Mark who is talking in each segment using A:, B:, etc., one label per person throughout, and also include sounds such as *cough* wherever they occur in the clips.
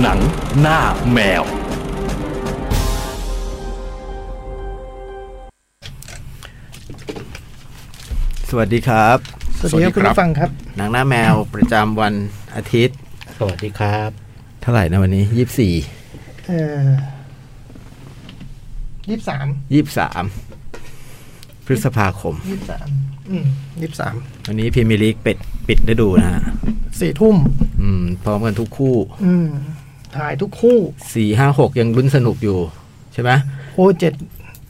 A: หนังหน้าแมว
B: สวัสดีครับ
C: สวัสดีครับคุณผู้ฟังครับ
B: หนังหน้าแมวประจำวันอาทิตย์
D: สวัสดีครับ
B: เท่าไหร่นะวันนี้ยี่สี่
C: เอยี่สาม
B: ยี่สามพฤษภาคม
C: ยี่สามอืมยี่สาม
B: วันนี้พรีเมียร์ลีกปิดปิดฤดูนะฮะ
C: สี่ทุ่ม
B: อืม พร้อมกันทุกคู่
C: อืมถ่ายทุกคู่
B: สี่ห้าหกยังลุ้นสนุกอยู่ ใช่ไหม
C: โอ้เจ็ด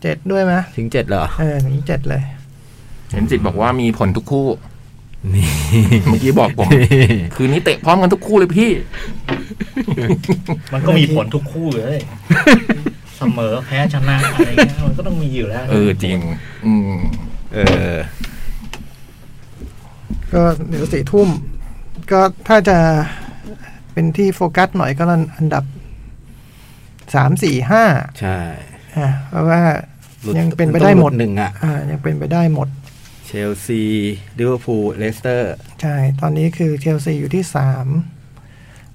C: เจ็ดด้วยไหม
B: ถึงเจ็ดเหรอ
C: เออถึงเจ็ดเลย
E: เห็นจิตบอกว่ามีผลทุกคู่
B: นี่ *laughs*
E: เมื่อกี้บอกผม คืนนี้เตะพร้อมกันทุกคู่เลยพี่
D: มันก็มีผลทุกคู่เลยเสมอแพ้ชนะอะไรเงี้ยมันก็ต้องมีอยู่แล้ว
E: เออจริง อืม
B: เออ
C: ก็เดี๋ยวสี่ทุ่ม ก็ถ้าจะเป็นที่โฟกัสหน่อยก็อันดับสามสี่ห้า
B: ใช่
C: อ่ะเพราะว่า
B: หลุด
C: ยังเป็นไปได้หมด
B: ต้องลุหนึ่งอ่ะ
C: อ่ายังเป็นไปได้หมด
B: เชลซีลิเวอร์พูลเลสเตอร์
C: ใช่ ตอนนี้คือเชลซีอยู่ที่สาม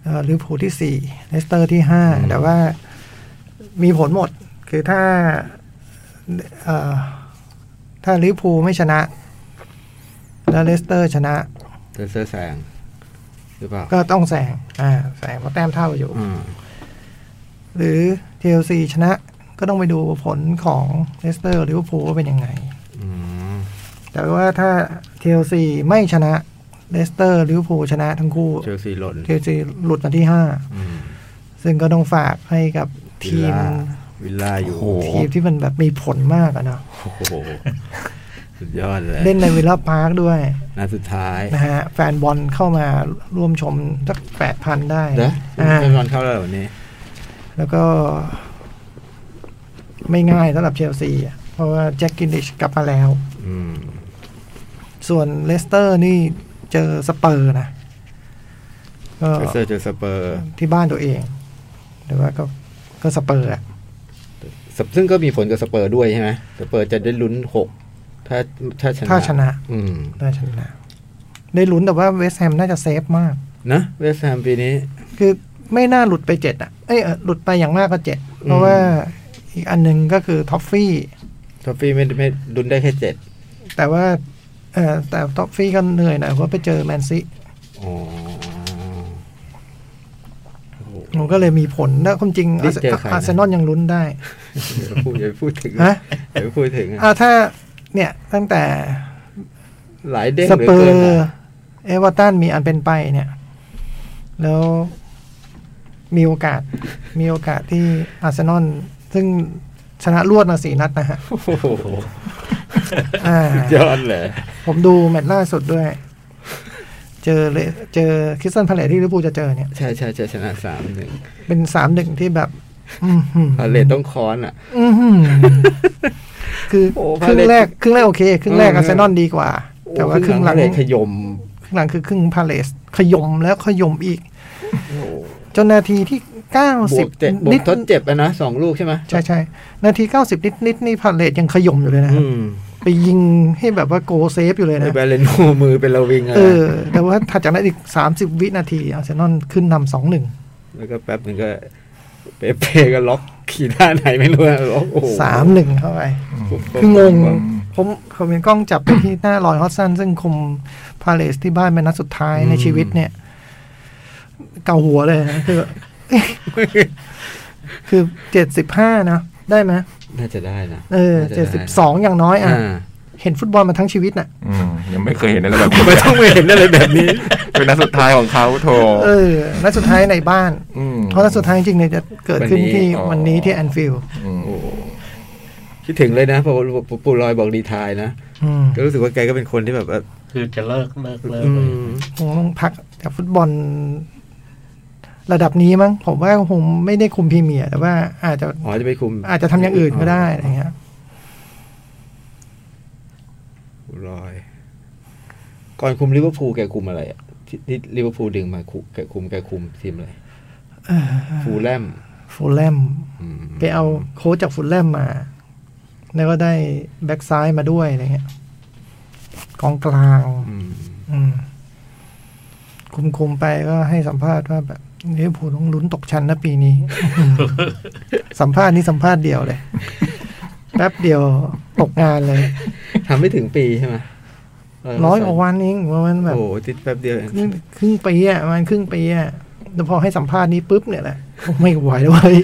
C: เอ่อลิเวอร์พูลที่สี่เลสเตอร์ที่ห้าแต่ว่ามีผลหมด คือถ้าเอ่อถ้าลิเวอร์พูลไม่ชนะ แล้วเลสเตอร์ชนะ
B: เลสเตอร์แซงหรือเปล่า
C: ก็ต้องแซงอ่าแซงเพราะแต้มเท่าอยู่
B: อืม
C: หรือเชลซีชนะก็ต้องไปดูผลของเลสเตอร์ลิเวอร์พูลว่าเป็นยังไง
B: อืม
C: แต่ว่าถ้าเชลซีไม่ชนะเลสเตอร์ลิเวอร์พูลชนะทั้งคู่
B: เชลซีหล่น
C: เชลซีหลุดมาที่ห้า
B: อืม
C: ซึ่งก็ต้องฝากให้กับ
B: วิ
C: ที
B: ล
C: ม
B: ล่าวิลล่าอยู่
E: โอ้โห
C: ทีมที่มันแบบมีผลมากอะเนาะ
B: โอ้โห สุดยอดเลย
C: เล่นในวิลล่าพาร์คด้วย
B: นัดสุดท้าย
C: นะฮะ แฟนบอลเข้ามาร่วมชมสักแปดพันได้
B: เด้อ
C: อ่า
B: เป็นบอลเข้าแล้วเหรอวันนี้
C: แล้วก็ ไม่ง่ายสำหรับเชลซีอะเพราะว่าแจ็คกินดิชกลับมาแล้ว
B: อืม
C: ส่วนเลสเตอร์นี่เจอสเปอร์นะก็
B: เลสเตอร์เจอสเปอร์
C: ที่บ้านตัวเองแต่ว่าก็ก็สเปอร์อะ
B: ซึ่งก็มีผลกับสเปอร์ด้วยใช่ไหมสเปอร์จะได้ลุ้นหกถ้าถ้าชนะ
C: ถ้าชนะ
B: อืม
C: ได้ชนะได้ลุ้นแต่ว่าเวสต์แฮมน่าจะเซฟมาก
B: นะ เวสต์แฮมปีนี้
C: คือไม่น่าหลุดไปเจ็ดอ่ะ เอ้ยเอ่อหลุดไปอย่างมากก็เจ็ด
B: อื
C: เพราะ
B: ม
C: ว่าอีกอันหนึ่งก็คือท็อฟฟี่
B: ทอฟฟี่ไม่ไม่ลุ้นได้แค่เจ็ด
C: แต่ว่าเออแต่ท็อฟฟี่ก็เหนื่อยหน่อยเพราะไปเจอแมนซี
B: อ๋อโอ้โห
C: มันก็เลยมีผลแล้วความจริง
B: ได้เจอใครนะ
C: อาร์เซนอลยังลุ้นได้
B: อย่าพูดอย่าพูดถึง
C: ฮะ
B: อย่าพูดถึง
C: อ่าถ้าเนี่ยตั้งแต่
B: หลายเด้ง
C: ส
B: หลื
C: เปอ
B: กิน
C: ร์
B: อะ
C: เอเวอร์ตันมีอันเป็นไปเนี่ย แล้วมีโอกาสมีโอกาสที่อาร์เซนอลซึ่งชนะรวดมาสี่นัดนะฮะ
B: โอ้โห
C: อ่า
B: ยอดเลย
C: ผมดูแมตช์ล่าสุดด้วย เจอเลเจอคริสตันพาเลทที่ลิเวอร์พูลจะเจอเนี่ย
B: ใช่ใช่ใช่ชนะสามหนึ่ง
C: เป็นสามหนึ่งที่แบบอื้อหือ
B: พาเลตต้องค้อนอ่ะ
C: อื้อหือคือ
B: โอ้
C: ค
B: พา
C: รึ่
B: เลท
C: งแรกครึ่งแรกโอเคครึ่งแรก
B: เออ
C: อาร์เซนอลดีกว่า แต่ว่าครึ่งหลัง
B: พาเลตขยม
C: ครึ่งหลังคือครึ่งพาเลสขยมแล้วขยมอีกจนนาทีที่เก้า
B: บ
C: สิ
B: ว
C: บ
B: กเจ็บบว
C: นิ
B: ก
C: ด
B: ทดเจ็บอะนะสองลูกใช่ไหม
C: ใช่ใช่นาทีเก้าสิบนิดนิดนี่พาเลสยังขยมอยู่เลยนะ
B: อืม
C: ไปยิงให้แบบว่าโกเซฟอยู่เลยนะ
B: ไอ้แบเลนโนมือเป็นระวิงอะ
C: เออ แต่ว่าถัดจากนั้นอีกสามสิบวินาทีอาร์เซนอลขึ้นนำสองหนึ่ง
B: แล้วก็แป๊บหนึ่งก็ เปเปก็ล็อกขี่ด้านไหนไม่รู้อะล็อกโอ้โห
C: สามหนึ่งเข้าไป คืองง ผมผมเป็นกล้องจับไปที่หน้าลอยฮอตสัน ซึ่งคุมพาเลสที่บ้านเป็นนัดสุดท้ายในชีวิตเนี่ย เกาหัวเลยนะคือแบบ *laughs* เอ๊ะคือเจ็ดสิบห้านะ ได้ไหม
B: น่าจะได้นะ
C: เออ
B: น่าะไ
C: เจ็ดสิบสองอย่างน้อยอ่ะ
B: อ่า
C: เห็นฟุตบอลมาทั้งชีวิตน่ะ
E: อืมยังไม่เคยเห็นอะไรแบบนี้
B: ไม่ต้องไปเห็นอะไรแบบนี้
E: *laughs* เป็นนัดสุดท้ายของเขาโถ
C: เออนัดสุดท้ายในบ้าน
E: ม
C: เพราะนัดสุดท้ายจริงๆเนี่ยจะเกิดขึ้นที่
E: วั
C: วัน
E: นนี้
C: นี้ที่
E: อ๋อ
C: แอนฟิลด์
E: อืม
B: คิดถึงเลยนะพอปูลอยบอกดีทายนะ
C: อืม
B: ก็รู้สึกว่าแกก็เป็นคนที่แบบว่า
D: คือจะเลิกเลิกเลิก
B: อื
D: เลย
B: ม
C: คงต้องพักจากฟุตบอล ระดับนี้มั้ง ผมว่าคงไม่ได้คุมพรีเมียร์แต่ว่าอาจจะ
B: อ๋อจะไปคุม
C: อาจจะทำอย่างอื่นก็ได้อะไรเงี้ย
B: ปูลอย ก่อนคุมลิเวอร์พูลแกคุมอะไรอะที่ที่ลิเวอร์พูลดึงมาคุแกคุมแกคุมทีมอะไรฟูลแลม
C: ฟูลแลม
B: อืม
C: ไปเอาโค้ชจากฟูลแลมมา แล้วก็ได้แบ็กซ้ายมาด้วยอะไรเงี้ยกองกลาง
B: อืม
C: อืม คุมๆไปก็ให้สัมภาษณ์ว่าแบบลิเวอร์พูลต้องลุ้นตกชั้นนะปีนี้ *laughs* สัมภาษณ์นี่สัมภาษณ์เดียวเลย แป๊บเดียวตกงานเลย
B: ทำไม่ถึงปีใช่ไหม
C: ร้อยกว่าวันเองประมันแบบ
B: โอ้โหติดแป๊บเดียวเอง
C: ครึ่งครึ่งปีอ่ะประมันครึ่งปีอ่ะแล้วพอให้สัมภาษณ์นี้ปุ๊บเนี่ยแหละโอ้ไม่ไหวแล้วเว้ย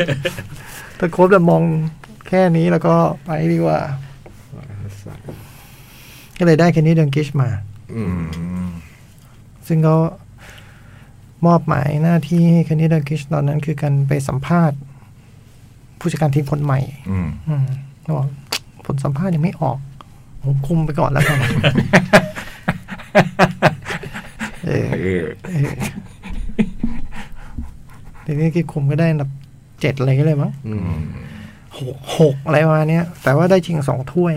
C: *laughs* ถ้าโค้ชแบบมองแค่นี้แล้วก็ไปดีกว่า ก็เลยได้แค่นี้เดนกิชมา
B: อืม
C: ซึ่งก็มอบหมายหน้าที่ให้คนนี้เดนกิชตอนนั้นคือการไปสัมภาษณ์ ผู้จัดการทีมคนใหม่
E: อืม
C: อืมแล้วบอกผลสัมภาษณ์ยังไม่ออกผมคุมไปก่อน *laughs* แล้วกัน เออ
E: เออ
C: เออ *laughs* ทีนี้คือคุมก็ได้อันดับเจ็ดอะไรก็เลยมั้ง
B: อืม
C: หกหกอะไรประมาณเนี้ย แต่ว่าได้ชิงสองถ้วย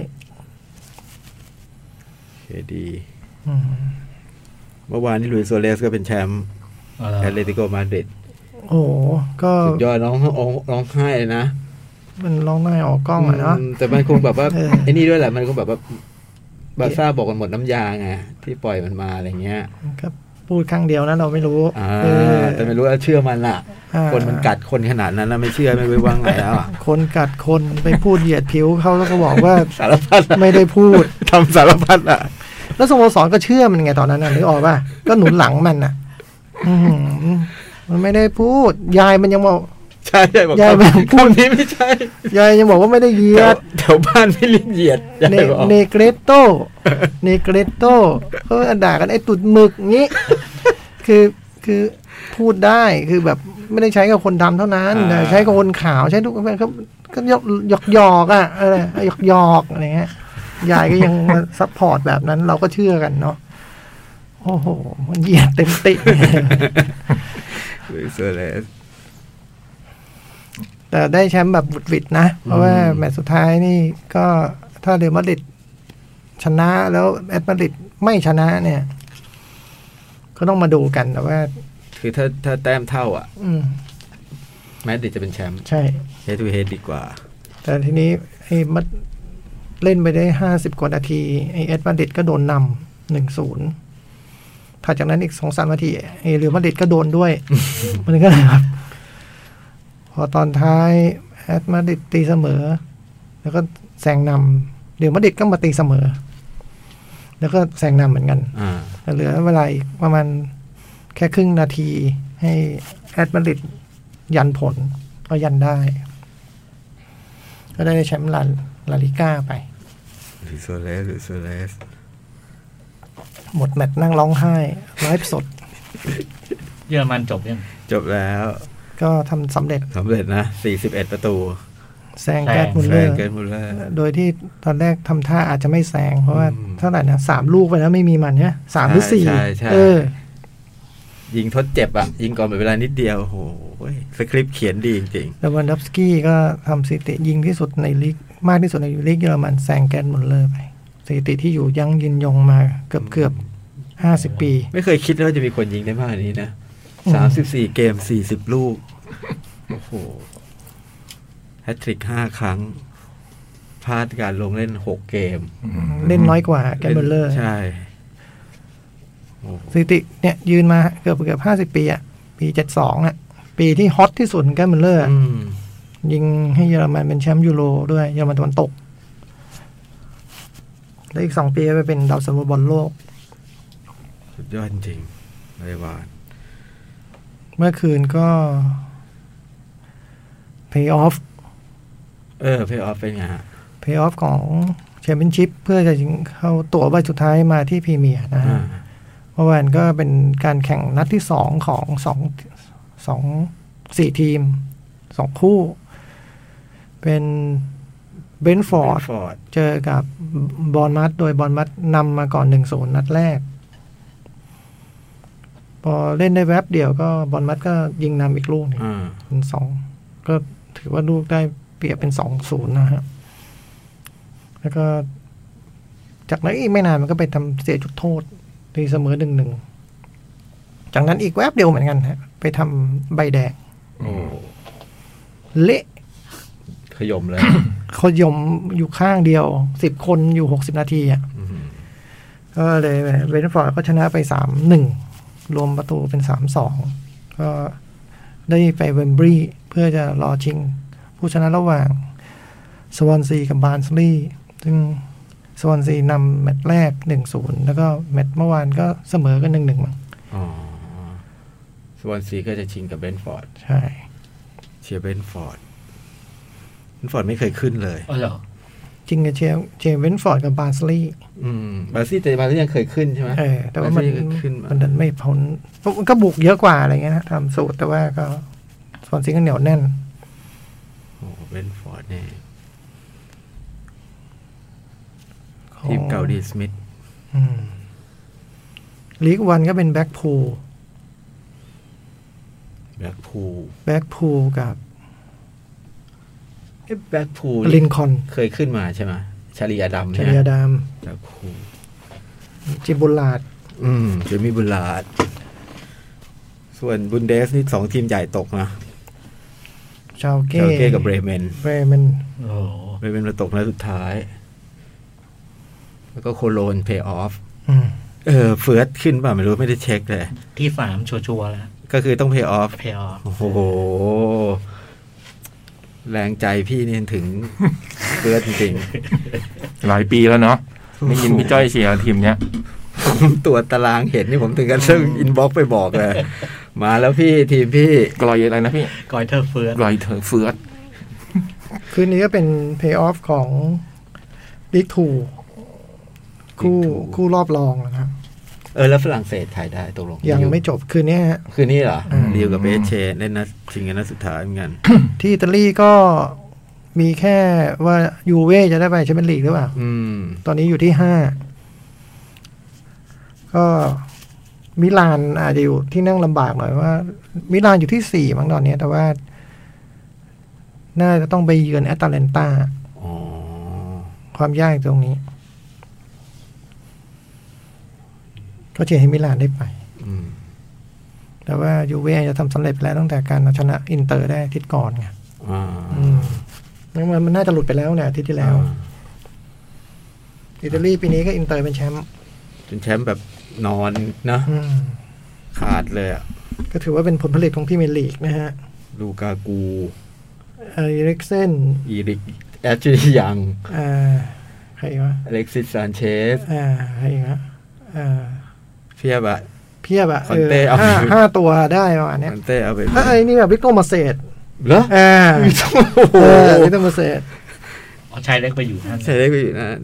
B: โอเคดี
C: อืม
B: เมื่อวานนี้ลุยโซเลสก็เป็นแชมป์
D: เออ
B: แอตเลติโกมาดริด
C: โอ้โหก็
B: สุดยอดร้องร้องร้องไห้เลยนะ
C: มันร้องไห้ออกกล้องอะเนาะ
B: มแต่มันคงแบบว่า
C: เออ
B: ไอ้นี่ด้วยแหละมันคงแบบว่าบาร์ซ่าบอกกันหมดน้ำยาไงที่ปล่อยมันมาอะไรเงี้ย
C: ก็พูดครั้งเดียวนะเราไม่รู้
B: อ่า
C: เออ
B: แต่ไม่รู้ว่าเชื่อมันล่ะ
C: อ่า
B: คนมันกัดคนขนาดนั้นแล้วไม่เชื่อไม่ไปว่างไงแล้วอะ
C: คนกัดคนไปพูดเหยียดผิวเขาแล้วก็บอกว่า *laughs*
B: สารพัดอะ
C: ไม่ได้พูด
B: ทำสารพัดอ่ะ
C: แล้วสโมสรก็เชื่อมันไงตอนนั้นน่ะหรือออกป่ะก็หนุนหลังมันน่ะ อืมมันไม่ได้พูด ยายมันยังบอก
B: ใช่ใช่บอก
C: ยาย
B: คำ
C: ไม่พูด
B: คำนี้ไม่ใช่
C: ยายยังบอกว่าไม่ได้เหยี
B: แถ
C: ยว ด
B: แถวบ้านไม่เรียกเหยียดยายบอก
C: เนเกรโต
B: *laughs*
C: เนเกรโตเขาด่ากันไอ้ตุดหมึกงี้ *laughs* คือคือพูดได้คือแบบไม่ได้ใช้กับคนดำเท่านั้นแต่ใช้กับคนขาวใช้ทุกคนก็ก็ยกยอกยอกๆอ่ะอะไรยอกยอกๆอะไรเงี้ยยายก็ยัง *laughs* มาซัพพอร์ตแบบนั้นเราก็เชื่อกันเนาะโอ้โห มันเหยียดเต็มติ
B: ลุยโซเลส
C: แต่ได้แชมป์แบบบุดหวิดนะ เพราะว่า
B: อืม
C: แมตช์สุดท้ายนี่ก็ถ้าเรอัลมาดริดชนะแล้วแอตมาดริดไม่ชนะเนี่ย ก็ต้องมาดูกันแต่ว่า
B: คือถ้าถ้าแต้มเท่าอ่ะ
C: อืม
B: แมดริดจะเป็นแชมป์
C: ใช่
B: เฮดทูเฮดดีกว่า
C: แต่ทีนี้ไอ้มัดเล่นไปได้ห้าสิบกว่านาทีไอ้แอตมาดริดก็โดนนำหนึ่งศูนย์ถัดจากนั้นอีกสองสามนาทีไอ้เรอัลมาดริดก็โดนด้วย มันก็เลยแบบพอตอนท้ายแอตมาดริดตีเสมอ แล้วก็แซงนำเดี๋ยวมาดริดก็มาตีเสมอ แล้วก็แซงนำเหมือนกัน
B: อ่า
C: เหลือเวลาอีกประมาณแค่ครึ่งนาที ให้แอดมาดริดยันผล ก็ยันได้ ก็ได้แชมป์ลาลาลิก้าไป
B: ลุยโซเลสลุยโซเลส
C: หมดแมตช์นั่งร้องไห้ไลฟ์สด
D: เยอรมันจบยัง
B: จบแล้ว
C: ก็ทำสำเร็จ
B: สำเร็จนะ 41 ประตู
C: แซงแกรดมุล
B: แซ
C: เลอง ร์
B: เกินมูลเลอร์
C: โดยที่ตอนแรกทำท่าอาจจะไม่แซง เพราะว่า
B: อืม
C: เท่าไหร่นะสามลูกไปแล้วไม่มีมันเนี่ยสามหรือสี่
B: ใช่ใช่
C: เออ
B: ยิงทดเจ็บอ่ะ ยิงก่อนหมดเวลานิดเดียวโอ้โหสคริปต์เขียนดีจริง
C: แล้ววันดับสกี้ก็ทำสถิติยิงที่สุดในลีกมากที่สุดในลีกเยอรมันแซงแกรนด์มุลเลอร์ไปสถิติที่อยู่ยั้งยืนยงมาเกือบเกือบห้าสิบปี
B: ๆ ไม่เคยคิดเลยว่าจะมีคนยิงได้มากกว่านี้นะ
C: อืม
B: 34 เกม 40 ลูก โอ้โห แฮตทริก 5 ครั้ง พลาดการลงเล่น 6 เกม
C: เล่นน้อยกว่าแกรนด์มุลเลอร์
B: ใช่
C: สถิติเนี่ยยืนมาเกือบเกือบห้าสิบ50 ปีอ่ะ ปีเจ็ดสองอ่ะ ปีที่ฮอตที่สุดของแกรนด์มุลเลอร์อะ
B: อืม
C: ยิงให้เยอรมันเป็นแชมป์ยูโรด้วยเยอรมันตะวันตก แล้วอีกสองปีก็ไปเป็นดาวซันโวบอลโลก
B: สุดยอดจริงเลยวาน
C: เมื่อคืนก็เพย์ออฟ
B: เออ เพย์ออฟเป็นไงฮะ
C: เพย์ออฟของแชมเปี้ยนชิพเพื่อจะเข้าตั๋วใบสุดท้ายมาที่พรีเมียร์นะฮะ
B: อ่า
C: เมื่อวานก็เป็นการแข่งนัดที่สองของสองสองสี่ทีมสองคู่ เป็นเบนฟอร์ด
B: ฟอร์ด
C: เจอกับบอลมัดโดยบอลมัดนำมาก่อนหนึ่งศูนย์นัดแรก พอเล่นได้แวบเดียวก็บอลมัดก็ยิงนำอีกลูกหนึง
B: อ่า
C: เป็นสองก็ถือว่าลูกได้เปรียบเป็นสองศูนย์นะฮะ แล้วก็ จากนั้นอีกไม่นานมันก็ไปทำเสียจุดโทษตีเสมอหนึ่งหนึ่งจากนั้นอีกแวบเดียวเหมือนกันฮะ ไปทำใบแดง
B: โอ้
C: เละ
B: ขยมเลย
C: เขายมอยู่ข้างเดียวสิบคนอยู่หกสิบนาทีอ่ะ
B: อืม
C: ก็เลยเวนฟอร์ดก็ชนะไปสามหนึ่ง รวมประตูเป็นสามสองก็ได้ไปเวมบรีย์เพื่อจะรอชิง ผู้ชนะระหว่างสวอนซีกับบาร์นสลีย์ซึ่งสวอนซีนำแมตช์แรกหนึ่งศูนย์แล้วก็แมตช์เมื่อวานก็เสมอกันหนึ่งหนึ่งมั้ง
B: อ๋อสวอนซีก็จะชิงกับเบนฟอร์ด
C: ใช่
B: เชียร์เบนฟอร์ดเบนฟอร์ดไม่เคยขึ้นเลย
D: อ๋อเหรอ
C: จริงกับเชียร์เชียร์เวนฟอร์ดกับบาร์นสลีย์
B: อืมบาร์ซี่แต่บาร์ซี่ยังเคยขึ้นใช่ไหม
C: เออแต่ว่ามั
B: บ
C: น
B: ร์ซี่เคยขึ้นมา
C: มันดันไม่พ้นมันก็บุกเยอะกว่าอะไรเงี้ยนะทำสูตรแต่ว่าก็สวนซิงก็เหนียวแน่น
B: โอ้โหเบนฟอร์ดเนี่ย
C: ของ
B: ทีมเก่าดีสมิธ
C: อืมลีกวันก็เป็นแบ็กพูล
B: แบล็กพูล
C: แบ็กพูลกับ
B: เอ้แบล็กพูล
C: ลินคอน
B: เคยขึ้นมาใช่ไหมชาลีอาดัม
C: ชาเดียดาม
B: แบล็กพูล
C: จิบุลาด
B: อืมเจมี่บุลลาด ส่วนบุนเดสนี่สองทีมใหญ่ตกนะ
C: ชาวเก้
B: เชลเก้กับเบรเมน
C: เบรเมน
D: โอ้โห
B: ไม่เป็นประตกนัดสุดท้าย แล้วก็โคโลนเพย์ออฟ
C: อืม
B: เออเฟิร์สขึ้นป่ะ ไม่รู้ไม่ได้เช็คเลย
D: ที่สามชัวร์ๆแล้ว
B: ก็คือต้องเพย์ออฟ
D: เพลย์ออฟ
B: โอ้โห แรงใจพี่นี่ถึง *laughs* เฟิร์สจริง
E: หลายปีแล้วเนาะไม่ยินพี่จ้อยเชียร์ทีมเนี้ย
B: ผมตรวจตารางเห็นนี่ผมถึงกันซึ่งอินบ็อกซ์ไปบอกเลย มาแล้วพี่ทีมพี่
E: กลอยอะไรนะพี่
D: กอยเทอร์เฟิร์ส
E: กลอยเธอเฟือด
C: คืนนี้ก็เป็นเพย์ออฟของลีกทูคู่
B: League Two
C: คู่รอบรองนะครับ
B: เออ แล้วฝรั่งเศสถ่ายได้ตกลง
C: ยังไม่จบคืนนี้ฮะ
B: คืนนี้เหรอเรียวกับเบสเชเล่นนัดชิงกันนัดสุดท้ายเหมือนกัน
C: ที่อิตาลีก็มีแค่ว่ายูเว่จะได้ไปแชมเปี้ยนลีกหรือเปล่า
B: อืม
C: ตอนนี้อยู่ที่ห้า ก็มิลานอาจจะอยู่ที่นั่งลำบากหน่อยว่า มิลานอยู่ที่สี่มั้งตอนเนี้ย แต่ว่า น่าจะต้องไปเยือนแอตแลนตา
B: อ๋อ
C: ความยากตรงนี้ ก็เชียร์ให้มิลานได้ไป
B: อืม
C: แต่ว่ายูเว่จะทำสำเร็จไปแล้วตั้งแต่การเอาชนะอินเตอร์ได้อาทิตย์ก่อนไง
B: อ่า
C: อืมงั้นมันมันน่าจะหลุดไปแล้วเนี่ยอาทิตย์ที่แล้ว อิตาลีปีนี้ก็อินเตอร์เป็นแชมป์
B: เป็นแชมป์แบบนอนเนอะ
C: อืม
B: ขาดเลยอะ
C: ก็ถือว่าเป็นผลผลิตของพรี่เมยร์ลีกนะฮะ
B: ลูกากู
C: เอริกเซน
B: อีริก แอชลีย์ยัง
C: อ่าใครวะ
B: อเล็กซิสซานเชส
C: อ่าใครวะอ่า
B: เพียบอะ
C: เพียบอะ
B: คอนเต้เอา
C: ห้าห้าตัวได้ประมาณเนี้ย
B: มันเต้เอาไป
C: ถ้าไอ้นี่แบบวิกโตมาเซต
B: เห
C: *laughs*
B: รอ *laughs*
C: อ่า
B: โอ้โห
C: เออวิกโตมาเซต
D: อ๋อชายเล็กไปอยู่นั่น
B: ใช่ได้กูอยู่นะ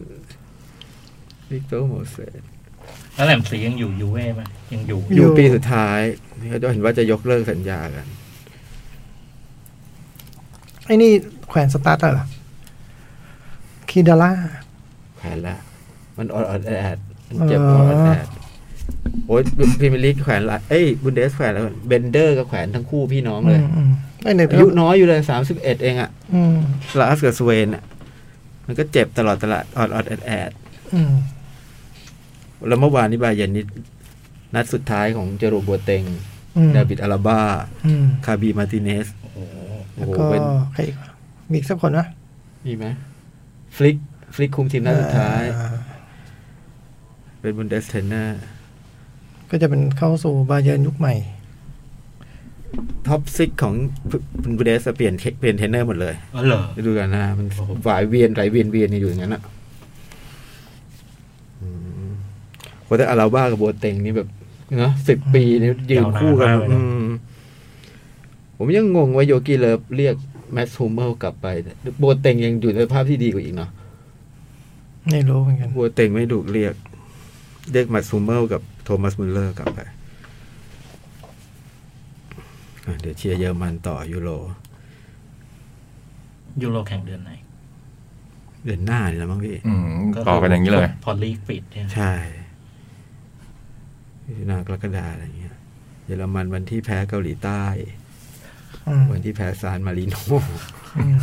B: วิกโตโมเสส
D: แล้วแหลมสียังอยู่ยูเว่ไหมยังอยู่
B: อยู่ปีสุดท้ายนี่ก็เห็นว่าจะยกเลิกสัญญากัน
C: ไอ้นี่แขวนสตาร์เตอร์เหรอคีดาร่า
B: แขวนละ มันออดออดแอดมันเจ็บออดออดแอดโอ้ยพรีเมียร์ลีกแขวนละเอ้ยบุนเดสแขวนแล้วเบนเดอร์ก็แขวนทั้งคู่พี่น้อง
C: อื
B: เลย
C: มอืมไอ้เนี่ย
B: อายุน้อยอยู่เลยสามสิบเอ็ดเองอะ
C: อืม
B: ลาสกับสเวนอ่ะ มันก็เจ็บตลอดตลาดออดออดแอดแอด
C: อืม
B: แล้วเมื่อวานนี้บาเยร์นนิดนัดสุดท้ายของเจโรบัวเต็ง
C: อืม
B: ดาบิดอาราบ้า
C: อืม
B: คาบีมาร์ติเนส
D: โอ้โห
B: โอ้
C: แล้ว
B: โห
C: ก็
B: เป็น
C: ใครอีกวะมีอีกสักคนวะ
B: มีไหมฟลิกฟลิกคุมทีมนัดสุดท้าย
C: อ่
B: เป็นบุนเดสเทนเนอร์
C: ก็จะเป็นเข้าสู่บาเยิร์นยุคใหม่
B: ท็อปซิกของบุนเดสเปลี่ยนเปลี่ยนเทรนเนอร์หมดเลย
D: อ๋อเหรอ
B: ฤดูกาลหน้ามัน
D: โอ้โห
B: หวายเวียนไหลเวียนเวียนอยู่อย่างนั้นอ่ะอืมโอ้แต่อาราบ้ากับบัวเต็งนี่แบบเนาะสิบปีนี่ยืนคู่กัน
D: ยาวนานมากเลย
B: อื
D: นะ
B: ม ผมยังงงว่าโยกีเลิฟเรียกแมสซูเมลกลับไปโบวเต็งยังอยู่ในภาพที่ดีกว่าอีกเนาะ
C: ไม่รู้เหมือนกัน
B: โบวเต็งไม่ถูกเรียก เรียกแมสซูเมลกับโทมัสมุลเลอร์กลับไปอ่ะเดี๋ยวเชียร์เยอรมันต่อยูโร
D: ยูโรแข่งเดือนไหน
B: เดือนหน้านี่แหล้วมั้งพี่
E: อืมต่อกันอย่างนี้เลย
D: พอลีกปิดเนี่ย
B: ใช่มิถุนากรกฎาอะไรเงี้ย เยอรมันวันที่แพ้เกาหลีใต้
C: อืม
B: วันที่ *laughs* แพ้ซานมาริโน
C: อืม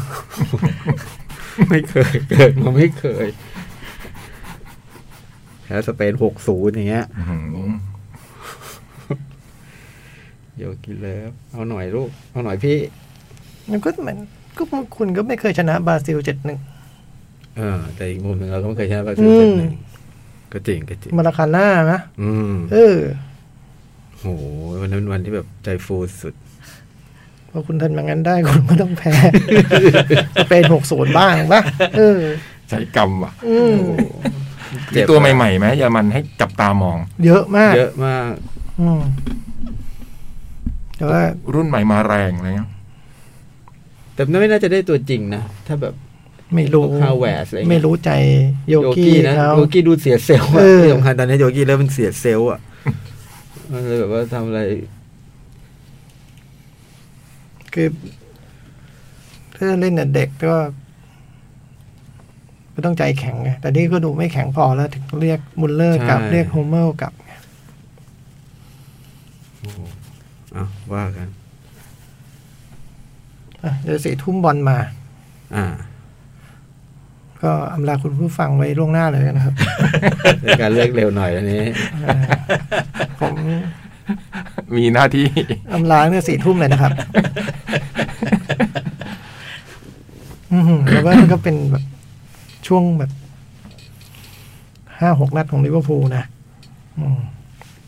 B: ไม่เคย เกิดมาไม่เคย แพ้สเปนหกศูนย์อย่างเงี้ย
E: อื้อหือ
B: โยกิเลิฟเอาหน่อยลูก เอาหน่อยพี่
C: มันก็เหมือนก็คุณก็ไม่เคยชนะบราซิลเจ็ดหนึ่ง
B: เออ แต่อีกมุมหนึ่งเราก็ไม่เคยชนะบราซิลเจ็ดหนึ่ง
C: อืม
B: ก็จริงก็จริง
C: มาราคาน่านะ
B: อืม
C: เออ
B: โห โอ้โหวันนั้นวันที่แบบใจฟูสุด
C: เพราะคุณทันมางั้นได้ คุณก็ต้องแพ้ *laughs* สเปนหกศูนย์บ้างปะเออ
E: ใช้กรรมว่ะ
C: อืม
E: มีตัวใหม่ๆไหมเยอรมันให้จับตามอง
C: เยอะมาก
B: เยอะมาก
C: อืมแต่ว่า
E: รุ่นใหม่มาแรงอะไรเงี้ย
B: แต่ไม่น่าจะได้ตัวจริงนะ ถ้าแบบ
C: ไม่รู้
B: พวก Havertz อะไรเงี้ย
C: ไม่รู้ใจโยกี้
B: นะ
C: เขา
B: โยกี้ดูเสียเซลล์อะ
C: เออ
B: ที่สำคัญตอนนี้โยกี้เริ่มเป็นเสียเซลล์อะมันเลยแบบว่าทำอะไร
C: คือถ้าเล่นแต่เด็กก็ก็ต้องใจแข็งไงแต่นี่ก็ดูไม่แข็งพอแล้วถึงเรียกมุลเลอร์กลับ
B: ใช่
C: เรียกโฮเมอร์กลับ
B: เอาว่ากัน
C: อ่ะเดี๋ยวสี่ทุ่มบอลมา
B: อ่า
C: ก็อำลาคุณผู้ฟังไว้ล่วงหน้าเลยนะครับ *laughs*
B: ในการเลือกเร็วหน่อยอันนี้
C: อ่าผม
E: มีหน้าที่
C: อำลาเนี่ยสี่ทุ่มเลยนะครับ อืมแล้วว่ามันก็เป็นแบบช่วงแบบห้าหกนัดของลิเวอร์พูลนะอืม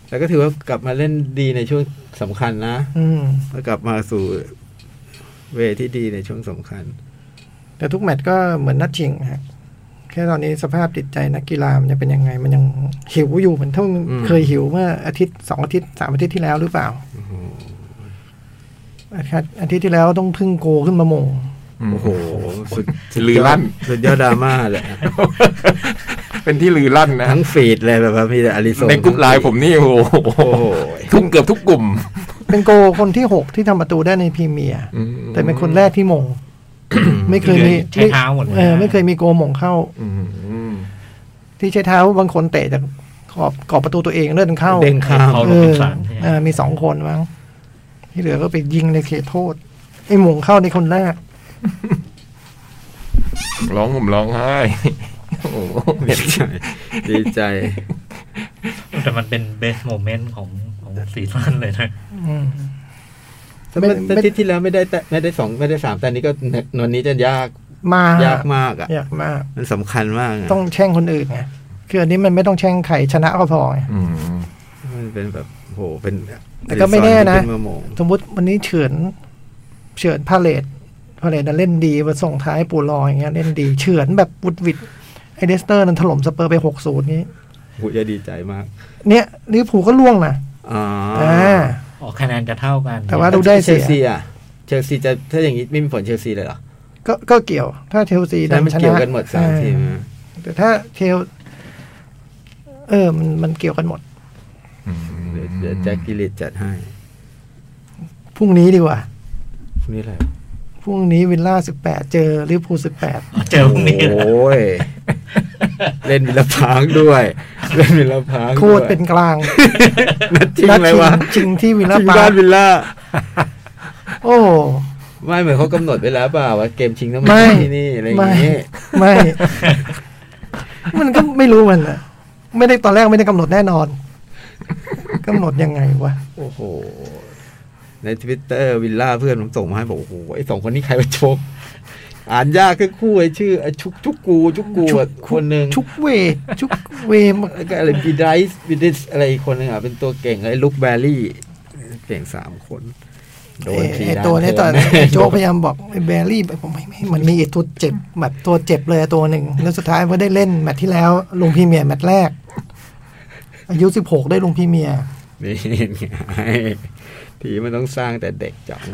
B: แต่ก็ถือว่ากลับมาเล่นดีในช่วงสำคัญนะ
C: อืม
B: แล้วกลับมาสู่เวที่ดีในช่วงสำคัญ
C: แต่ทุกแมตช์ก็เหมือนนัดชิงนะฮะแค่ตอนนี้สภาพจิตใจนักกีฬามันยังเป็นยังไง มันยังหิวอยู่เหมือนเท่า
B: อืม
C: เคยหิวเมื่ออาทิตย์สองอาทิตย์สามอาทิตย์ที่แล้วหรือเปล่าอาทิตย์อาทิตย์ที่แล้วต้องพึ่งโกขึ้นมามง
E: *laughs*
B: โอ้โห สุดสุด
E: ลือย
B: ด
E: ลั่น
B: สุดยอดดราม่าเลยอะ
E: เป็นที่ลือลั่นนะ
B: ทั้งฟีดเลยแบบว่ามีแต่อลิโซ
E: ในกลุ่มไลน์ผมนี่โอ้โห
B: โอ้โห
E: ทุกเกือบทุกกลุ่ม
C: เป็นโกคนที่หกที่ทำประตูได้ในพรีเมียร์
E: อืม
C: แต่เป็นคนแรกที่มง ไม่เคยมี
D: ใช้เท้าหมดเลยนะ
C: เออไม่เคยมีโกมงเข้า
E: อืม
C: ที่ใช้เท้าบางคนเตะจากขอบขอบประตูตัวเองเลื่อนเข้า
B: เด้งข้าม
D: เขา
C: เออ
D: ลงเป็นสารใช่ไหม
C: เออมีสองคนมั้งที่เหลือก็ไปยิงในเขตโทษ ไอ้หมงเข้าในคนแรก
E: ร้องผมร้องไห้โอ้โห
B: ดีใจดีใจ
D: แต่มันเป็นเบสโมเมนต์ของของซีซั่นเลยนะ
C: อืม
B: แต่ไม่
C: ไม่
B: แต่ที่ที่แล้วไม่ได้แต่ไม่ได้สองไม่ได้สามแต่นี้ก็เนี่ยวันนี้จะยาก
C: มา
B: าย
C: ยาก
B: มากอ่ะ
C: ยากมาก
B: มันสำคัญมากอะ
C: ต้องแช่งคนอื่นไงคืออันนี้มันไม่ต้องแช่งใครชนะก็พอไง
E: อืม
B: มันเป็นแบบโหเป็น
C: แต่ก็ไม่แน่นะ
B: เป็นเมืองโมง
C: สมมติวันนี้เฉือนเฉือนพาเลตพาเลตน่ะเล่นดีมาส่งท้ายปูลอยอย่างเงี้ยเล่นดีเฉือนแบบวุดวิดไอเดสเตอร์นั้นถล่มสเปอร์ไปหกศูนย์นี้
B: โหจะดีใจมาก
C: เนี่ยลิเวอร์พูลก็ล่วงนะ
B: อ๋ออ
C: อ่า
D: ออกคะแนนจะเท่ากัน
C: แต่ว่า ดูได้เสี
B: เช
C: ย
B: ลซีอ่ะเชลซีจะถ้าอย่างนี้ไม่มีผลเชลซีเลยเหรอ
C: ก็ก็เกี่ยว ถ้าเชลซี
B: ใช่มันเกี่ยวกันหมดสาม
C: อ่
B: ทีมอะ
C: แต่ถ้าเทล เออ มันมันเกี่ยวกันหมด
E: อืม
B: เดี๋ยวเดี๋ยวแจ็คกิลิตจัดให้
C: พรุ่งนี้ดีกว่า
B: พรุ่งนี้อะไร
C: พรุ่งนี้วิลล่าสิบแปดเจอลิเวอร์พูลสิบแปด
D: เจอพรุ่งนี้
B: โอ้ย เล่นมิลพังก์ด้วย
C: *laughs*
B: เล่นมิลพังก์
C: โค
B: ด้วย
C: ตรเป็นก
B: *laughs*
C: ลาง
B: นัดจริง
C: นัด
B: เล
C: ชิ
B: ย
C: ง
B: วะ
C: ชิงที่วิลล่า
B: ชิง
C: ปา
B: บ้า
C: ร์
B: น
C: ค
B: วิลล่า
C: โอ้
B: ไม่เหมือนเขากำหนดไว้แล้วเปล่าว่าเกมชิงต้อง
C: ไม่
B: มาที่นี่อะไรอย่างงี้
C: ไม่ มันก็ไม่รู้มันอะไม่ได้ตอนแรกไม่ได้กำหนดแน่นอนกำหนดยังไงวะ
B: โอ้โห ในทวิตเตอร์วิลล่าเพื่อนผมส่งมาให้บอกโอ้โหไอสองคนนี้ใครมาชก อ่านยากขึ้นคู่ไอชื่อไอ้ชุกชุกกูชุกกู
C: ชุก
B: อ่ะคนหนึ่ง
C: ชุกเวทชุกเวม
B: แล้วก็อะไรบีไดส์บีดิสอะไรอีกคนหนึ่งอ่ะเป็นตัวเก่งไอลุคแบรี่เก่งสามคนโดน
C: ไอ้
B: ที
C: ไอ้
B: ด้า
C: ตัวเนี้ยตอน
B: แม่
C: ไอ้โจกพยายามบอกไอ้แบรี่ไปผมไม่ไม่มันมีไอ้ตัวเจ็บแบบตัวเจ็บเลยตัวหนึ่งแล้วสุดท้ายก็ได้เล่นแมตช์ที่แล้วลงพรีเมียร์แมตช์แรก อายุสิบหกได้ลงพรีเมียร์
B: *laughs* นี่ไงทีมันต้องสร้างแต่เด็กจัง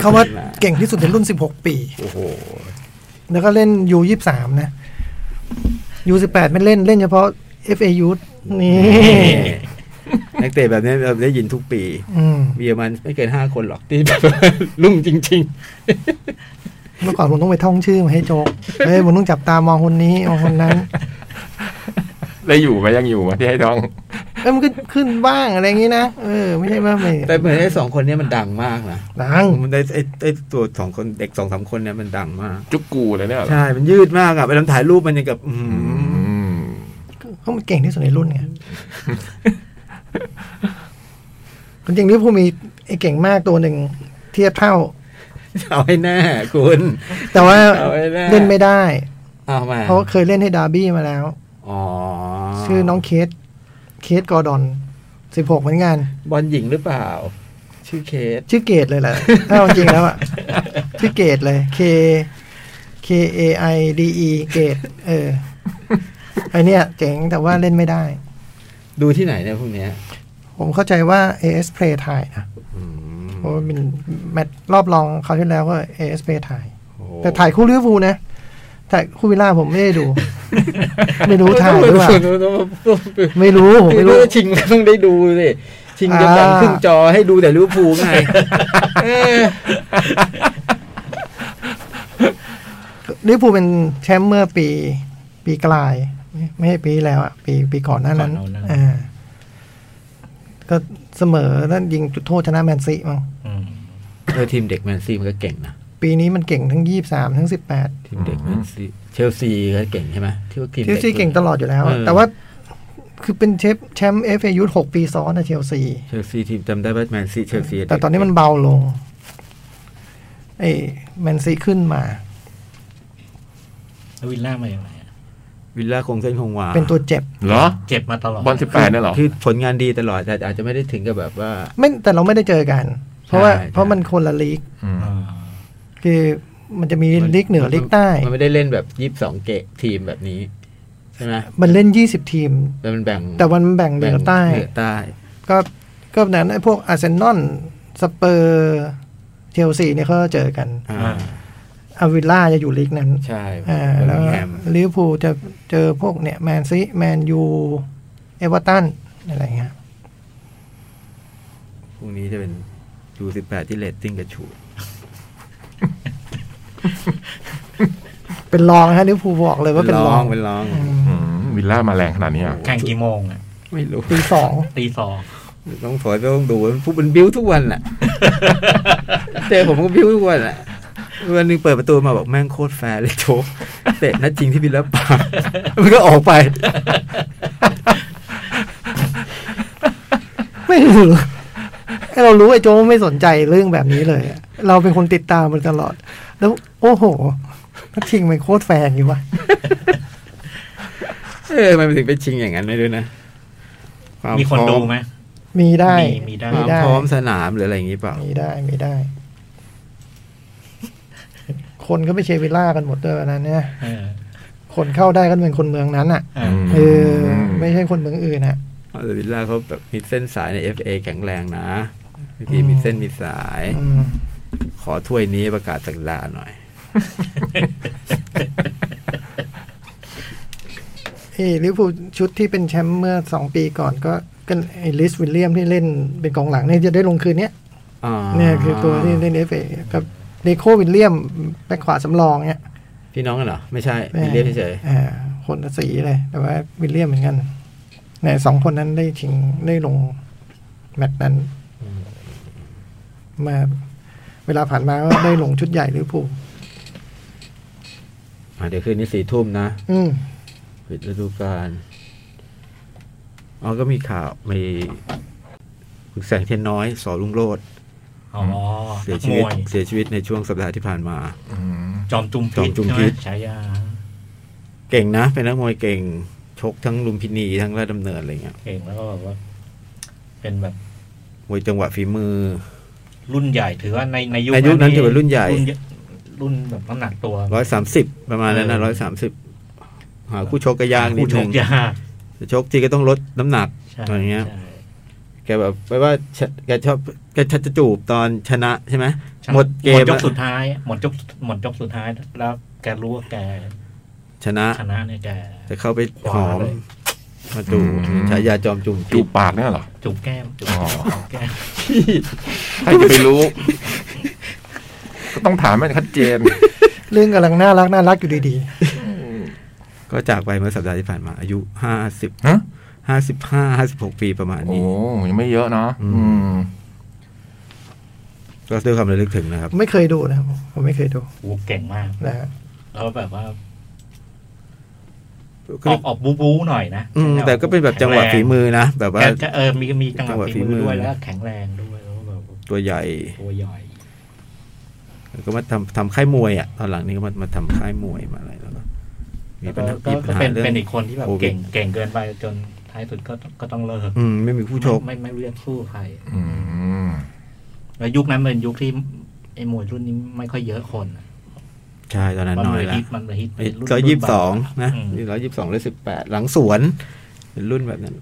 C: เขาว่าเก่งที่สุดในรุ่น 16 ปี
B: โอ้โห
C: แล้วก็เล่นยู23 นะ ยู18 ไม่เล่นเล่นเฉพาะ FA ยูนี่
B: นักเตะแบบนี้เราได้ยินทุกปี
C: อืม
B: เยอรมันไม่เกินห้าคนหรอกที่แบบ ลุ่มจริง
C: เมื่อก่อนผมต้องไปท่องชื่อมาให้โจกเฮ้ยผมต้องจับตามองคนนี้มองคนนั้น
E: ได้อยู่ไหมยังอยู่ไหมที่ให้ท้อง
C: เอ้ยมันก็ขึ้นบ้างอะไรอย่างนี้นะ เออ ไม่ใช่ว่าไม่
B: ๆ แต่เหมือนไอ้สองคนเนี้มันดังมากนะ
C: ดัง
B: มันได้ไอ้ไอ้ตัวสองคนเด็กสองสามคนเนี่ยมันดังมาก
E: จุกกูเลยเนี่ยเหรอ
B: ใช่ มันยืดมากอะไปลำถ่ายรูปมันยังกับอื
E: อื
B: ม
E: ม
C: เขามันเก่งที่สุดในรุ่นไง คนจริงนี่ผมมีไอ้เก่งมากตัวหนึ่งเทียบเท่า
B: เอาให้แน่คุณ
C: แต่ว่า
B: เอาไว้แน่
C: เล่นไม่ได้
B: เอามา
C: เพราะว่าเคยเล่นให้ดาร์บี้มาแล้ว
B: อ๋อ
C: ชื่อน้องเคส เคสกอร์ดอน สิบหกเหมือนกัน
B: บอลหญิงหรือเปล่า ชื่อเคส
C: ชื่อเกตเลยแหละ ถ้าเอาจริง *laughs* แล้วอ่ะ ชื่อเกตเลย K K A I D E เกตเออไอเนี้ยเจ๋งแต่ว่าเล่นไม่ได้
B: ดูที่ไหนเนี่ยพวกเนี้ย
C: ผมเข้าใจว่า AS Play ถ่ายนะ
B: อืม
C: เพราะว่าเป็นแมตช์รอบรองคราวที่แล้วก็ AS Play ถ่าย
B: โอ้โห
C: แต่ถ่ายคู่ลิเวอร์พูลนะ แต่คู่วิลล่าผมไม่ *laughs* ได้ดู ไม่รู้ถ่ายหรือเปล่า
B: *laughs*
C: ไม่รู้ ผม
B: ไม่
C: ไม่
B: รู้
C: รู้
B: ว่าชิงก็ต้องได้ดูสิชิงจะ
C: อ่า
B: ดังครึ่งจอให้ดูแต่ลิเวอร์พูลไง
C: *laughs*
B: เออ
C: ลิเวอร์พูลเป็นแชมป์เมื่อปี ปีกลาย ไม่ใช่ปีที่แล้วอ่ะ ปีปีก่อนหน้านั้น
D: ก่อนหน้านั้น
C: อ่าก็เสมอนั่นยิงจุดโทษชนะแมนซีมั้ง
D: อืม
B: เออทีมเด็กแมนซีมันก็เก่งนะ
C: ปีนี้มันเก่งทั้งยี่สามทั้งสิบแปด
B: ทีมเด็กแมนซีเชลซีก็เก่งใช่ไหมที่ว่าทีม
C: เชลซี
B: ด็
C: เก่งตลอดอยู่แล้วอะ
B: เออ
C: แต่ว่าคือเป็นเชฟแชมป์เอฟเอยุหกปีซ้อนนะเชลซี
B: เชลซีทีมจำได้ว่าแมนซีเชลซี
C: แต่ตอนนี้มันเบาลงไอ้แมนซีขึ้นมา
D: แล้ววิลล่ามาอย่างไรอะ
B: วิลล่าคงเส้นคงวา
C: เป็นตัวเจ็บ
E: เหรอ
D: เจ็บมาตลอด
E: บอลสิบแปดเนี่ยเหรอ
B: คือผลงานดีตลอดแต่อาจจะไม่ได้ถึงกับแบบว่า
C: ไม่แต่เราไม่ได้เจอกัน เพราะว่า
B: ใช่ใช่
C: เพราะมันคนละลีก
E: อืม
D: อ่า
C: คือมันจะมีลีกเหนือลีกใต้
B: มันไม่ได้เล่นแบบยี่สิบสองเกะทีมแบบนี้ใช่ไหม
C: มันเล่น 20 ทีม
B: แต่มันแบ่ง
C: แต่วันแบ่งเหนือใต้
B: เหนือใต้
C: ก็ก็นั้นไอ้พวกอาร์เซนอลสเปอร์เชลซีเนี่ยเขาเจอกัน
B: อ่า
C: อาวิลล่าจะอยู่ลีกนั้น
B: ใช่
C: อ่า
B: เบอ
C: แล้
B: ร์
C: ว
B: มิงแฮม
C: ลิเวอร์พูลจะเจอพวกเนี่ยแมนซีแมนยูเอเวอร์ตันอะไรเงี้ย
B: พรุ่งนี้จะเป็นยูสิบแปดที่เลตติ้งกระชูด
C: เป็นรองนะฮะลิเวอร์พูลบอกเลยว่าเป็นรอง
B: เป็นรอง
C: อืม
E: อืมวิลล่ามาแรงขนาดนี้อ่ะ
D: แข่งกี่โมงอ่ะ
B: ไม่รู้
C: ปีสอง
D: ตีสอง
B: ต้องถอยไปต้องดูมันฟุตมันบิ้วทุกวันแหละ เตะผมก็บิ้วทุกวันแหละวันหนึงเปิดประตูมาบอกแม่งโคตรแฟร์เลยโชกเตะนัดจริงที่พิลปามันก็ออกไป
C: ไม่รู้ไอ้เรารู้ไอ้โจไม่สนใจเรื่องแบบนี้เลยอะเราเป็นคนติดตามมันตลอด แล้วโอ้โหนักชิงมันโคตรแฟนอยู่วะ
B: เออมันถึงไปชิงอย่างนั้นไม่รู้นะวา
D: มีคน
B: พร้
D: ดู
B: อ
D: ไหม
C: มีได้
D: มีมีได้
B: ความพร้อมสนามหรืออะไรอย่างนี้เปล่า
C: มีได้ มีได้ คนก็ไปเชียร์วิลล่ากันหมดด้วยวันนั้นเนี่ย
D: เออ
C: คนเข้าได้ก็เป็นคนเมืองนั้นอ่ะ
D: อ่ะ
E: อืม
C: เออไม่ใช่คนเมืองอื่นอ่ะ
B: อาร์วิลล่าเขาแบบมีเส้นสายใน FA แข็งแรงนะพี่มีเส้นมีสาย
C: อืม
B: ขอถ้วยนี้ประกาศสักดาหน่อย
C: เอ้ลิเวอร์พูลชุดที่เป็นแชมป์เมื่อสองปีก่อนก็กันไอ้ลิสวิลเลียมที่เล่นเป็นกองหลังเนี่ยจะได้ลงคืนเนี้ย
B: อ่า
C: เนี่ยคือตัวที่เล่นเอฟเอกับนิโควิลเลียมแบ็คขวาสำรองเนี่ย
B: พี่น้องกันเหรอ ไม่ใช่พี่เรียกเฉย
C: อ่าคนละสีเลย แต่ว่าวิลเลียมเหมือนกันเนี่ยสองคนนั้นได้ชิงได้ลงแมตช์นั้น มาเวลาผ่านมาก็ได้ลงชุดใหญ่ลิเวอร์พูล
B: ๆอ่ะเดี๋ยวคืนนี้สี่ทุ่มนะ
C: อืม
B: ปิดฤดูกาลอ๋อก็มีข่าวมีคุณแสงเทียนน้อย สอลุงโรด
D: อ๋อ
B: เสีย
D: นัก
B: ชี
D: ม
B: วิต
D: วย
B: เสียชีวิตในช่วงสัปดาห์ที่ผ่านมา
E: อืม
D: จอมจุม
B: จอ
D: พิษ
B: มจุม
D: ใช่ไห
B: พิ
D: ม
B: ษ
D: ฉายา
B: เก่งนะ เป็นนักมวยเก่ง ชกทั้งลุมพินีทั้งราชดำเนินอะไรเงี้ย
D: เก่งแล้วก็แบบว่า เป็นแบบ
B: มวยจังหวะฝีมือ
D: รุ่นใหญ่ถือว่าในในยุค
B: ในยุคนั้นถือว่ารุ่นใหญ่
D: รุ่นแบบน้ำหนักตัว
B: ร้อยสามสิบประมาณนั้นนะ
D: เอ
B: ร้อ
D: อ
B: ยสามสิบหาคู่ชกก็ยากนิ
D: คู่
B: ด
D: ช
B: นึ
D: ก
B: ง
D: ยาก
B: จะชกทีก็ต้องลดน้ำหนัก
D: ใช่
B: อะไรเงี้ย
D: ใช่
B: แกแบบแปลว่าชะแกชอบแกชัดจะจูบตอนชนะใช่ไหม หมดเกม
D: หมดยก
B: อะ
D: สุดท้าย หมดยกหมดยกสุดท้าย แล้วแกรู้ว่าแก
B: ชนะ
D: ชนะเนี่ยแก
B: จะเข้าไปหอม
D: ขวาเลย
B: มาจูบฉายาจอมจุ่ม
E: จู
B: จู
E: บบ ปากเนี่ยเหรอ
D: จุกแก้มจุก
E: อ๋อ
D: แก้ม
E: ใครจะไปรู้ ก็ต้องถามให้ชัดเจน
C: เรื่องกำลังน่ารักน่ารักอยู่ดี
B: ก็จากไปเมื่อสัปดาห์ที่ผ่านมาอายุห้าสิบ
E: ฮะ
B: ห้าสิบห้าห้าสิบหกปีประมาณ
E: โอ้
B: นี้
E: ยังไม่เยอะเนาะ
B: อืม
E: อืม
B: ก็ด้วยความระลึกถึงนะครับ
C: ๆ ไม่เคยดูนะครับผมไม่เคยดู
D: โอ้เก่งมาก
C: นะฮะ
D: แล้วแบบว่าออกออกบู๊บู๊หน่อยนะ
B: อืมแต่ก็เป็นแบบจังหวะฝีมือนะแบบว่า
D: แกจะเออมีมีจังห
B: จังห
D: วะ
B: วะ
D: ฝีมือ
B: ฝีมือ
D: ด้วยแล้วแข็งแรงด้วยแล้วก็แบบ
B: ตัวใหญ่
D: ตัวใหญ่
B: แล้วก็มาทำทำค่ายมวยอ่ะตอนหลังนี้ก็มามาทำค่ายมวยมาอะไรแล้วก็มี
D: แล้ว
B: ปัญหามีปัญ
D: ก็ก็
B: หา
D: เป็น
B: เรื่อง
D: เป็นอีกคนที่แบบ
B: โควิด
D: เก่งเก่งเกินไปจนทำ ท้ายสุดก็ก็ต้องเลิก
B: อืมไม่มีผู้ชก
D: ไม่ไม่ไม่เรียกสู้ใคร
E: อืม
D: แล้วยุคนั้นเป็นยุคที่ไอ้มวยรุ่นนี้ไม่ค่อยเยอะคนอะ
B: ใช่ตอนนั้น
D: มั
B: น้อ
D: เลย ย
B: ละ
D: ฮิตมันเลยฮิตเป็นรุ่น
B: ร้อยยี่สิบสองนะ
D: อืม
B: ร้อยยี่สิบสองร้อยสิบแปดหลังสวนเป็นรุ่นแบบนั้น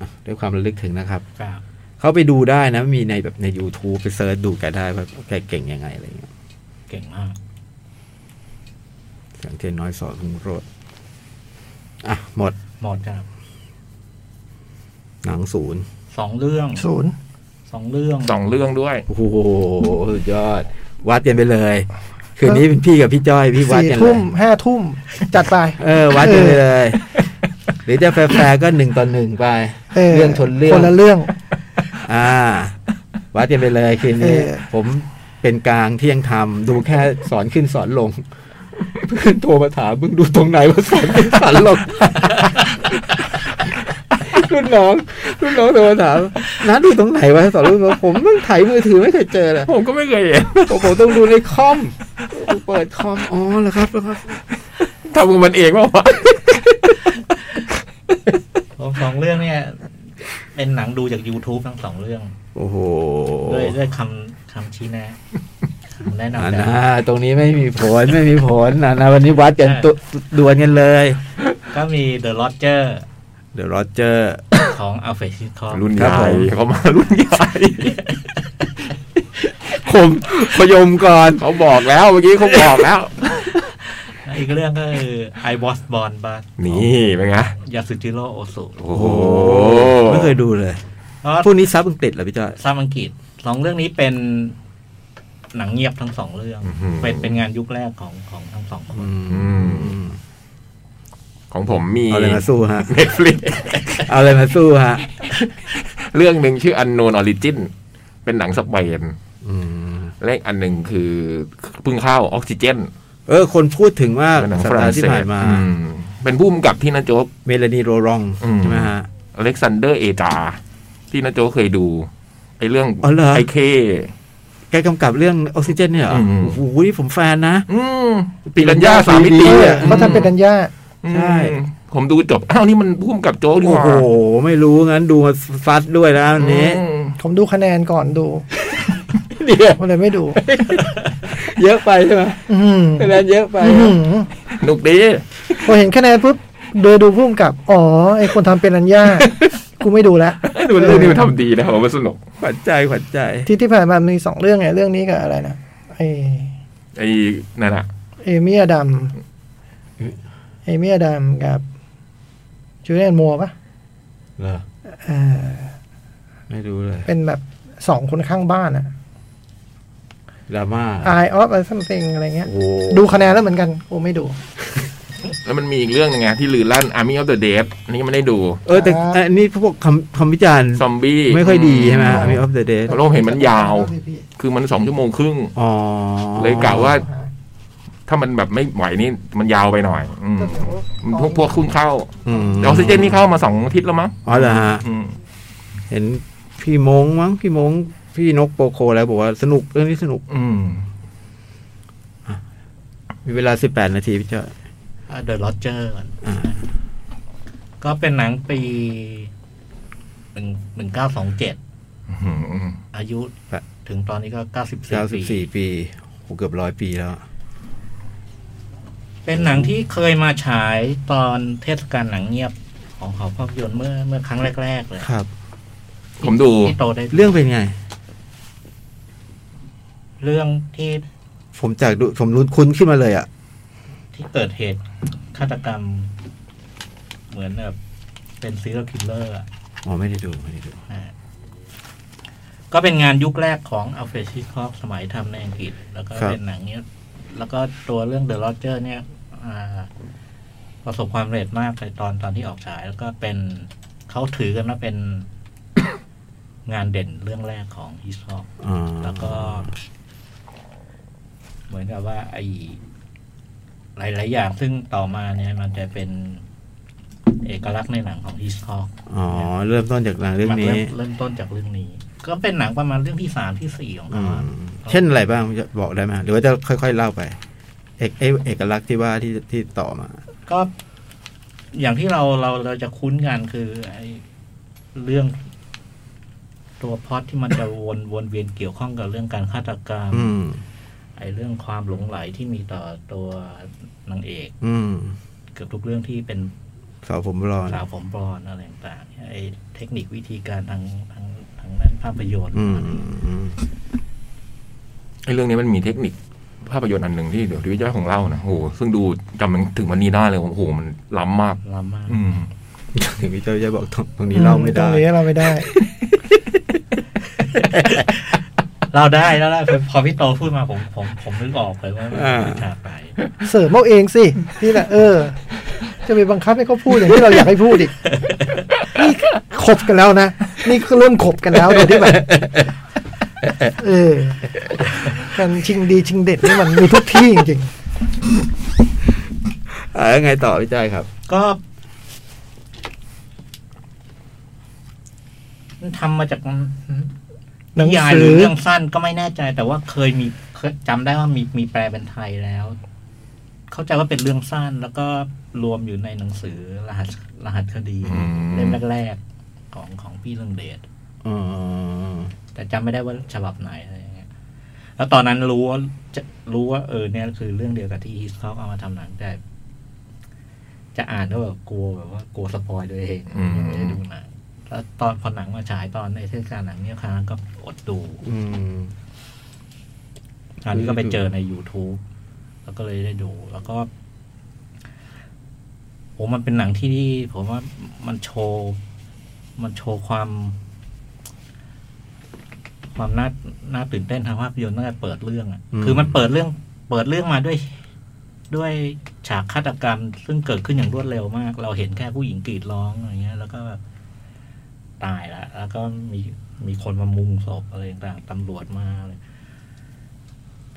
B: อ่ะด้วยความระลึกถึงนะครับ
D: ครับ
B: เขาไปดูได้นะ มีในแบบใน YouTube ไปเซิร์ชดูแกได้ว่าแกเก่งยังไงอะไรเงี้ย
D: เก่งมาก
B: เสียงเทียนน้อยสอนรุ่งโรดอ่ะ หมด
D: หมดครับ
B: หนังศูนย์
D: สองเรื่อง
C: ศูนย์
D: สองเรื่อง
E: สองเรื่องด้วย
B: โอ้โหสุดยอด วัดกันไปเลย คืนนี้เป็นพี่กับพี่จ้อย พี่วัด
C: สี่
B: กันเล
C: ทุ่
B: ย
C: มห้าทุ่มจัดไป
B: เออ วัดกันไปเลย หรือจะแฟร์ๆก็หนึ่งต่อหนึ่งไป
C: เออ
B: เรื่องชนเรื่อง
C: คนละเรื่อง
B: อ่า วัดกันไปเลยคืนนี้
C: เออ
B: ผมเป็นกลางเที่ยงธรรมดูแค่สอนขึ้นสอนลง เพื่อนโทรมาถามมึงดูตรงไหนว่าสอนขึ้นสอนลง รุ่นน้องรุ่นน้องโทรมาถามน้าดูตรงไหนวะสอนรุ่นน้องผมมึงถ่ายมือถือไม่เคยเจอเลย
E: ผมก็ไม่เคยเห็น
B: ผมผมต้องดูในคอมกูเปิดคอมอ๋อเหรอครับเหรอครับ
E: ทำของมันเองว่าวะ
D: ผมสองเรื่องเนี่ย เป็นหนังดูจาก YouTube ทั้งสองเรื่อง
B: โอ้โห
D: ด้วยด้วยคำคำชี้แนะคำแนะนำ
B: อ่าน
D: จาก
B: ะตรงนี้ไม่มีผลไม่มีผลนะนะวันนี้วัดกันตุดวลกันเลย
D: ก็มี The Lodger
B: เดี๋ยวโรเจอร์
D: ของ Alfred Hitchcock
E: รุ่น
B: ครั
E: ให
B: บ
E: ญ่
B: ผม
E: เขามารุ่นใหญ่
B: คมพยมก่อน
E: *laughs* เขาบอกแล้วเมื่อกี้เขาบอกแล้ว
D: และอีกเรื่องก็คือ I Was Born But
E: นี่เป็นไง
D: ยาสุจิโร่โอสุ
E: โอ้โห
B: ไม่เคยดูเลย
D: ก็
B: พวกนี้ซับอังกฤษเหรอพี่จ้อย
D: ซามอังกฤษสองเรื่องนี้เป็นหนังเงียบทั้งสองเรื่อง เป็นเป็นงานยุคแรกของของทั้งสองคน
E: ของผมมี
B: เอาอะไรมาสู้ฮะ
E: เน็ตฟลิก
B: เอาอะไรมาสู้ฮะ
E: *laughs* เรื่องหนึ่งชื่อ Unknown Origin เป็นหนังสเปน
B: อืม
E: และอีกอันหนึ่งคือเพิ่งเข้าออกซิเจน
B: เออ คนพูดถึงว่า
E: เป็นหนัง
B: สั
E: ฝ
B: ป
E: รั่
B: ดาง ห์
E: เศ
B: ที่
E: ส
B: ผ่านมา
E: อืมเป็นผู้กำกับที่นาโจ๊ก
B: เมลานีโรรอง
E: อืม
B: ใช่ไหมฮะ
E: อเล็กซานเดอร์เอจา ที่นาโจ๊กเคยดูไอเรื่อง
B: อ๋อเหรอ
E: ไอเค
B: แกกำกับเรื่อง ออกซิเจนเนี่ยเหรอ
E: อืม
B: โอ้โหนี่ผมแฟนนะ
E: อืมปิรัญญาสามมิติ
C: เออ
E: อ่ะ
C: เขาทำเป็นดัญญา
E: อืม
B: ใช่
E: ผมดูจบ อ้าว นี่มันผู้กำกับโจ๊กดี
B: โอ้
E: กว่า
B: โห ไม่รู้งั้นดูมาฟัดด้วยแล้วอันนี้
E: อืม
C: ผมดูคะแนนก่อนดู
B: เดี๋ยว
C: ผมเลยไม่ดู
B: เยอะไปใช่ไหม
C: อืม
B: คะแนนเยอะไป
C: อื้อหือ
E: หนุกดี
C: พอเห็นคะแนนปุ๊บเดินดูพุ่มกับ อ๋อไอคนทำเป็นอัญ
B: *laughs*
C: ญากูไม่ดูแล้ว
E: ไอ้ดูเรื่องนี้มันทำดีนะผมว่าสนุก
B: ขวัญใจขวัญใจ
C: ที่ที่ผ่านมามีสองเรื่องไงเรื่องนี้กับอะไรนะไอ
E: ไอ้นั่นอะ
C: เอมี่อดัมเอมี่อดัมกับจูเลียนมัวปะ
B: เหรอ
C: เออ
B: ไม่รู้เลย
C: เป็นแบบสองคนข้างบ้านอะ
B: ดราม่า
C: Eye of a something อะไรเงี้ย
B: โอ้โห
C: ดูคะแนนแล้วเหมือนกันกูไม่ดู แล้ว
E: แล้วมันมีอีกเรื่องหนึงไงที่ลือลั่น Army of the Dead อันนี้ยังไม่ได้ดู
B: เออแต่อันนี้พวกคำคำวิจารณ์
E: ซอมบี้
B: ไม่ค่อยดีใช่ไหมมีออฟเดอะเดย์
E: เพราะเราเห็นมันยาว คือมันสองชั่วโมงครึ่ง
B: อ๋อ
E: เลยกะว่า ถ้ามันแบบไม่ไหวนี่มันยาวไปหน่อย อืมพวกพวกคุณเข้า
B: อืม
E: แต่ออกซิเจนนี่เข้ามาสองอาทิตย์แล้วมั้ง
B: อ๋อเหรอฮะ
E: อืม
B: เห็นพี่มงมั้งพี่มงพี่นกโปโคแล้วบอกว่าสนุกเรื่องนี้สนุก
E: อืม
B: มีเวลาสิบแปดนาทีพี่เจ้า
D: The Lodger ก่อน
B: อ่า
D: ก็เป็นหนังปีหนึ่งหนึ่งเก้าสองเจ็ด
E: อืมอืม
D: อายุถึงตอนนี้ก็เก้าสิบสี่
B: เก้าสิบ
D: ปี
B: สี่ปีโหเกือบร้อยปีแล้ว
D: เป็นหนังที่เคยมาฉายตอนเทศกาลหนังเงียบของเขาภาพยนตร์เมื่อเมื่อครั้งแรก ๆ เลย
B: ครับ
E: ผมดู
D: ที่โตได้
B: เรื่องเป็นไง
D: เรื่องที่
B: ผมจากดูผมรู้คุ้นขึ้นมาเลยอ่ะ
D: ที่เกิดเหตุฆาตกรรม เหมือนแบบเป็นซีรีส์คิลเลอร์
B: อ๋อ ไม่ได้ดูไม่ได้ดู
D: ก็เป็นงานยุคแรกของอัลเฟรชิคอกสมัยทำในอังกฤษ แล้วก็
B: ครับ
D: เป็นหนังเนี้ย แล้วก็ตัวเรื่อง The Lodger เนี่ยอ่าประสบความสำเร็จมากในตอนตอนที่ออกฉาย แล้วก็เป็นเขาถือกันว่าเป็น งานเด่นเรื่องแรกของฮิสฮอก
B: อ๋อ
D: แล้วก็ เหมือนกับว่า ไอ้หลาย ๆ อย่างซึ่งต่อมาเนี่ย มันจะเป็นเอกลักษณ์ในหนังของฮิสคอก
B: อ๋อ เริ่มต้นจากหนังเรื่อง
D: มั
B: นี้
D: เริ่มเริ่มต้นจากเรื่องนี้ ก็เป็นหนังประมาณเรื่องที่สามที่สี่ของ
B: อื
D: เขา
B: มเช่นอะไรบ้างพี่เจ้าบอกได้ไหมหรือว่าจะค่อย ๆ เล่าไป เอกเอกลักษณ์ที่ว่าที่ที่ต่อมา
D: ก็ อย่างที่เราเราเราจะคุ้นกันคือไอ้เรื่องตัวพล็อดที่มันจะวนวนเวียนเกี่ยวข้องกับเรื่องการฆาตกรรม
B: อืม
D: ไอ้เรื่องความหลงไหลที่มีต่อตัวนางเอก
B: อืม
D: เกือบทุกเรื่องที่เป็น
B: สาวผมรอน
D: สาวผมบลอนด์อะไรต่างๆเนี่ยไอ้เทคนิควิธีการทางทางทางด้านภาพยนตร์
B: อืม
D: อะไร
B: อืม
E: ไอ้เรื่องนี้มันมีเทคนิคภาพยนตร์อันหนึ่งที่เดี๋ยวที่จะของเล่านะโอ้โหซึ่งดูจำมันถึงวันนี้ได้เลยโอ้โหมันล้ำมาก
D: ล้ำมาก
E: อืม
B: ถึงพี่เจ้าจะบอกตรงตรงนี้เล่าไม่
C: ตร
B: ได้
C: งนี้เราไม่ได้
D: เราได้แล้วได้พอพี่โตพูดมาผมผมผมนึกออกเลยว่ามัน
B: อ่า
D: คือฉากไหน
C: เสริมเอาเองสินี่แหละเออ จะไปบังคับให้เขาพูดอย่างที่เราอยากให้พูดอีกนี่ขบกันแล้วนะนี่ก็เริ่มขบกันแล้วโดยที่แบบเออการชิงดีชิงเด็ดนี่มันมีทุกที่จริง
B: อ่าแล้วไงต่อพี่เจ้าครับ
D: ก็มันทำมาจาก
C: ๆหนัง
D: ยาย
C: สื
D: หรือ อเรื่องสั้นก็ไม่แน่ใจ แต่ว่าเคยมีเคยจำได้ว่ามีมีแปลเป็นไทยแล้ว เข้าใจว่าเป็นเรื่องสั้น แล้วก็รวมอยู่ในหนังสือรหัสรหัสคดี
E: อืม
D: เล่มแรกๆของของพี่เรื่องเดช
B: อ๋อ
D: แต่จำไม่ได้ว่าฉบับไหนอะไรอย่างเงี้ย แล้วตอนนั้นรู้ว่าจะรู้ว่าเออเนี่ยคือเรื่องเดียวกับที่ฮิสคอกเอามาทำหนังแต่ จะอ่านก็แบบกลัวแบบว่ากลัวสปอยตัวเอง
E: อืม
D: ไม่ได้ดูหนังแล้วตอนพอหนังมาฉายตอนในเทศกาลหนังเนี่ยครั้งก็อดดู
B: อืม
D: คราวนี้ก็ไปเจอใน YouTube แล้วก็เลยได้ดู แล้วก็ผมมันเป็นหนังที่ที่ผมว่ามันโชว์ มันโชว์ความ ความน่าน่าตื่นเต้นทางภาพยนตร์ตั้งแต่เปิดเรื่องอะ
B: อืม
D: คือมันเปิดเรื่อง เปิดเรื่องมาด้วย ด้วยฉากฆาตกรรม ซึ่งเกิดขึ้นอย่างรวดเร็วมาก เราเห็นแค่ผู้หญิงกรีดร้องอะไรเงี้ย แล้วก็แบบตายละแล้วก็มีมีคนมามุงศพอะไรต่างๆตำรวจมาเลย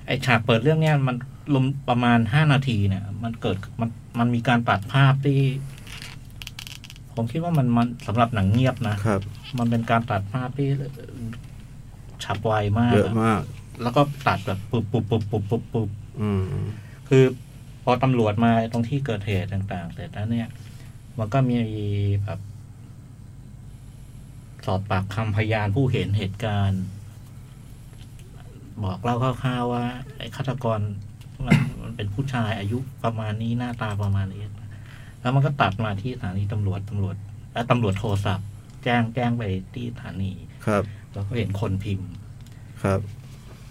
D: ไอฉากเปิดเรื่องเนี้ยมันลมประมาณห้านาทีเนี่ย มันเกิดมันมันมีการตัดภาพที่ ผมคิดว่ามันมันสำหรับหนังเงียบนะ
B: ครับ
D: มันเป็นการตัดภาพที่ฉับไวมาก
B: เยอะ
D: อะ
B: มาก
D: แล้วก็ตัดแบบปุบปุบปุบปุบปุบปุบ
B: อืม
D: คือพอตำรวจมาตรงที่เกิดเหตุต่าง ๆ เสร็จแล้วเนี่ย มันก็มีแบบ สอบปากคำพยานผู้เห็นเหตุการณ์ บอกเล่าคร่าวๆว่า ไอ้ฆาตกรมันมันเป็นผู้ชายอายุประมาณนี้หน้าตาประมาณนี้ แล้วมันก็ตัดมาที่สถานีตำรวจตำรวจแล้วตำรวจโทรศัพท์ แจ้งแจ้งไปที่สถานี
B: ครับ
D: เราก็เห็นคนพิมพ์
B: ครับ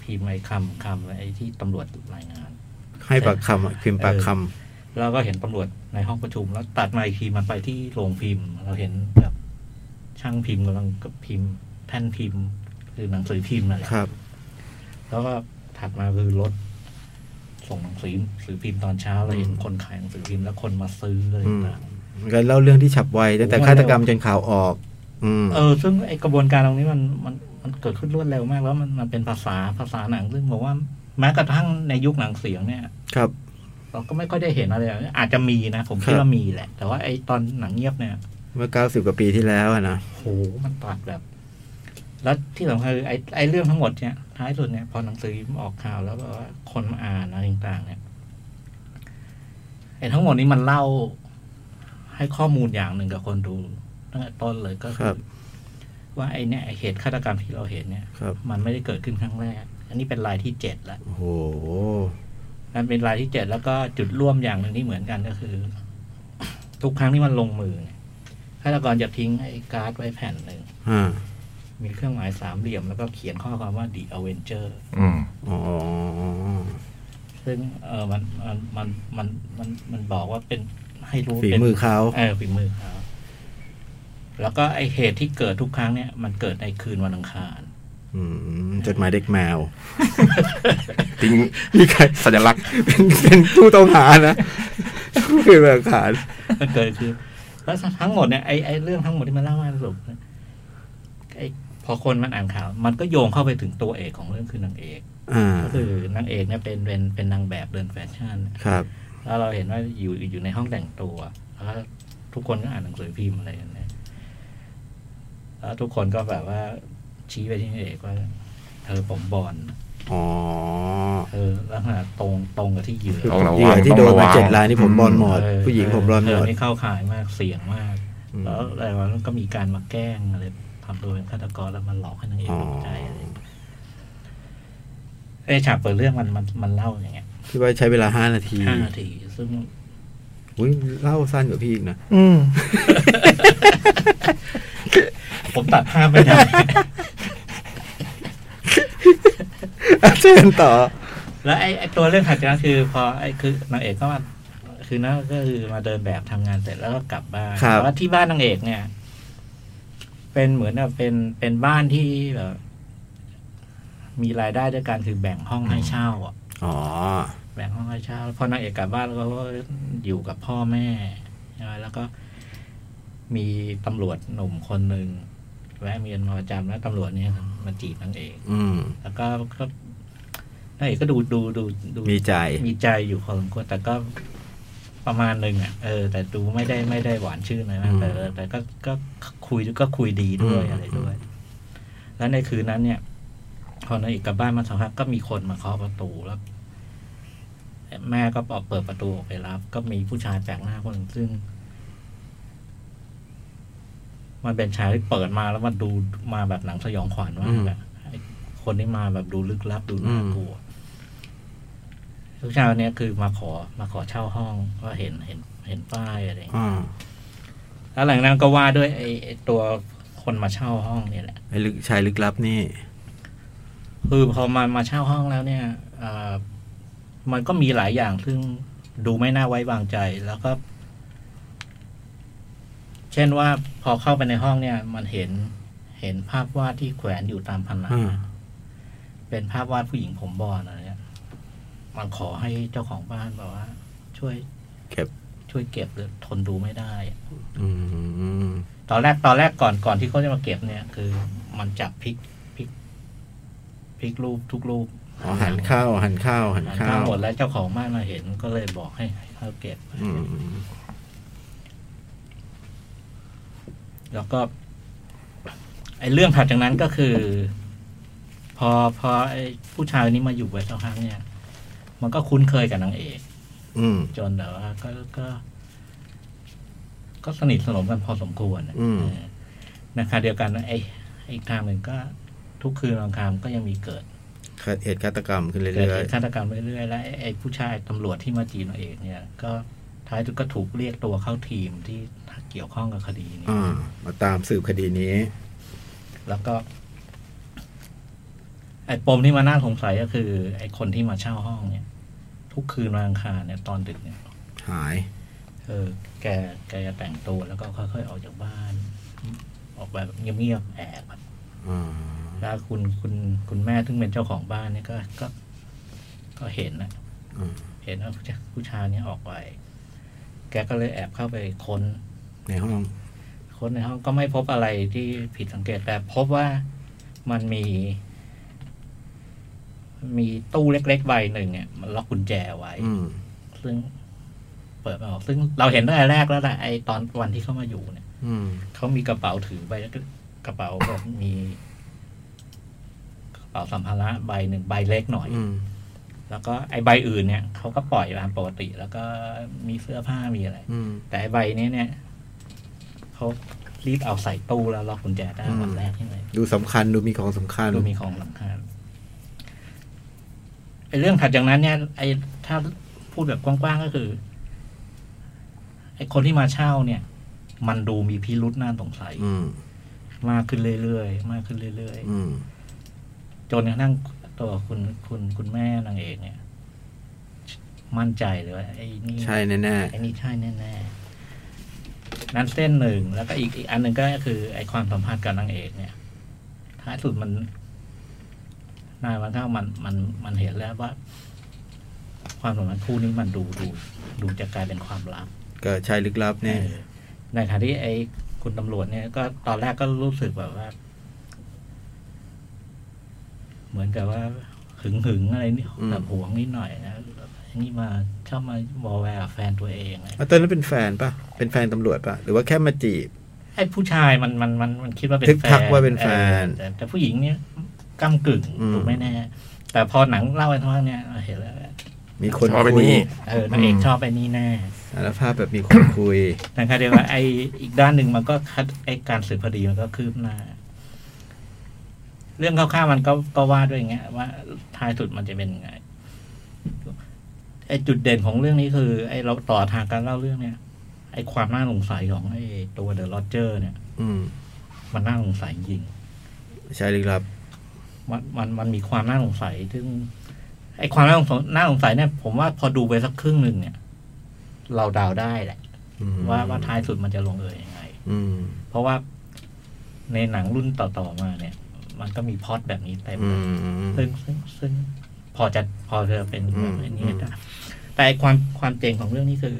D: พิมพ์ไอ้คำคำไอ้ที่ตำรวจรายงาน
B: ให้ปากคำอะพิมพ์ปากค
D: แล้วก็เห็นตำรวจในห้องประชุม แล้วตัดมาอีกทีมันไปที่โรงพิมพ์ เราเห็นแบบช่างพิมพ์กำลังกับพิมพ์ แท่นพิมพ์คือหนังสือพิมพ์นั่นแหละ
B: ำ ครับ
D: แล้วก็ถัดมาคือรถส่งหนังสือสือพิมพ์ตอนเช้าเราเห็นคนขายหนังสือพิมพ์และคนมาซื้ออะไร
B: อืม
D: ต่าง
B: การเล่าเรื่องที่ฉับไวตั้งแต่
D: โอ้โห
B: ฆาตกรรมจนข่าวออก อืม
D: ๆเออซึ่งไอกระบวนการตรงนี้มันมันมันเกิดขึ้นรวดเร็วมาก แล้วมันมันเป็นภาษาภาษาหนังซึ่งบอกว่าแม้กระทั่งในยุคหนังเสียงเนี่ย
B: ครับ
D: เราก็ไม่ค่อยได้เห็นอะไรแบบนี้อาจจะมีนะ ผม
B: ค
D: คิด
B: รับ
D: ว่ามีแหละ แต่ว่าไอ้ตอนหนังเงียบเนี่ย
B: เมื่อเก้าสิบกว่าปีที่แล้วอะนะ
D: โหมันตัดแบบ แล้วที่สำคัญคือไอ้ไอ้เรื่องทั้งหมดเนี่ยท้ายสุดเนี่ยพอหนังสือออกข่าวแล้วแบบว่าคนมาอ่านอะไรต่างๆ เนี่ยไอ้ทั้งหมดนี้มันเล่าให้ข้อมูลอย่างหนึ่งกับคนดูตั้งแต่ต้นเลยก็คื
B: ครั
D: อบ ว่าไอ้เนี่ยไอ้เหตุฆาตกรรมที่เราเห็นเนี่ย
B: ครับ
D: มันไม่ได้เกิดขึ้นครั้งแรก อันนี้เป็นรายที่เจ็ดแล้ว
B: โอ้โห
D: มันเป็นรายที่เจ็ดแล้วก็จุดร่วมอย่างหนึ่งที่เหมือนกันก็คือ ทุกครั้งที่มันลงมือเนี่ยฆาตกรจะทิ้งไอ้การ์ดไว้แผ่นหนึ่ง
B: อ่า
D: มีเครื่องหมายสามเหลี่ยม แล้วก็เขียนข้อความว่า The Avenger
E: อืม
B: อ๋อ
D: ซึ่งเออมันมันมันมันมันมันบอกว่าเป็นให้รู้
B: ฝี
D: เป็น
B: มือเขา
D: เออฝีมือเขาแล้วก็ไอเหตุที่เกิดทุกครั้งเนี่ย มันเกิดในคืนวันอังคาร
B: อืม จดหมายเด็กแมว
E: ทิ้ง
B: มีใคร
E: สัญลักษณ์
B: เป็นเป็นผู้ต้องหานะคือแบบขาน
D: มันเกิดคือแล้วทั้งหมดเนี่ยไอไอเรื่องทั้งหมดที่มันเล่ามาสรุปเนี่ยไอพอคนมันอ่านข่าว มันก็โยงเข้าไปถึงตัวเอกของเรื่องคือนางเอก
B: อ่า
D: ก็คือนางเอกเนี่ยเป็นเป็นเป็นนางแบบเดินแฟชั่น
B: ครับ
D: แล้วเราเห็นว่าอยู่อยู่ในห้องแต่งตัวแล้วก็ทุกคนก็อ่านหนังสือพิมพ์อะไรกันเนี่ยแล้วทุกคนก็แบบว่าชี้ไปที่นางเอกว่า เธอผมบอล
B: อ๋อ
D: เธอลักษณะตรงตรงกับที่เหยื่อ
E: ต้องระวัง
B: เหยื่อที่โดน
E: ต้องระวั
B: มาง เจ็ดรายนี่ผมบอลหมด
D: เออ
B: ผู้หญิงผมบอลห
D: เธ
B: ม
D: อ
B: ด
D: นี่เข้าข่ายมากเสี่ยงมาก
B: อืม
D: แล้วอะไรวะมันก็มีการมาแกล้งอะไรทำตัวเป็นฆาตกรแล้วมันหลอกให้นางเอกตกใจอะไรอย่างเงี้ยไอฉากเปิดเรื่องมันมันมันเล่าอย่างเงี้ย
B: ที่ว่าใช้เวลาห้านาที
D: ห้านาทีซึ่ง
B: อุ้ยเล่าสั้นกว่าพี่อีกนะ
C: อืม
D: ผมตัดภาพไม่ได้
B: เชิญต่อ
D: แล้วไอ้ไอ้ตัวเรื่องถัดจากนั้นคือ พอไอ้คือนางเอกก็มาคือนางก็คือมาเดินแบบทำงานเสร็จแล้วก็กลับบ้าน
B: ครับ
D: แต่ว่าที่บ้านนางเอกเนี่ย เป็นเหมือนกับเป็นเป็นบ้านที่แบบมีรายได้ด้วยการคือแบ่งห้องให้เช่าอ่ะ
B: อ๋อ
D: แบ่งห้องให้เช่าพอนางเอกกลับบ้านแล้วก็อยู่กับพ่อแม่ใช่ไหมแล้วก็มีตำรวจหนุ่มคนหนึ่งแวะเมียนมาประจำแล้วตำรวจเนี่ยมาจีบนางเอก
B: อืม
D: แล้วก็ก็นางเอกก็ดูดูดูดู
B: มีใจ
D: มีใจอยู่พอสมควรแต่ก็ประมาณหนึ่งอ่ะเออ แต่ดูไม่ได้ไม่ได้หวานชื่นอะไรนะแต่
B: อืม
D: แต่ก็ก็คุยก็คุยดีด้วย
B: อืม
D: อะไรด้วย แล้วในคืนนั้นเนี่ย พอนางเอกกลับบ้านมาสักพักก็มีคนมาเคาะประตูแล้วแม่ก็เปิดประตูออกไปรับ ก็มีผู้ชายแปลกหน้าคนหนึ่งซึ่ง มันเป็นชายที่เปิดมาแล้วมันดูมาแบบหนังสยองขวัญว่า
B: อืม
D: แบบไอ้คนที่มาแบบดูลึกลับดูน่ากลัวทุกเช้าเนี้ยคือมาขอมาขอเช่าห้องว่าเห็นเห็นเห็นป้ายอะไรอย่างเงี้ย
B: อ่า
D: แล้วหลังจากนั้นก็ว่าด้วยไอ้ไอ้ตัวคนมาเช่าห้องเนี่ยแหละ
B: ไอ้ลึกชายลึกลับนี่
D: คือพอมันมาเช่าห้องแล้วเนี่ยเอ่อมันก็มีหลายอย่างซึ่งดูไม่น่าไว้วางใจ แล้วก็ เช่นว่าพอเข้าไปในห้องเนี่ย มันเห็นเห็นภาพวาดที่แขวนอยู่ตามผนัง
B: อ่า
D: เป็นภาพวาดผู้หญิงผมบอลอะไรเนี่ยมันขอให้เจ้าของบ้านบอกว่า ช่วย
B: เก็บ
D: ช่วยเก็บหรือทนดูไม่ได้
B: อืม
D: ตอนแรกตอนแรกก่อนก่อนที่เขาจะมาเก็บเนี่ย คือ มันจับพลิกพลิกพลิกรูปทุกรูป
B: อ๋อหันเข้าหันเข้าหัน
D: มัน
B: เข้า
D: ข้าวหมดแล้วเจ้าของบ้านมาเห็นก็เลยบอกให้ให้เขาเก็บ
B: อืม
D: แล้วก็ไอ้เรื่องถัดจากนั้นก็คือ พอพอไอ้ผู้ชายคนนี้มาอยู่ไว้สักพักเนี่ย มันก็คุ้นเคยกับนางเอก
B: อืม
D: จนแบบว่าก็ก็ ก็สนิทสนมกันพอสมควรนะ
B: อืม
D: เออนะคะเดียวกันไอ้ไอ้อีกทางหนึ่งก็ ทุกคืนรางคามก็ยังมีเกิด
B: เกิดเหตุฆาตกรรมขึ้น
D: เกิด
B: เรื่อ
D: เห
B: ย
D: ตุฆาตกรรมเรื่อยๆ และไอ้ไอ้ผู้ชายตำรวจที่มาจีนางเอกเนี่ย ก็ท้ายสุดก็ถูกเรียกตัวเข้าทีมที่เกี่ยวข้องกับคดีนี้
B: ๆอ่ามาตามสืบคดีนี้
D: แล้วก็ ไอ้ปมที่มาน่าสงสัยก็คือ ไอ้คนที่มาเช่าห้องเนี่ย ทุกคืนวันอังคารเนี่ยตอนดึกเนี่ย
B: หาย
D: เออแกแกจะแต่งตัวแล้วก็ค่อยๆออกจากบ้าน ออกไปแบบเงียบๆแอบอะ
B: อ่า
D: แล้วคุณคุณคุณแม่ซึ่งเป็นเจ้าของบ้านเนี่ยก็ก็ก็เห็นนะ
B: อืม
D: เห็นว่าผู้ชายผู้ชายเนี่ยออกไป แกก็เลยแอบเข้าไปค้น
B: ในห้อง
D: ค้นในห้องก็ไม่พบอะไรที่ผิดสังเกตแต่พบว่ามันมี มีตู้เล็กๆใบหนึ่งเนี่ยมันล็อกกุญแจไว้
B: อืม
D: ซึ่ง เปิดไม่ออก ซึ่งเราเห็นตั้งแต่แรกแล้วแหละไอตอนวันที่เข้ามาอยู่เนี่ย
B: อืม
D: เขามีกระเป๋าถือใบกระเป๋าแบบมีกระเป๋าสัมภาระใบหนึ่งใบเล็กหน่อย
B: อืม
D: แล้วก็ไอ้ใบอื่นเนี่ยเขาก็ปล่อยตามปกติ แล้วก็มีเสื้อผ้ามีอะไร
B: อืม
D: แต่ไอ้ใบนี้เนี่ยเขารีบเอาใส่ตู้แล้วล็อกกุญแจได้วันแรกใช่ไหม
B: ดูสำคัญดูมีของสำคัญ
D: ดูมีของสำคัญไอ้เรื่องถัดจากนั้นเนี่ยไอ้ถ้าพูดแบบกว้างๆก็คือไอ้คนที่มาเช่าเนี่ย มันดูมีพิรุษน่าสงสัย
B: อืม
D: มากขึ้นเรื่อยๆ มากขึ้นเรื่อย
B: อืม
D: ๆ จนกระทั่งตัวคุณคุณคุณแม่นางเอกเนี่ย มั่นใจเลยว่าไอ้นี่
B: ใช่แน่
D: ไอ้นี่ใช่แน่ๆนั้นเส้นหนึ่งแล้วก็อีกอีกอันหนึ่งก็คือ ไอ้ความสัมพันธ์กับนางเอกเนี่ยท้ายสุดมันนายวันเข้ามันมันมันเห็นแล้วว่า ความสัมพันธ์คู่นี้มันดูดูดูจะกลายเป็นความลับ
B: ๆ ก็ชายลึกลับเนี่ย
D: เออในขณะที่ไอ้คุณตำรวจเนี่ยก็ตอนแรกก็รู้สึกแบบว่า เหมือนกับว่าหึงหึงๆอะไรนี่
B: อืม
D: แบบหวงนิดหน่อยนะไอ้นี่มาชอบมาวอลแวร์กับแฟนตัวเองอะไร
B: อ่ะตอนนั้นเป็นแฟนปะเป็นแฟนตำรวจปะหรือว่าแค่มาจีบ
D: ไอ้ผู้ชายมันมันมันมันคิดว่าเป็น
B: ทึก
D: แฟ
B: ทั
D: น
B: กว่าเป็นแฟน
D: เออแต่แต่ผู้หญิงเนี่ย ก้ากึ่ง
B: อืม
D: ถูกไม่แน่ แต่พอหนังเล่าไปทั้งเนี้ยเราเห็นแล้ว
B: มีคน
E: ชอบไป
B: คุย
E: นี่
D: เออนางเอก
E: อืม
D: ชอบไปนี่แน่
B: สารภาพแบบมีคนคุย
D: แต่ค่ะเดียวกันไออีกด้านหนึ่งมันก็คัดไอการสืบคดีมันก็คืบหน้า เรื่องคร่าวๆมันก็ก็ว่าด้วยอย่างเงี้ย ว่าท้ายสุดมันจะเป็นยังไงไอจุดเด่นของเรื่องนี้คือ ไอเราต่อทางการเล่าเรื่องเนี่ย ไอความน่าสงสัยของไอตัวเดอะโรเจอร์เนี่ย
B: อืม
D: มันน่าสงสัยจริง
B: ชายลึกลับ
D: มันมันมันมีความน่าสงสัย ซึ่งไอ้ความน่าสงสัยน่าสงสัยเนี่ย ผมว่าพอดูไปสักครึ่งหนึ่งเนี่ย เราเดาได้แหละ
B: อืม
D: ว่าว่าท้ายสุดมันจะลงเอยยังไง
B: อืม
D: เพราะว่าในหนังรุ่นต่อๆมาเนี่ย มันก็มีพล็อดแบบนี้เต็ม
B: อืม
D: ซึ่งซึ่งซึ่งพอจะพอจะเป็น
B: อื
D: แบ
B: ม
D: บนี้ได้แต่ไอ้ความความเจ๋งของเรื่องนี้คือ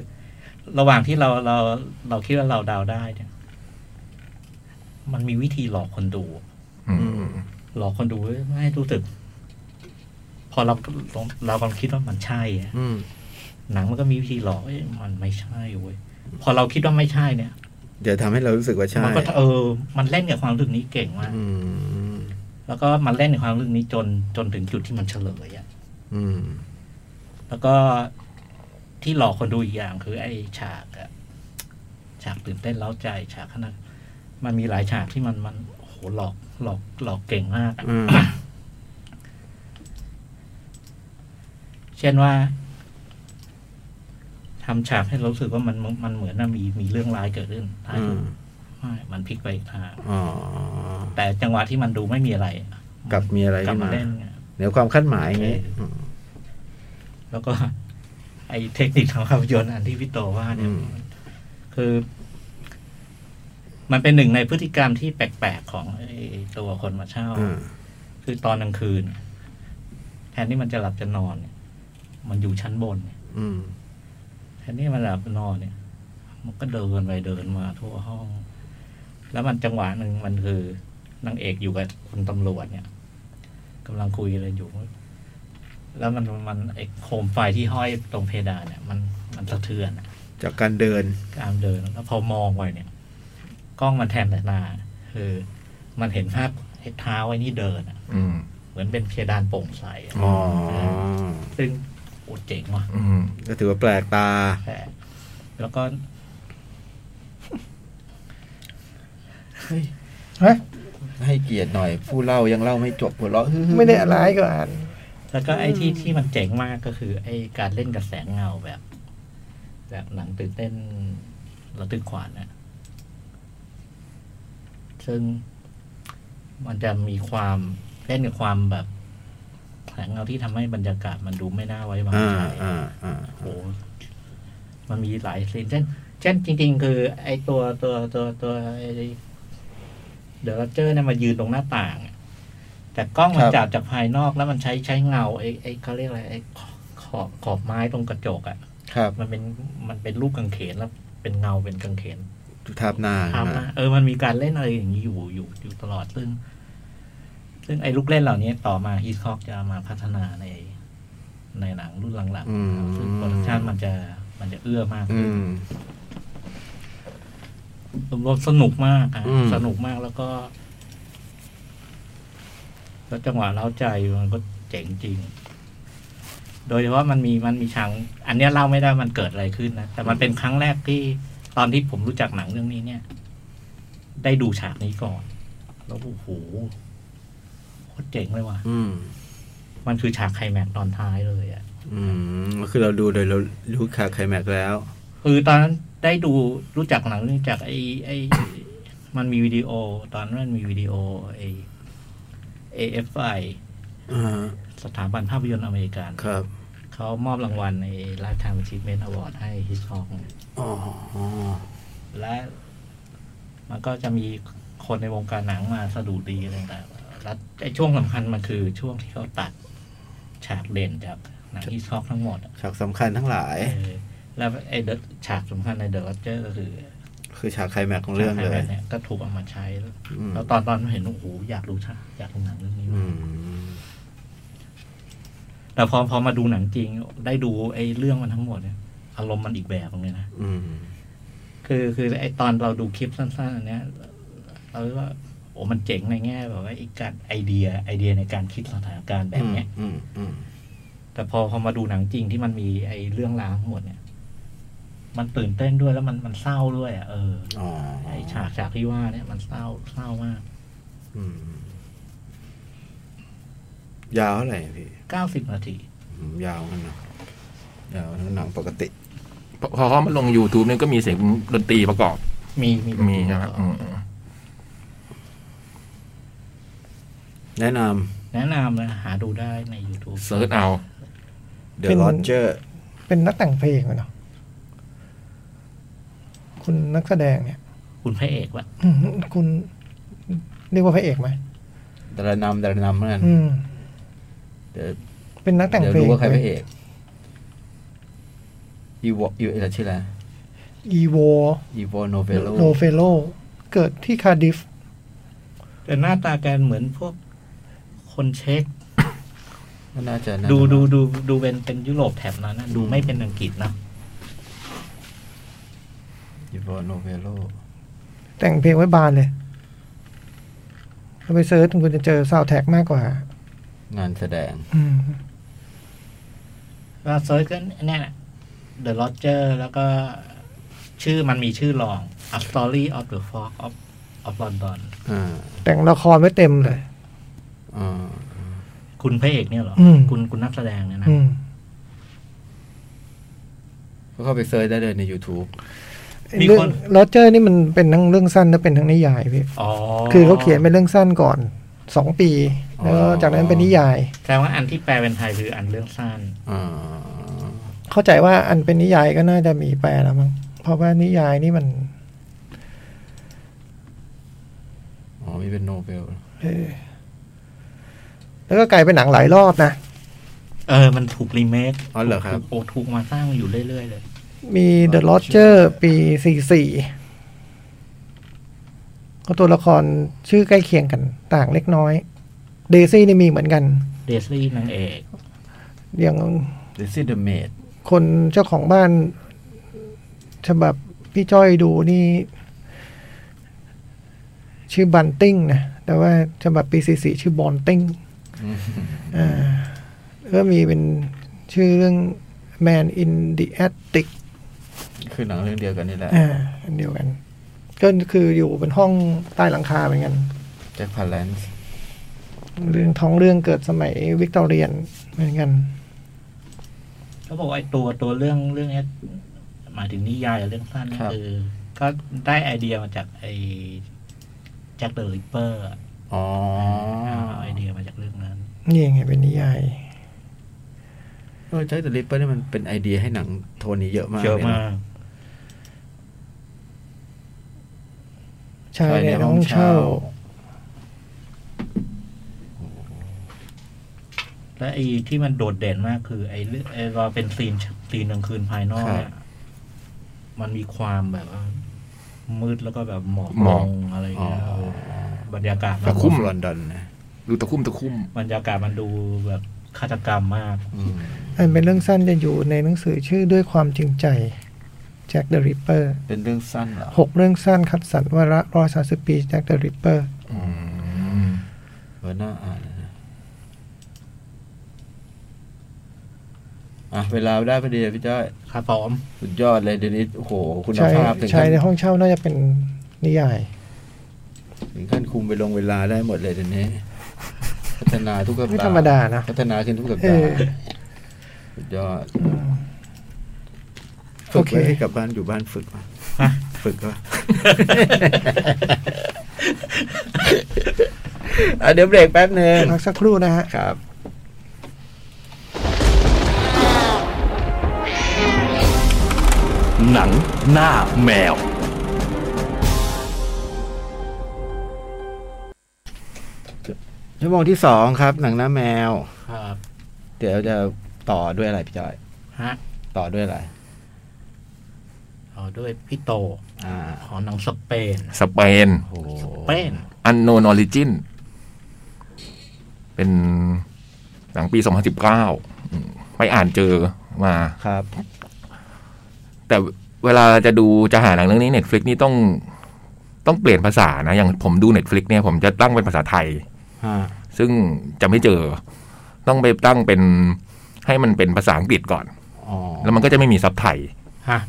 D: ระหว่างที่เราเราเราคิดว่าเราเดาได้เนี่ยมันมีวิธีหลอกคนดู
E: อืม
D: หลอกคนดูไม่ให้รู้สึก พอเราเรากำลังคิดว่ามันใช่อะ
B: อืม
D: หนังมันก็มีวิธีหลอกเอ้ยมันไม่ใช่เว้ยพอเราคิดว่าไม่ใช่เนี่ย
B: เดี๋ยวทำให้เรารู้สึกว่าใช่
D: มัก็เออ มันเล่นกับความรู้สึกนี้เก่งมาก
B: อืม
D: แล้วก็มันเล่นกับความรู้สึกนี้จนจนถึงจุดที่มันเฉลยอะ
B: อืม
D: แล้วก็ที่หลอกคนดูอีกอย่างคือ ไอ้ฉากอะฉากตื่นเต้นเล้าใจฉากขนาดมันมีหลายฉากที่มันมันโอ้โหหลอกหลอกหลอกเก่งมากอะ
B: อืม
D: เช่นว่าทำฉากให้เรารู้สึกว่ามันมันเหมือนน่ะมีมีเรื่องร้ายเกิดขึ้นท้าย
B: อืม
D: สุดไม่มันพลิกไปอีกทาง
B: อ๋อ
D: แต่จังหวะที่มันดูไม่มีอะไร
B: กลับมีอะไร
D: กลับ
B: ขึ้น
D: มา
B: มา
D: เล่นไง
B: เหนือความคาดหมายไงอืม
D: แล้วก็ ไอเทคนิคของภาพยนตร์อันที่พี่โตว่าเนี่ย
B: อืม
D: คือ มันเป็นหนึ่งในพฤติกรรมที่แปลกๆของไอ้ตัวคนมาเช่า
B: อ่า
D: คือตอนกลางคืน แทนที่มันจะหลับจะนอนเนี่ยมันอยู่ชั้นบน
B: อืม
D: แทนที่มันหลับนอนเนี่ย มันก็เดินไปเดินมาทั่วห้อง แล้วมันจังหวะหนึ่งมันคือนางเอกอยู่กับคุณตำรวจเนี่ยกำลังคุยอะไรอยู่ แล้วมันมันไอ้โคมไฟที่ห้อยตรงเพดานเนี่ย มันมันสะเทือนอะ
B: จากการเดิน
D: การเดินแล้วพอมองไปเนี่ย กล้องมันแทนแต่หน้าคือมันเห็นภาพไอ้เท้าไอ้นี่เดินอะ
E: อืม
D: เหมือนเป็นเพดานโปร่งใสอะ
B: อ๋อ
D: ซึ่งโอดเจ๋งว่ะ
E: อืม
B: ก็ถือว่าแปลกตา
D: แผลแล้วก็
C: เฮ้ย
B: ให้เกียรติหน่อย ผู้เล่ายังเล่าไม่จบหัวเราะฮึ่ๆ
C: ไม่ได้อะไรก็อ่าน
D: แล้วก็ไอ้ที่ที่มันเจ๋งมากก็คือ ไอ้การเล่นกับแสงเงาแบบ แบบหนังตื่นเต้นระทึกขวัญนะซึ่งมันจะมีความเล่นกับความแบบ แสงเงาที่ทำให้บรรยากาศมันดูไม่น่าไว้วาง
B: อ่า
D: ใจ
B: อ่าอ่า
D: โอ้โหมันมีหลายซีนเช่น เช่นจริง ๆ คือ ไอ้ตัวตัวตัวตัวไอ้เดอะรัเจอร์เนี่ยมายืนตรงหน้าต่างอะแต่กล้องมั
C: คน รับ
D: จับจากภายนอกแล้วมันใช้ใช้เงาไอ้ไอ้เขาเรียกอะไรไอ้ขอบขอบไม้ตรงกระจกอะ่ะ
B: ครับ
D: มันเป็นมันเป็นรูปกางเขนแล้วเป็นเงาเป็นกางเขน
B: ทาบหน้า
D: ทำนะเออมันมีการเล่นอะไรอย่างนี้อยู่อยู่อยู่ตลอดซึ่ง ซึ่งไอ้ลูกเล่นเหล่านี้ต่อมาฮิตคอกจะมาพัฒนาในในหนังรุ่นหลัง
B: อืม
D: ๆซึ่งโปรดักชันมันจะมันจะเอื้อมาก
B: อื
D: ขึ้น
B: ม
D: รวมๆสนุกมากอะ
B: อืม
D: สนุกมากแล้วก็ แล้วจังหวะเล้าใจมันก็เจ๋งจริง โดยเฉพาะมันมีมันมีฉากอันเนี้ยเล่าไม่ได้มันเกิดอะไรขึ้นนะ แต่มันเป็นครั้งแรกที่ตอนที่ผมรู้จักหนังเรื่องนี้เนี่ย ได้ดูฉากนี้ก่อน แล้วโอ้โหโคตรเจ๋งเลยว่ะ
B: อืม
D: มันคือฉากไคลแม็กซ์ตอนท้ายเลยอะ
B: อืมก็คือเราดูโดยเรารู้ค่าไคลแม็กซ์แล้ว
D: คือตอนนั้นได้ดูรู้จักหนังเรื่องจากไอ้ไอ้ มันมีวิดีโอ ตอนนั้นมันมีวิดีโอไอ้ AFI
B: อ่า
D: สถาบันภาพยนตร์อเมริกัน
B: ครับ
D: เขามอบรางวัลใน Lifetime Achievement Award ให้ Hitchcock
B: อ๋อ
D: และมันก็จะมีคนในวงการหนังมาสะดุดีอะไรต่างๆแล้วไอ้ช่วงสำคัญมันคือช่วงที่เขาตัดฉากเด่นจากหนัง Hitchcock ทั้งหมดอะ
B: ฉากสำคัญทั้งหลาย
D: เออแล้วไอ้ฉากสำคัญใน The Lodger ก็คือ
B: คือฉากไคลแม็กซ์ของเรื่องเล
D: ฉาก
B: ย
D: ไฮไลท์นี่ก็ถูกเอามาใช้แล้ว
B: อืม
D: แล้วตอนตอนเห็นโอ้โหอยากดูฉากอยากดูหนังเรื่องนี้
B: อืม
D: แต่พอพอมาดูหนังจริง ได้ดูไอ้เรื่องมันทั้งหมดเนี่ยอารมณ์มันอีกแบบนึงเลยนะ
B: อืม
D: คือคือไอ้ตอนเราดูคลิปสั้นๆอันเนี้ยเราคิดว่า โอ้มันเจ๋งในแง่แบบว่าไอ้การไอเดียไอเดียในการคิดสถานการณ์แบบเนี้ย
B: อืมอืม
D: แต่พอพอมาดูหนังจริงที่มันมีไอ้เรื่องราวทั้งหมดเนี่ย มันตื่นเต้นด้วยแล้วมันมันเศร้าด้วยอ่ะเออ
B: อ๋อ
D: ไอ้ฉากฉากที่ว่าเนี่ยมันเศร้าเศร้ามาก
B: อืมยาวเท่าไหร่อะพี่
D: เก้าสิบนาที
B: อืมยาวกันเนอะยาวนะหนังปกติ
E: พอพอเขามาลง YouTube เนี่ยก็มีเสียงดนตรีประกอบ
D: มีมี
E: มีใช่ไหมอืม
B: แนะน
D: แนะนำนะหาดูได้ใน YouTube
E: เซิร์ชเอา
B: ำ The
C: เป็น
B: Lodger
C: เป็นนักแต่งเพลงเหรอเนาะคุณนักแสดงเนี่ย
D: คุณพระเอกวะ
C: อืมคุณเรียกว่าพระเอกไหม
B: ดารานำดารานำเหมื่อนกัน
C: อืม
B: เดี๋ยว
C: เป็นนักแต่ง
B: เดี๋ยว
C: เพลง
B: รู้ว่าใครเป็นเอกอีวออีอะไรชื่ออะไร
C: อีโว
B: อีวอโนเวโล
C: โลเฟโล เกิดที่คาร์ดิฟ
D: แต่หน้าตาแกเหมือนพวกคนเช็ค
B: ก็น่าจะ
D: ดูดูดูดูเป็นเป็นยุโรปแถบนั้นนะดูไม่เป็นอังกฤษนะ
B: อีวอโนเวโล
C: แต่งเพลงไว้บานเลยถ้าไปเซิร์ชคุณจะเจอซาวแท็กมากกว่า
B: งานแสดง
C: อืม
D: ก็เซิร์ชก็เนี่ยแหละ The Lodger แล้วก็ชื่อมันมีชื่อรอง A Story of the Fog of of London
B: อ่า
C: แต่งละครไว้เต็มเลย
B: อ่า
D: คุณพระเอกเนี่ยเหรอ
C: อืม
D: คุณคุณนักแสดงเนี่ยนะ
C: อืม
B: ก็เข้าไปเซิร์ชได้เลยใน YouTube
D: มี
C: เรื่อ
D: ค
C: ง
D: น
C: โรเจอร์นี่มันเป็นทั้งเรื่องสั้นและเป็นทั้งนิยายพี่
D: อ๋อ
C: คือเขาเขียนเป็นเรื่องสั้นก่อนสองปีแล้วก็จากนั้นเป็นนิยาย
D: แสดงว่าอันที่แปลเป็นไทยคืออันเรื่องสั้น
B: อ่า
C: เข้าใจว่าอันเป็นนิยายก็น่าจะมีแปลแล้วมั้งเพราะว่านิยายนี่มัน
B: อ๋อมีเป็นโนเวล
C: เออแล้วก็กลายเป็นหนังหลายรอบนะ
D: เออ มันถูกรีเมค
B: อ๋อเหรอครับ
D: โอถูกมาสร้างอยู่เรื่อยๆเลย
C: มี The Lodger ปี 44ก็ตัวละครชื่อใกล้เคียงกัน ต่างเล็กน้อย เดซี่นี่มีเหมือนกัน
D: เดซี่นางเอก
C: อย่าง
B: This is the maid
C: คนเจ้าของบ้าน ฉบับพี่จ้อยดูนี่ ชื่อบันติ้งนะ แต่ว่าฉบับปีสี่สี่ชื่อบอนติ้งอ่าก็มีเป็นชื่อเรื่อง Man in the Attic
B: คือหนังเรื่องเดียวกันนี่แหละ
C: อ่าอันเดียวกัน ก็คืออยู่เป็นห้องใต้หลังคาเหมือนกัน
B: แจ็คพาลันส์
C: เรื่องท้องเรื่องเกิดสมัยวิกตอเรียนเหมือนกัน
D: เขาบอกว่าไอ้ตัวตัวเรื่องเรื่องเนี้ยหมายถึงนิยายกับเรื่องสั้นเนี่ยคือก็ได้ไอเดียมาจากไอ้แจ็คเดอะริปเปอร์
B: อ๋อ
D: ไอเดียมาจากเรื่องนั้น
C: นี่ไงเป็นนิยาย
B: เออแจ็คเดอะริปเปอร์นี่ยมันเป็นไอเดียให้หนังโทนนี้เยอะมาก
D: เยอะ
B: ลน
D: มาก
C: ชายในห้องเช่า
D: และไอ้ที่มันโดดเด่นมากคือ ไอ้เรื่องไอ้เราเป็นซีนซีนกลางคืนภายนอกเนี่ยมันมีความแบบว่ามืดแล้วก็แบบหมอก
E: หมอก
D: ลงอะไรอย่างเงี้ย
B: อ๋อ
D: บรรยากาศมั
B: ตะ
D: น
B: คุ่มลอนดอนนะ
E: ดูตะคุ่มตะคุ่ม
D: บรรยากาศมันดูแบบฆาตกรรมมาก
B: อืม
C: อันเป็นเรื่องสั้นจะอยู่ในหนังสือชื่อด้วยความจริงใจแจ็คเดอะริปเปอร์
B: เป็นเรื่องสั้นเหรอ
C: หกเรื่องสั้นคัดสรรวาระร้อยสาสิบปีแจ็คเดอะริปเปอร์
E: อืม
B: เออน่าอ่านนะอ่ะเวลาได้พอดีเลยพี่จ้อย
D: ครับพร้อม
B: สุดยอดเลยเดี๋ยวนี้โอ้โห คุณ
C: ชาย
B: ภาพถึง
C: ชา
B: ขั้
C: ย
B: น
C: ในห้องเช่าน่าจะเป็นนิยาย
B: ถึงขั้นคุมไปลงเวลาได้หมดเลยเดี๋ยวนี้ พัฒนาทุกสัปดาห์
C: ไม่ธรรมดานะ
B: พัฒนาขึ้นทุกสัป
C: เอ
B: ดาห์
C: อ
B: สุดยอด
C: อืม
B: ฝึกไว้
C: โอเค
B: ให้กลับบ้านอยู่บ้านฝึกมาฝึกก็ *laughs* อ่ะเดี๋ยวเบรกแป๊บหนึ่ง
C: พักสักครู่นะฮะ
B: ครับ
A: หนังหน้าแมว
B: ชั่วโมงที่สองครับ หนังหน้าแมว
D: ครับ
B: เดี๋ยวจะต่อด้วยอะไรพี่จอย
D: ฮะ
B: ต่อด้วยอะไร
D: ต่อด้วยพี่โต
B: อ่า
D: ขอหนังสเปน
E: สเปน
B: โอ้โห
D: เปน
E: อันโนนอริจิน เป็นหนังปี 2019อืมไปอ่านเจอมา
B: ครับ
E: แต่เวลาจะดูจะหาหนังเรื่องนี้ Netflix นี่ต้อง ต้องเปลี่ยนภาษานะ อย่างผมดูเน็ตฟลิกเนี่ยผมจะตั้งเป็นภาษาไทย
B: อ่า
E: ซึ่งจะไม่เจอ ต้องไปตั้งเป็นให้มันเป็นภาษาอังกฤษก่อน
B: อ๋อ
E: แล้วมันก็จะไม่มีซับไทย *laughs*
D: ฮะ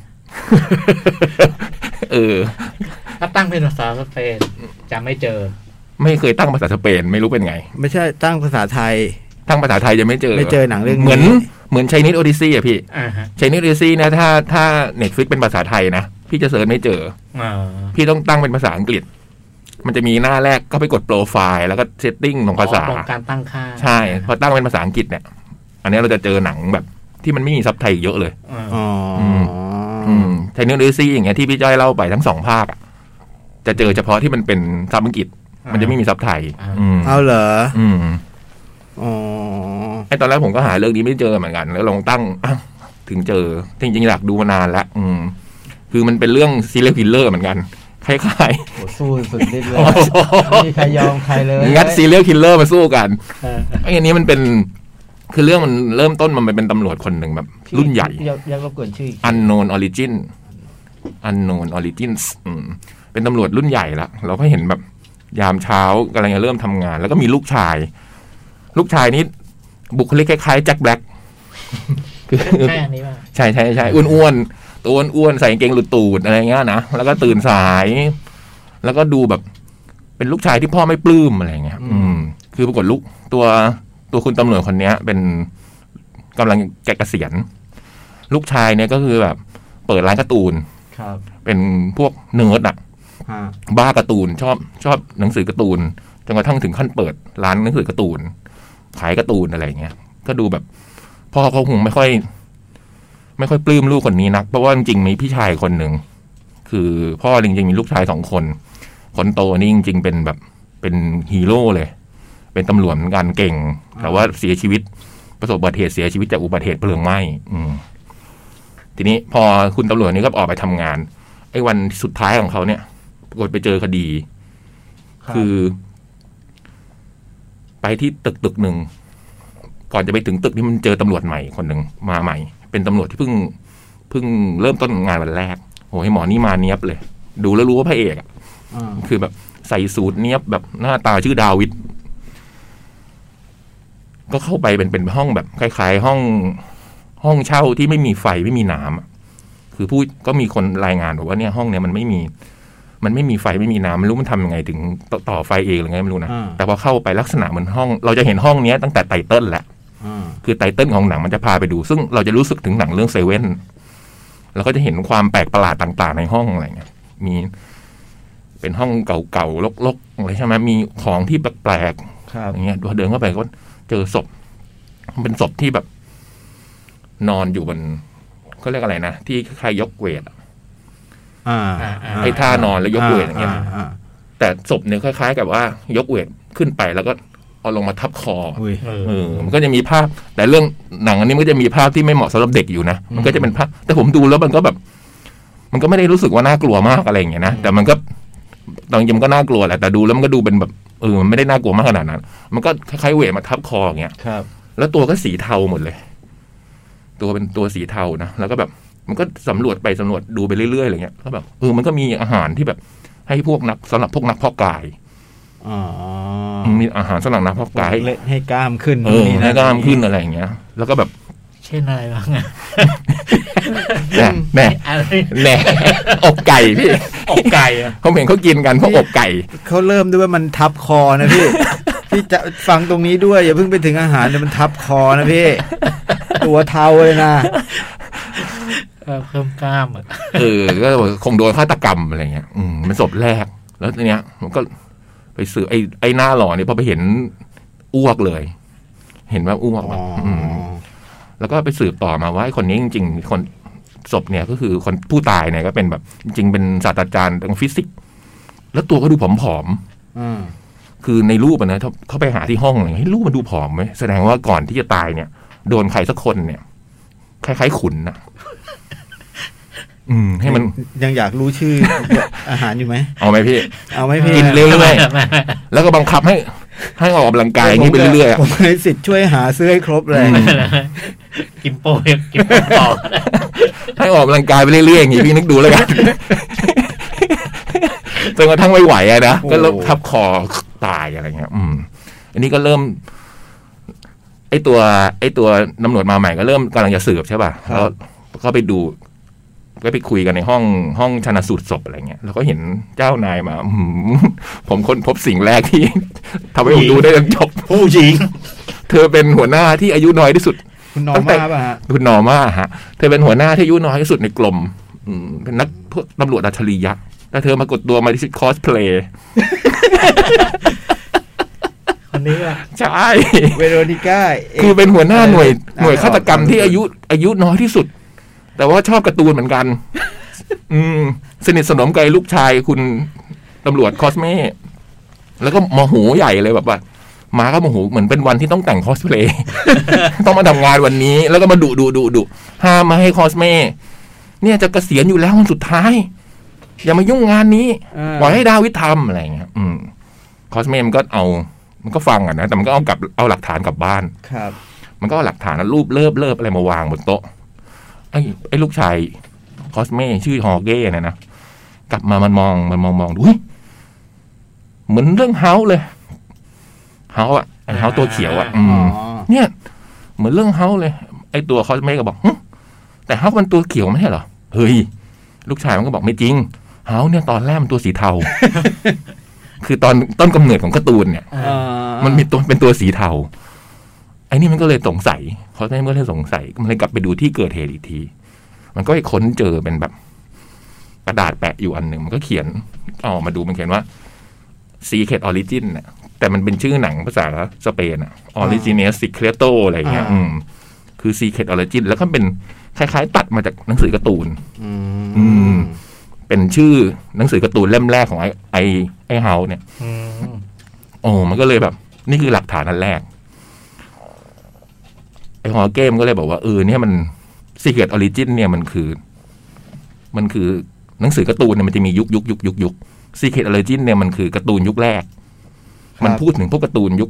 E: เออ
D: ถ้าตั้งเป็นภาษาสเปนจะไม่เจอ
E: ไม่เคยตั้งภาษาสเปนไม่รู้เป็นไง
B: ไม่ใช่ตั้งภาษาไทย
E: ตั้งภาษาไทยจะไม่เจอ
B: ไม่เจอหนังเรื่องนี้
E: เหมือนเหมือนไชนีสโอดิซี่อะพี่
D: อ่าฮะ
E: ไชนีสโอดิซี่นะถ้าถ้าเน็ตฟลิกเป็นภาษาไทยนะ พี่จะเสิร์ชไม่เจอ
D: อ่า
E: พี่ต้องตั้งเป็นภาษาอังกฤษ มันจะมีหน้าแรกก็ไปกดโปรไฟล์แล้วก็เซตติ้งลงภาษา
D: อ๋อตรงการตั้งค่า
E: ใช่ พอตั้งเป็นภาษาอังกฤษเนี่ย อันนี้เราจะเจอหนังแบบที่มันไม่มีซับไทยเยอะเลย
D: อ่า
B: อ๋ออ
E: ม อืมไทเนอร์ลิซี่อย่างเงี้ยที่พี่จ้อยเล่าไปทั้งสองภาคอะจะเจอเฉพาะที่มันเป็นซับอังกฤษ
D: อ่า
E: มันจะไม่มีซับไทย
D: อ่า
E: อืม
B: เอาเหรอ
E: อืม
B: อ๋อ
E: ไอตอนแรกผมก็หาเรื่องนี้ไม่เจอเหมือนกัน แล้วลอง *coughs* ตั้งอ้าวถึงเจอ จริงๆอยากดูมานานละอืม คือมันเป็นเรื่องซีเรียลพิลเลอร์เหมือนกันคล้าย
F: โหสู้สุดฤทธิ์เลย
E: ๆ
F: ไม่มีใครยอมใครเลย
E: งัดซีเรียลคิลเลอร์มาสู้กัน
D: เออ
E: ไอ้อันนี้มันเป็น คือเรื่องมันเริ่มต้นมันเป็นตำรวจคนหนึ่งแบบ รุ่นใหญ่
F: ยังยังรบกวนชื่ออีก
E: unknown origin unknown origins อืมเป็นตำรวจรุ่นใหญ่ละเราก็เห็นแบบยามเช้ากำลังจะเริ่มทำงาน แล้วก็มีลูกชาย ลูกชายนี้บุคลิกคล้ายๆแจ็คแบล็กคือ
D: ใช่อันนี้ป่ะ
E: ใช่ใช่ใช่อ้วนๆตัวอ้วนๆใส่กางเกงหลุดตูดอะไรเงี้ยนะแล้วก็ตื่นสาย แล้วก็ดูแบบ เป็นลูกชายที่พ่อไม่ปลื้มอะไรเงี้ย อืม คือปรากฏลูกตัวตัวคุณตำรวจคนเนี้ย เป็นกำลังแกเกษียณ ลูกชายเนี่ยก็คือแบบ เปิดร้านการ์ตูน
F: ครับ
E: เป็นพวกเนิร์ดอะ
B: ฮะ
E: บ้าการ์ตูน ชอบชอบหนังสือการ์ตูนจนกระทั่งถึงขั้นเปิดร้านหนังสือการ์ตูน ขายการ์ตูนอะไรเงี้ย ก็ดูแบบพ่อเขาคงไม่ค่อย ไม่ค่อยปลื้มลูกคนนี้นัก เพราะว่าจริงๆมีพี่ชายคนหนึ่งคือพ่อจริงๆมีลูกชายสองคน คนโตนี่จริงๆเป็นแบบเป็นฮีโร่เลย เป็นตำรวจเหมือนกันเก่ง แต่ว่าเสียชีวิตประสบอุบัติเหตุเสียชีวิตจากอุบัติเหตุเพลิงไหม้อืม ทีนี้พอคุณตำรวจนี่ก็ออกไปทำงานไอ้วันสุดท้ายของเขาเนี่ยปรากฏไปเจอคดี
F: ครับ
E: คือ ไปที่ตึกตึกหนึ่งก่อนจะไปถึงตึกนี่มันเจอตำรวจใหม่คนหนึ่งมาใหม่ เป็นตำรวจที่เพิ่งเพิ่งเริ่มต้นงานวันแรกโอ้ยหมอนี่มาเนี้ยบเลย ดูแล้วรู้ว่าพระเอกอะ
B: อ่า
E: คือแบบใส่สูตรเนี้ยบแบบหน้าตาชื่อดาวิดก็เข้าไปเป็นเป็นห้องแบบคล้าย ๆ ห้องห้องเช่าที่ไม่มีไฟไม่มีน้ำอะคือผู้ก็มีคนรายงานบอกว่าเนี่ยห้องเนี้ยมันไม่มี มันไม่มีไฟไม่มีน้ำไม่รู้มันทำยังไงถึงตต่อไฟเองหรือไงไม่รู้นะ
B: อ่า
E: แต่พอเข้าไปลักษณะเหมือนห้อง เราจะเห็นห้องเนี้ยตั้งแต่ไตเติ้ลแหละ
B: อ่า
E: คือไตเติ้ลของหนังมันจะพาไปดู ซึ่งเราจะรู้สึกถึงหนังเรื่องเซเว่นแล้วก็จะเห็นความแปลกประหลาดต่าง ๆ ในห้องอะไรเงี้ยมีเป็นห้องเก่าๆลกๆอะไรใช่ไหมมีของที่แปลก
F: ครั
E: ๆ
F: บ
E: อย่างเงี้ยพอเดินเข้าไปก็เจอศพมันเป็นศพที่แบบ นอนอยู่บนเขาเรียกอะไรนะที่ใครยกเวทอะ
B: อ่า
E: ไอ้ท่านอนแล้วยกเวทอย่างเงี้ย
B: อ่า
E: แต่ศพเนี่ยคล้าย ๆ กับว่ายกเวทขึ้นไปแล้วก็เอาลงมาทับคอ
B: อุ้ย
D: เอ
E: เอ
D: อ
E: อมันก็จะมีภาพ แต่เรื่องหนังอันนี้มันก็จะมีภาพที่ไม่เหมาะสำหรับเด็กอยู่นะ มันก็จะเป็นภาพ แต่ผมดูแล้วมันก็แบบ มันก็ไม่ได้รู้สึกว่าน่ากลัวมากอะไรอย่างเงี้ยนะ แต่มันก็ตอนยิมนก็น่ากลัวแหละ แต่ดูแล้วมันก็ดูเป็นแบบเออ มันไม่ได้น่ากลัวมากขนาดนั้น มันก็คล้ายๆเวทมาทับคออย่างเงี้ย
F: ครับ
E: แล้วตัวก็สีเทาหมดเลย ตัวเป็นตัวสีเทานะ แล้วก็แบบ มันก็สำรวจไปสำรวจดูไปเรื่อยๆอะไรเงี้ย ก็แบบเออ มันก็มีอาหารที่แบบ ให้พวกนักสำหรับพวกนักเพาะกาย
B: อ๋อ
E: มีอาหารสำหรับนักเพาะกาย
B: เล่นให้กล้ามขึ้น
E: เออให้กล้ามขึ้นอะไรอย่างเงี้ย แล้วก็แบบ
D: เช่นอะไรบ้างอะ
E: แน่แน่
D: อะไร
E: แน่อกไก่พี่
D: อกไก่อะ
E: ผมเห็นเขากินกันพวกอกไก่
B: เขาเริ่มด้วยว่ามันทับคอนะพี่ *laughs* พี่จะฟังตรงนี้ด้วยอย่าเพิ่งไปถึงอาหารเดี๋ยวมันทับคอนะพี่ *laughs* ตัวเทาเลยนะ
D: เออเพิ่มกล้ามอะ
E: เออ ก็คงโดนฆาตกรรมอะไรเงี้ย อืมมันศพแรก แล้วทีเนี้ย มันก็ไปสือไอ้ไอ้หน้าหล่อเนี่ยพอไปเห็นอ้วกเลย เห็นว่าอ้วกแบบมแล้วก็ไปสืบต่อมาว่าไอ้คนนี้จริงๆคนศพเนี่ยก็คือคนผู้ตายเนี่ยก็เป็นแบบ จริงๆเป็นศาสตราจารย์ทางฟิสิกส์แล้วตัวก็ดูผอมๆ
B: อืม
E: คือในรูปอะนะถ้าเขาไปหาที่ห้องอะไรเงี้ยเฮ้ยรูปมันดูผอมไหมแสดงว่าก่อนที่จะตายเนี่ย โดนใครสักคนเนี่ยคล้ายๆขุนนะอืม ให้มัน
B: ยังอยากรู้ชื่อ *laughs* อาหารอยู่ไหม
E: เอาไหมพี่
B: เอาไหมพี่
E: กินเรื่อย
D: ไม่ไม่
E: ๆแล้วก็บังคับให้ ให้ออกกำลังกายอย่างนี้ไปเรื่อยๆอะ
B: ผมให้สิทธิ์ช่วยหาซื้อให้ครบเลย
D: กินโปรยกินโปรต่อ
E: ให้ออกกำลังกายไปเรื่อยๆอย่างนี้พี่นึกดูแล้วกัน จนกระทั่งไม่ไหวอะนะ
B: โอ้
E: ก็ล้มทับคอตายอะไรเงี้ย อืม อันนี้ก็เริ่ม ไอตัว ไอตัวตำรวจมาใหม่ก็เริ่มกำลังจะสืบใช่ป่ะ
F: ครับ
E: แล้วก็ไปดู ก็ไปคุยกันในห้องห้องชนะสูตรศพอะไรเงี้ยแล้วก็เห็นเจ้านาย *laughs* มา อืมผมค้นพบสิ่งแรกที่ ทำให้ผมดูได้จนจบ
A: ผู้หญิง
E: เธอเป็นหัวหน้าที่อายุน้อยที่สุด
B: คุณนอ
E: ตั้
B: ม
E: งแต่
B: มาป่ะฮะ
E: คุณนอร์มาฮะ เธอเป็นหัวหน้าที่อายุน้อยที่สุดในกลมอืมเป็นนักพวกตำรวจอัจฉริยะแล้วเธอมากดตัวมาที่ชุดคอสเพลย์
D: *laughs* คนนี้อะ
E: ใช่
B: เวโรนิก้าเอ็กซ์
E: คือเป็นหัวหน้าหน่วย
B: เอ่อ
E: หน่วยฆาตกรรม
B: เอ่อ
E: ที่อายุอายุน้อยที่สุด แต่ว่าชอบการ์ตูนเหมือนกัน *laughs* อืม สนิทสนมกับไอ้ลูกชายคุณตำรวจคอสเม่ แล้วก็โมโหใหญ่เลยแบบว่ามาก็โมโหเหมือนเป็นวันที่ต้องแต่งคอสเพลย์ *laughs* ต้องมาทำงานวันนี้ แล้วก็มาดุดุดุดุห้ามไมาให้คอสเม่ เนี่ยจะเกษียณอยู่แล้ววันสุดท้าย อย่ามายุ่งงานนี้
B: อ่า
E: ปล่อยให้ดาวิดทำอะไรอย่างเงี้ย อืม คอสเมมันก็เอา มันก็ฟังอ่ะนะ แต่มันก็เอากลับ เอาหลักฐานกลับบ้าน
B: ครับ
E: มันก็เอาหลักฐานนะรูปเลิบเลิบอะไรมาวางบนโต๊ะ ไอ้ไอ้ลูกชายคอสเมชื่อฮอเก้เนี่ยนะ กลับมามันมองมันมองมองดูเฮ้ยเหมือนเรื่องเฮาส์เลยเฮาส์อ่ะไอ้เฮาส์ตัวเขียวอ่ะ อื
B: อ๋อ
E: ม เนี่ย เหมือนเรื่องเฮาเลย ไอตัวคอสเมกก็บอกหึแต่เฮามันตัวเขียวไม่ใช่เหรอ เฮ้ย ลูกชายมันก็บอกไม่จริง เฮาเนี่ยตอนแรกมันตัวสี *laughs* เทา คือตอนต้นกำเนิดของการ์ตูนเนี่ย
B: อ๋อ
E: มันมีตัวเป็นตัวสีเทา ไอ้นี่มันก็เลยสงสัยคอสเมกก็เลยสงสัยมันเลยกลับไปดูที่เกิดเหตุอีกที มันก็ไปค้นเจอเป็นแบบกระดาษแปะอยู่อันหนึ่งมันก็เขียนเอาออกมาดูมันเขียนว่า Secret Origin น่ะ แต่มันเป็นชื่อหนังภาษาสเปนอ่ะ Origines Secreto อะไรอย่างเงี้ยอืมคือ Secret Origin แล้วก็เป็นคล้ายๆ ตัดมาจากหนังสือการ์ตูน
B: อื
E: อื
B: ม
E: ม เป็นชื่อหนังสือการ์ตูนเล่มแรกของไอ้ไอ้ไอ้เฮาเนี่ย
D: อืม
E: โอ้มันก็เลยแบบ นี่คือหลักฐานอันแรก ไอ้ฮอเกมนก็เลยบอกว่าเออเนี่ยมัน Secret Origin เนี่ยมันคือ มันคือหนังสือการ์ตูนเนี่ยมันจะมียุคยุคยุคยุคยุค Secret Origin เนี่ยมันคือการ์ตูนยุคแรก มันพูดถึงพวกการ์ตูนยุค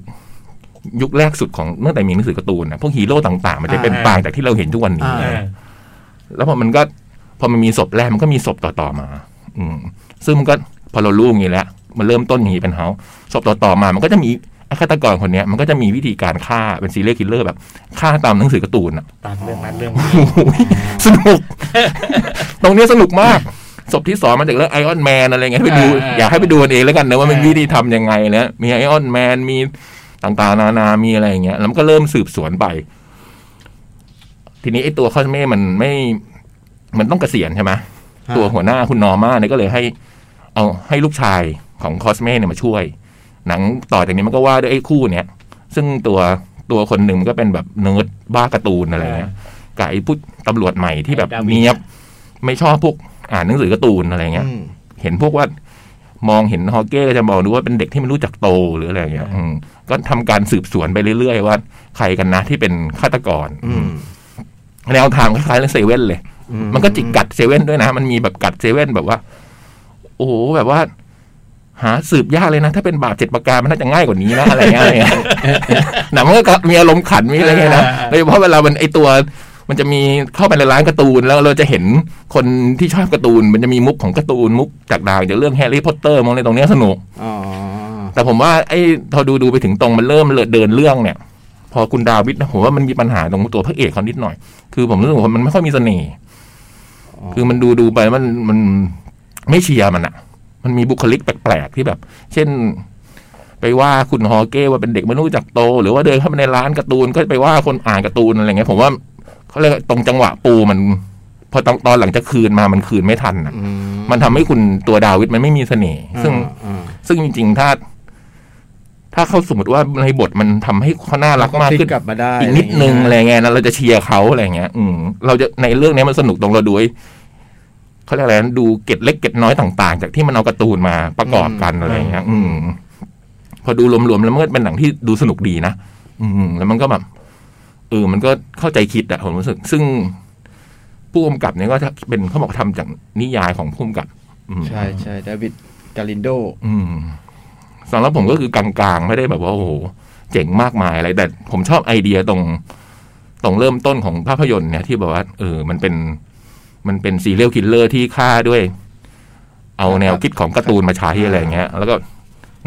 E: ยุคแรกสุดของตั้งแต่มีหนังสือการ์ตูนนะพวกฮีโร่ต่างๆ มันจะเป็นต่างจากที่เราเห็นทุกวันนี้
D: เออ
E: แล้วพอมันก็พอมันมีศพแรกมันก็มีศพต่อๆมา อืม ซึ่งมันก็พอเรารู้อย่างนี้แล้วมันเริ่มต้นอย่างนี้เป็นเฮาศพต่อๆมา มันก็จะมีไอ้ฆาตกรคนเนี้ย มันก็จะมีวิธีการฆ่าเป็นซีเรียลคิลเลอร์แบบฆ่าตามหนังสือการ์ตูนอ่ะ
D: ตามเรื่องนั้นเรื่องนี้
E: โอ้โห *laughs* สนุก ตรงเนี้ยสนุกมาก ศพที่สองมาจากเรื่องไอออนแมนอะไรเงี้ยไปดู อยากให้ไปดูกันเองแล้วกันนะว่ามันวิธีทำยังไงนะมีไอออนแมนมีต่างๆ นานา มีอะไรอย่างเงี้ยแล้วมันก็เริ่มสืบสวนไป ทีนี้ไอ้ตัวคอสเม่มันไม่ มันต้องเกษียณใช่ไหม ตัวหัวหน้าคุณนอร์มาเนี่ยก็เลยให้ เอาให้ลูกชายของคอสเม่เนี่ยมาช่วย หนังต่อจากนี้มันก็ว่าด้วยไอ้คู่เนี่ย ซึ่งตัวตัวคนหนึ่งมันก็เป็นแบบเนิร์ดบ้าการ์ตูนอะไรเงี้ยกับไอ้ผู้ตำรวจใหม่ที่แบบเนียบ ไม่ชอบพวกอ่านหนังสือการ์ตูนอะไรเงี้ย
B: อืม
E: เห็นพวกว่ามองเห็นฮอเก้ก็จะมองดูว่าเป็นเด็กที่ไม่รู้จักโตหรืออะไรอย่างเงี้ยอืมก็ทำการสืบสวนไปเรื่อย ๆ ว่า ใครกันนะที่เป็นฆาตกร
B: อืม
E: แนวทางคล้ายๆเรื่องเซเว่นเลย
B: อื
E: มันก็จิกกัดเซเว่นด้วยนะ มันมีแบบกัดเซเว่นแบบว่า โอ้โหแบบว่า หาสืบยากเลยนะ ถ้าเป็นบาปเจ็ดประการมันน่าจะง่ายกว่านี้นะ อะไรเงี้ยอะไรเงี้ย
B: *laughs*
E: หนังมันก็มีอารมณ์ขันมีอะไรเงี้ยนะโดยเฉพาะเวลามันไอตัว มันจะมีเข้าไปในร้านการ์ตูน แล้วเราจะเห็นคนที่ชอบการ์ตูน มันจะมีมุกของการ์ตูนมุกจากดาวจากเรื่องแฮร์รี่พอตเตอร์มองในตรงเนี้ยสนุก
B: อ๋อ
E: แต่ผมว่าไอ้พอดูดูไปถึงตรงมันเริ่มเดินเรื่องเนี่ย พอคุณดาวิดนะผมว่ามันมีปัญหาตรงตัวพระเอกเขานิดหน่อย คือผมรู้สึกว่ามันไม่ค่อยมีเสน่ห์
B: อ๋อ
E: คือมันดูดูไปมันมันไม่เชียร์มันอะมันมีบุคลิกแปลกๆที่แบบ เช่น ไปว่าคุณฮอเก้ว่าเป็นเด็กไม่รู้จักโต หรือว่าเดินเข้าไปในร้านการ์ตูนก็ไปว่าคนอ่านการ์ตูนอะไรเงี้ยผมว่าเขาเรียกว่าตรงจังหวะปูมัน พอตอนตอนหลังจะคืนมามันคืนไม่ทันอะ
B: อื
E: มันทำให้คุณตัวดาวิดมันไม่มีเสน่ห์ซึ่ง
B: อ่า
E: ซึ่งจริงๆ ถ้า ถ้าเขาสมมติว่าในบทมันทำให้เขาน่ารักมากขึ้
B: พลิ
E: น
B: กกลับมาได้
E: อีกนิดนึงอะไรเงี้ยนะเราจะเชียร์เขาอะไรเงี้ย อืมเราจะในเรื่องเนี้ยมันสนุกตรงเราดูไอ้เขาเรียกอะไรนะดูเกร็ดเล็กเกร็ดน้อยต่าง ๆ จากที่มันเอาการ์ตูนมาประกอบกันอะไรเงี้ย อืม พอดูรวมๆแล้วมันก็เป็นหนังที่ดูสนุกดีนะอืม แล้วมันก็แบบเออมันก็เข้าใจคิดอะผมรู้สึก ซึ่งผู้กำกับเนี่ยก็จะเป็นเขาบอกทำจากนิยายของผู้กำกับ อืม
B: ใช่ใช่ดาวิดกาลินโด
E: อืมสำหรับผมก็คือกลางๆ ไม่ได้แบบว่าโอ้โห เจ๋งมากมายอะไร แต่ผมชอบไอเดียตรง ตรงเริ่มต้นของภาพยนตร์เนี่ยที่แบบว่า เออ มันเป็น มันเป็นซีเรียลคิลเลอร์ที่ฆ่าด้วย เอาแนวคิดของการ์ตูนมาใช้อะไรอย่างเงี้ย แล้วก็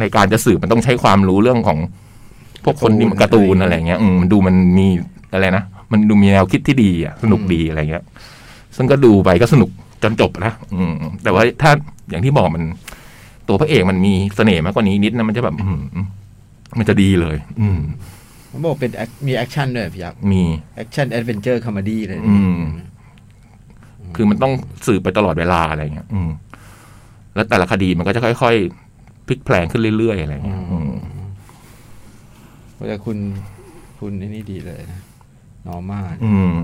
E: ในการจะสื่อมันต้องใช้ความรู้เรื่องของ พวกคนที่มันการ์ตูนอะไรอย่างเงี้ยอืมมันดูมันมีอะไรนะมันดูมีแนวคิดที่ดีอ่ะสนุกดีอะไรเงี้ย ซึ่งก็ดูไปก็สนุกจนจบนะอืม แต่ว่าถ้าอย่างที่บอกมัน ตัวพระเอกมันมีเสน่ห์มากกว่านี้นิดนะมันจะแบบ อืมมันจะดีเลย อืม
B: ผมบอกเป็นแอคมีแอคชั่นด้วยพี่ยักษ์
E: มี
B: แอคชั่นแอดเวนเจอร์คอมดี้เลย
E: อืม คือมันต้องสืบไปตลอดเวลาอะไรเงี้ย อืม แล้วแต่ละคดีมันก็จะค่อยๆพลิกแพลงขึ้นเรื่อยๆอะไรเงี้ยอืม
B: แต่คุณคุณไอ้นี่ดีเลยนะนอร์มา
E: อืม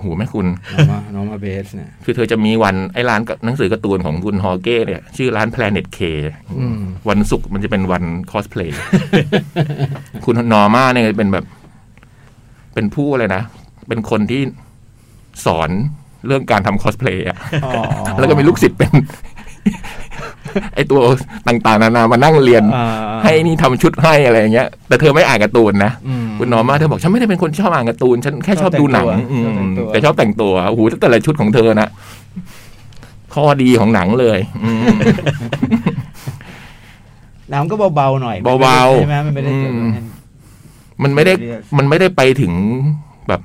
E: หูแม่คุณ
B: นอ *laughs* ร์มานอร์มาเบสเนี่ย
E: คือเธอจะมีวันไอ้ร้านหนังสือการ์ตูนของคุณฮอเก้เนี่ย ชื่อร้าน Planet K วันศุกร์มันจะเป็นวันคอส *laughs* เพลย์ คุณนอร์มาเนี่ยเป็นแบบ เป็นผู้อะไรนะ เป็นคนที่สอนเรื่องการทำคอสเพลย์อะแล้วก็มีลูกศิษย์เป็น *laughs* ไอตัวต่างๆ นานามานั่งเรียน ให้นี่ทำชุดให้อะไรอย่างเงี้ย แต่เธอไม่อ่านการ์ตูนนะ คุณนอร์มาเธอบอกฉันไม่ได้เป็นคนชอบอ่านการ์ตูน ฉันแค่ชอบดูหนังอืม
B: ชอบแต่งตัว
E: แต่ชอบแต่งตัวโอ้โหแต่ละชุดของเธอนะข้อดีของหนังเลย อื *laughs* ม
B: น้ำก็เบาๆหน่อย
E: เบาๆ
B: ใช่ไหมมันไม่ได้เกี่ยวกับ
E: อืม
B: นั่น
E: มันไม่ได้ มันไม่ได้ไปถึงแบบ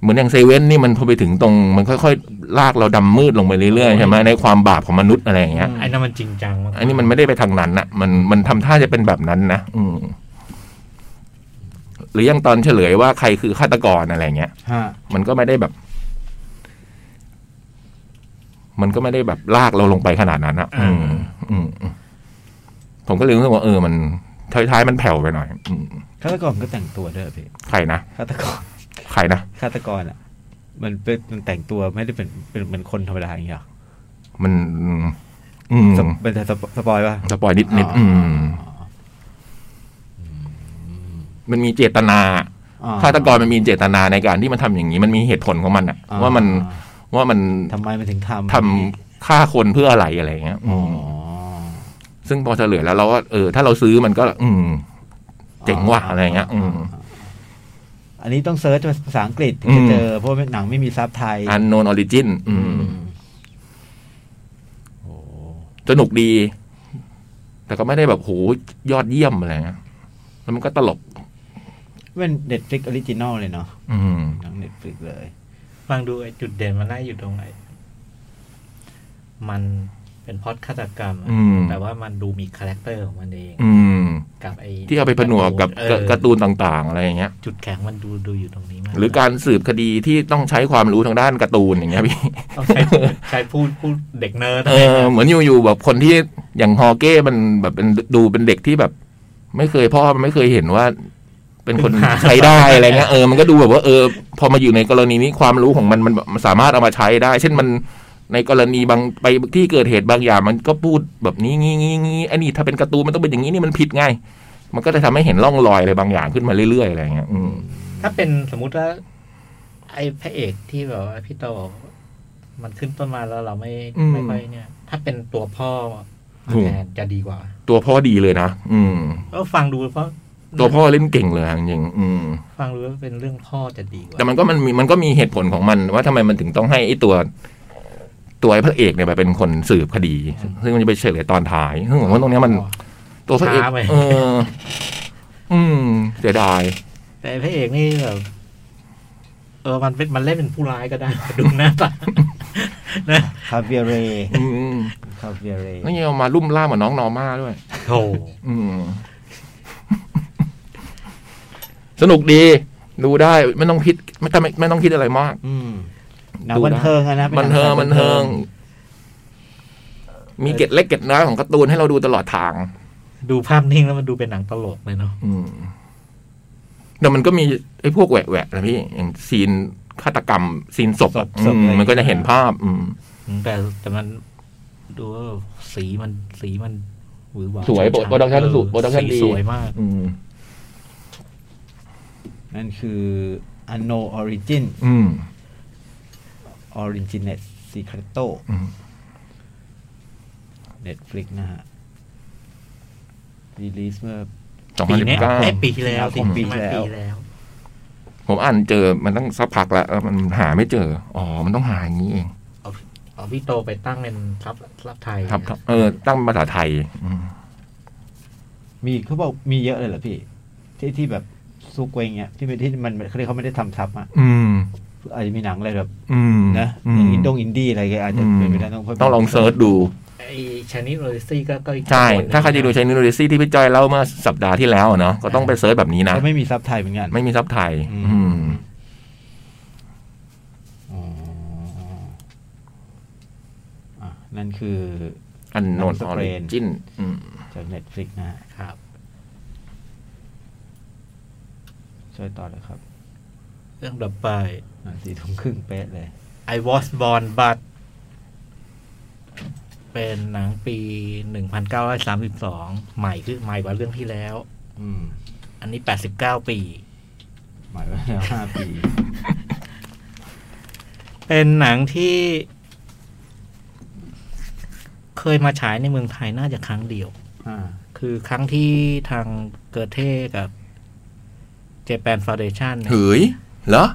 E: เหมือนอย่างเซเว่นนี่มันพอไปถึงตรง มันค่อยๆ ลากเราดำมืดลงไปเรื่อยๆใช่ไหมในความบาปของมนุษย์อะไรอย่างเงี้ย
D: ไอ้นั่นมันจริงจังมาก
E: อันนี้มันไม่ได้ไปทางนั้นนะมันมันทำท่าจะเป็นแบบนั้นนะอืม หรือยังตอนเฉลยว่าใครคือฆาตกรอะไรอย่างเงี้ย
B: ฮะ
E: มันก็ไม่ได้แบบ มันก็ไม่ได้แบบลากเราลงไปขนาดนั้นอะ
D: อ่า
E: อืมอืมอืมผมก็เลยรู้สึกว่าเออ มันท้ายๆมันแผ่วไปหน่อย อืม
B: ฆาตกรก็แต่งตัวด้วยพี่
E: ใครนะ
B: ฆาตกร
E: ใครนะ
B: ฆาตกรอ่ะ มันเป็นมันแต่งตัวไม่ได้เป็นเป็นเป็นคนธรรมดาอย่างเงี้ยหรอ
E: มัน อืม
B: สปเป็นแต่สปสปอยป่ะ
E: สปอยนิดนิดๆอืม มันมีเจตนาฆาตกรมันมีเจตนาในการที่มันทำอย่างนี้ มันมีเหตุผลของมันอะ
B: อ่
E: ว่ามันว่ามัน
B: ทำไมมันถึงทำ
E: ทำฆ่าคนเพื่ออะไรอะไรอย่างเงี้ย
B: อ๋อ
E: ม ซึ่งพอเฉลยแล้วเราก็เออถ้าเราซื้อมันก็ อืม เจ๋งว่ะอะไรเงี้ย อืม
B: อันนี้ต้องเซิร์ชภาษาอังกฤษถึง
E: อื
B: จะ
E: ม
B: เจอ เพราะว่าหนังไม่มีซับไทย
E: อันโนนออริจินอืม
B: โอ้
E: สนุกดี แต่ก็ไม่ได้แบบโหยอดเยี่ยมอะไรเงี้ยแล้วมันก็ตลก
B: เป็นเน็ตฟลิกออริจินอลเลยเนาะ
E: อืม
B: หนังเน็ตฟลิกเลย
D: ฟังดูไอ้จุดเด่นมันน่าอยู่ตรงไหน มันเป็นพล็อดฆาตกรรมอะ
E: อืม
D: แต่ว่ามันดูมีคาแรคเตอร์ของมันเอง
E: อืม
D: กับไอ้
E: ที่เอาไปผนวกกับ
D: เออ
E: การ์ตูนต่างๆ อะไรอย่างเงี้ย
D: จุดแข็งมันดูดูอยู่ตรงนี้มาก
E: หรือการสืบคดีที่ต้องใช้ความรู้ทางด้านการ์ตูนอย่างเงี้ยพี่
D: ต้องใช้ใช้พูดพูดเด็กเนิร์ด
E: เออเหมือนอยู่ๆแบบคนที่อย่างฮอเก้มันแบบเป็นดูเป็นเด็กที่แบบ ไม่เคยพ่อมันไม่เคยเห็นว่า เป็นคนใช้ได้อะไรเงี้ยเออมันก็ดูแบบว่าเออ พอมาอยู่ในกรณีนี้ความรู้ของมันมันมันสามารถเอามาใช้ได้ เช่นมันในกรณีบางไปที่เกิดเหตุบางอย่าง มันก็พูดแบบนี้งี้งี้งี้ไอ้นี่ถ้าเป็นการ์ตูนมันต้องเป็นอย่างนี้นี่มันผิดไงมันก็จะทำให้เห็นร่องรอยอะไรบางอย่างขึ้นมาเรื่อยๆอะไรเงี้ยอืม
D: ถ้าเป็นสมมุติว่า ไอ้พระเอกที่แบบว่าพี่โตบอกมันขึ้นต้นมาแล้วเราไม่ไม่ค่อยเนี่ย ถ้าเป็นตัวพ่อแทนจะดีกว่า
E: ตัวพ่อดีเลยนะอืม
D: ก็ฟังดูเพราะ
E: ตัวพ่อเล่นเก่งเลยอะจริงๆอืม
D: ฟังดูว่าเป็นเรื่องพ่อจะดีกว่า
E: แต่มันก็มันมีมันก็มีเหตุผลของมันว่าทำไมมันถึงต้องให้ไอ้ตัวตัวไอ้พระเอกเนี่ยไปเป็นคนสืบคดี
D: อืม
E: ซึ่งมันจะไปเฉลยตอนท้ายซึ่งผมว่าตรงเนี้ยมัน
D: อ๋อ
E: ตัวพระเอก
D: ช้าไป
E: เออ อืมเสียดาย
D: แต่พระเอกนี่แบบเออมันเป็นมันเล่นเป็นผู้ร้ายก็ได้ *laughs* ดูหน้าตานะ
F: คาเวียเร
E: อืม
F: คาเวียเร
E: แล้วยังเอามาลุ่มล่ามกับน้องนอร์มาด้วย
D: โธ่
E: อืม สนุกดี ดูได้ไม่ต้องคิด ไม่ต้องไม่ต้องคิดอะไรมาก
B: อืมหนัง
E: ดูนะ
B: บันเทิงอะนะป็
E: บันเทิง
B: ห
E: บันเทิง มีเกร็ดเล็กเกร็ดน้อยของการ์ตูนให้เราดูตลอดทาง
D: ดูภาพนิ่งแล้วมันดูเป็นหนังตลกเลยเนาะ
E: อืมแต่มันก็มีไอ้พวกแหวะแหวะนะพี่อย่างซีนฆาตกรรม ซีนศพอะ
F: ศพ
E: อืม
F: เลย
E: มันก็จะเห็นภาพ อืม
D: แต่แต่มันดูว่าสีมันสีมันหวือหวา
E: สวยโปรโปรดักชั่น
D: เออ
E: สูโปรดักชั่นดี
D: สวยมาก
E: อืม
B: นั่นคือ Anno Origin
E: อืม
B: Originate Secreto
E: อืม
B: Netflix นะฮะรีลีสเมื่อ
E: สองพั
D: ปี
E: นสิบ
D: เนี้ย
E: เก้า
D: เอ้ยปีที่แล้วสิ
B: ของปีที่
D: มัน
B: แล้ว
D: ปีแล้ว
E: ผมอ่านเจอมันตั้งสักพักแล้วเออมันหาไม่เจอ อ๋อ มันต้องหาอย่างนี้เอง
D: เอา ของพี่โตไปตั้งเป็นซับซับไทย
E: ครับ เออ ตั้งเป็นภาษาไทยอืม
B: มีเขาบอกมีเยอะเลยเหรอพี่ ที่ที่แบบซุกไว้อย่างเงี้ยที่ไม่ที่มันเขาเรียกเขาไม่ได้ทำซับอ่ะ
E: อืม
B: อาจจะมีหนังอะไรแบบ
E: อืม
B: นะ
E: อื
B: อย่าง
E: ม
B: อินดงอินดี้อะไรเงี้ยอาจจะเป็นไปได้ต้อง
E: ต้องลองเซิร์ชดู
D: ไอ้ชนิดโรซี่ก็ก็อีก
E: ใช่
D: ขบวนหนึ่ง
E: ถ้าใครจะดูใช้นิโนเดซี่ที่พี่จอยเล่าเมื่อสัปดาห์ที่แล้วอะเนาะก็ต้องไปเซิร์ชแบบนี้นะ
B: แล้วไม่มีซับไทยเหมือนกัน
E: ไม่มีซับไทย
B: อืม
E: อืม
B: อ๋ออ่ะนั่นคือ
E: อันโนนออริจิน
B: จากเน็ตฟลิกนะฮะ
D: ครับ
B: ช่วยต่อเลยครับ
D: เรื่องต่อไป
B: อ่ะสี่ทุ่มครึ่งเป๊ะเลย
D: I was born but เป็นหนังปี 1932 ใหม่คือใหม่กว่าเรื่องที่แล้ว
B: อืม
D: อันนี้ 89 ปี
B: หมายว่าแล้วห้าปี
D: เป็นหนังที่ เคยมาฉายในเมืองไทยน่าจะครั้งเดียว
B: อ่า
D: คือครั้งที่ทางเกิดเท่กับเจแปนฟาวเดชันย
E: เฮ้ยเหรอ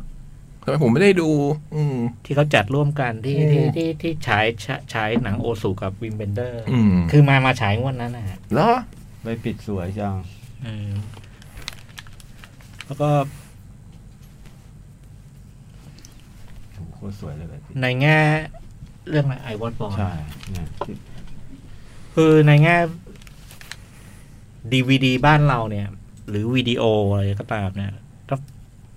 E: ทำไมผมไม่ได้ดู อืม
D: ที่เขาจัดร่วมกันที่
E: อืม
D: ที่ที่ที่ฉายฉายฉายหนังโอสุกับวิมเบนเดอร์
E: อืม
D: คือมามาฉายงวดนั้นนะฮะ
E: เหรอ
B: ไปปิดสวยจัง
D: อืมแล้วก็
B: โคตรสวยเลยแบบนี้
D: ในแง่เรื่องไอวอตบอล
B: ใช่เนี่ยที่
D: คือในแง่ดีวดีบ้านเราเนี่ย หรือวิดีโออะไรก็ตามเนี่ยตั้ง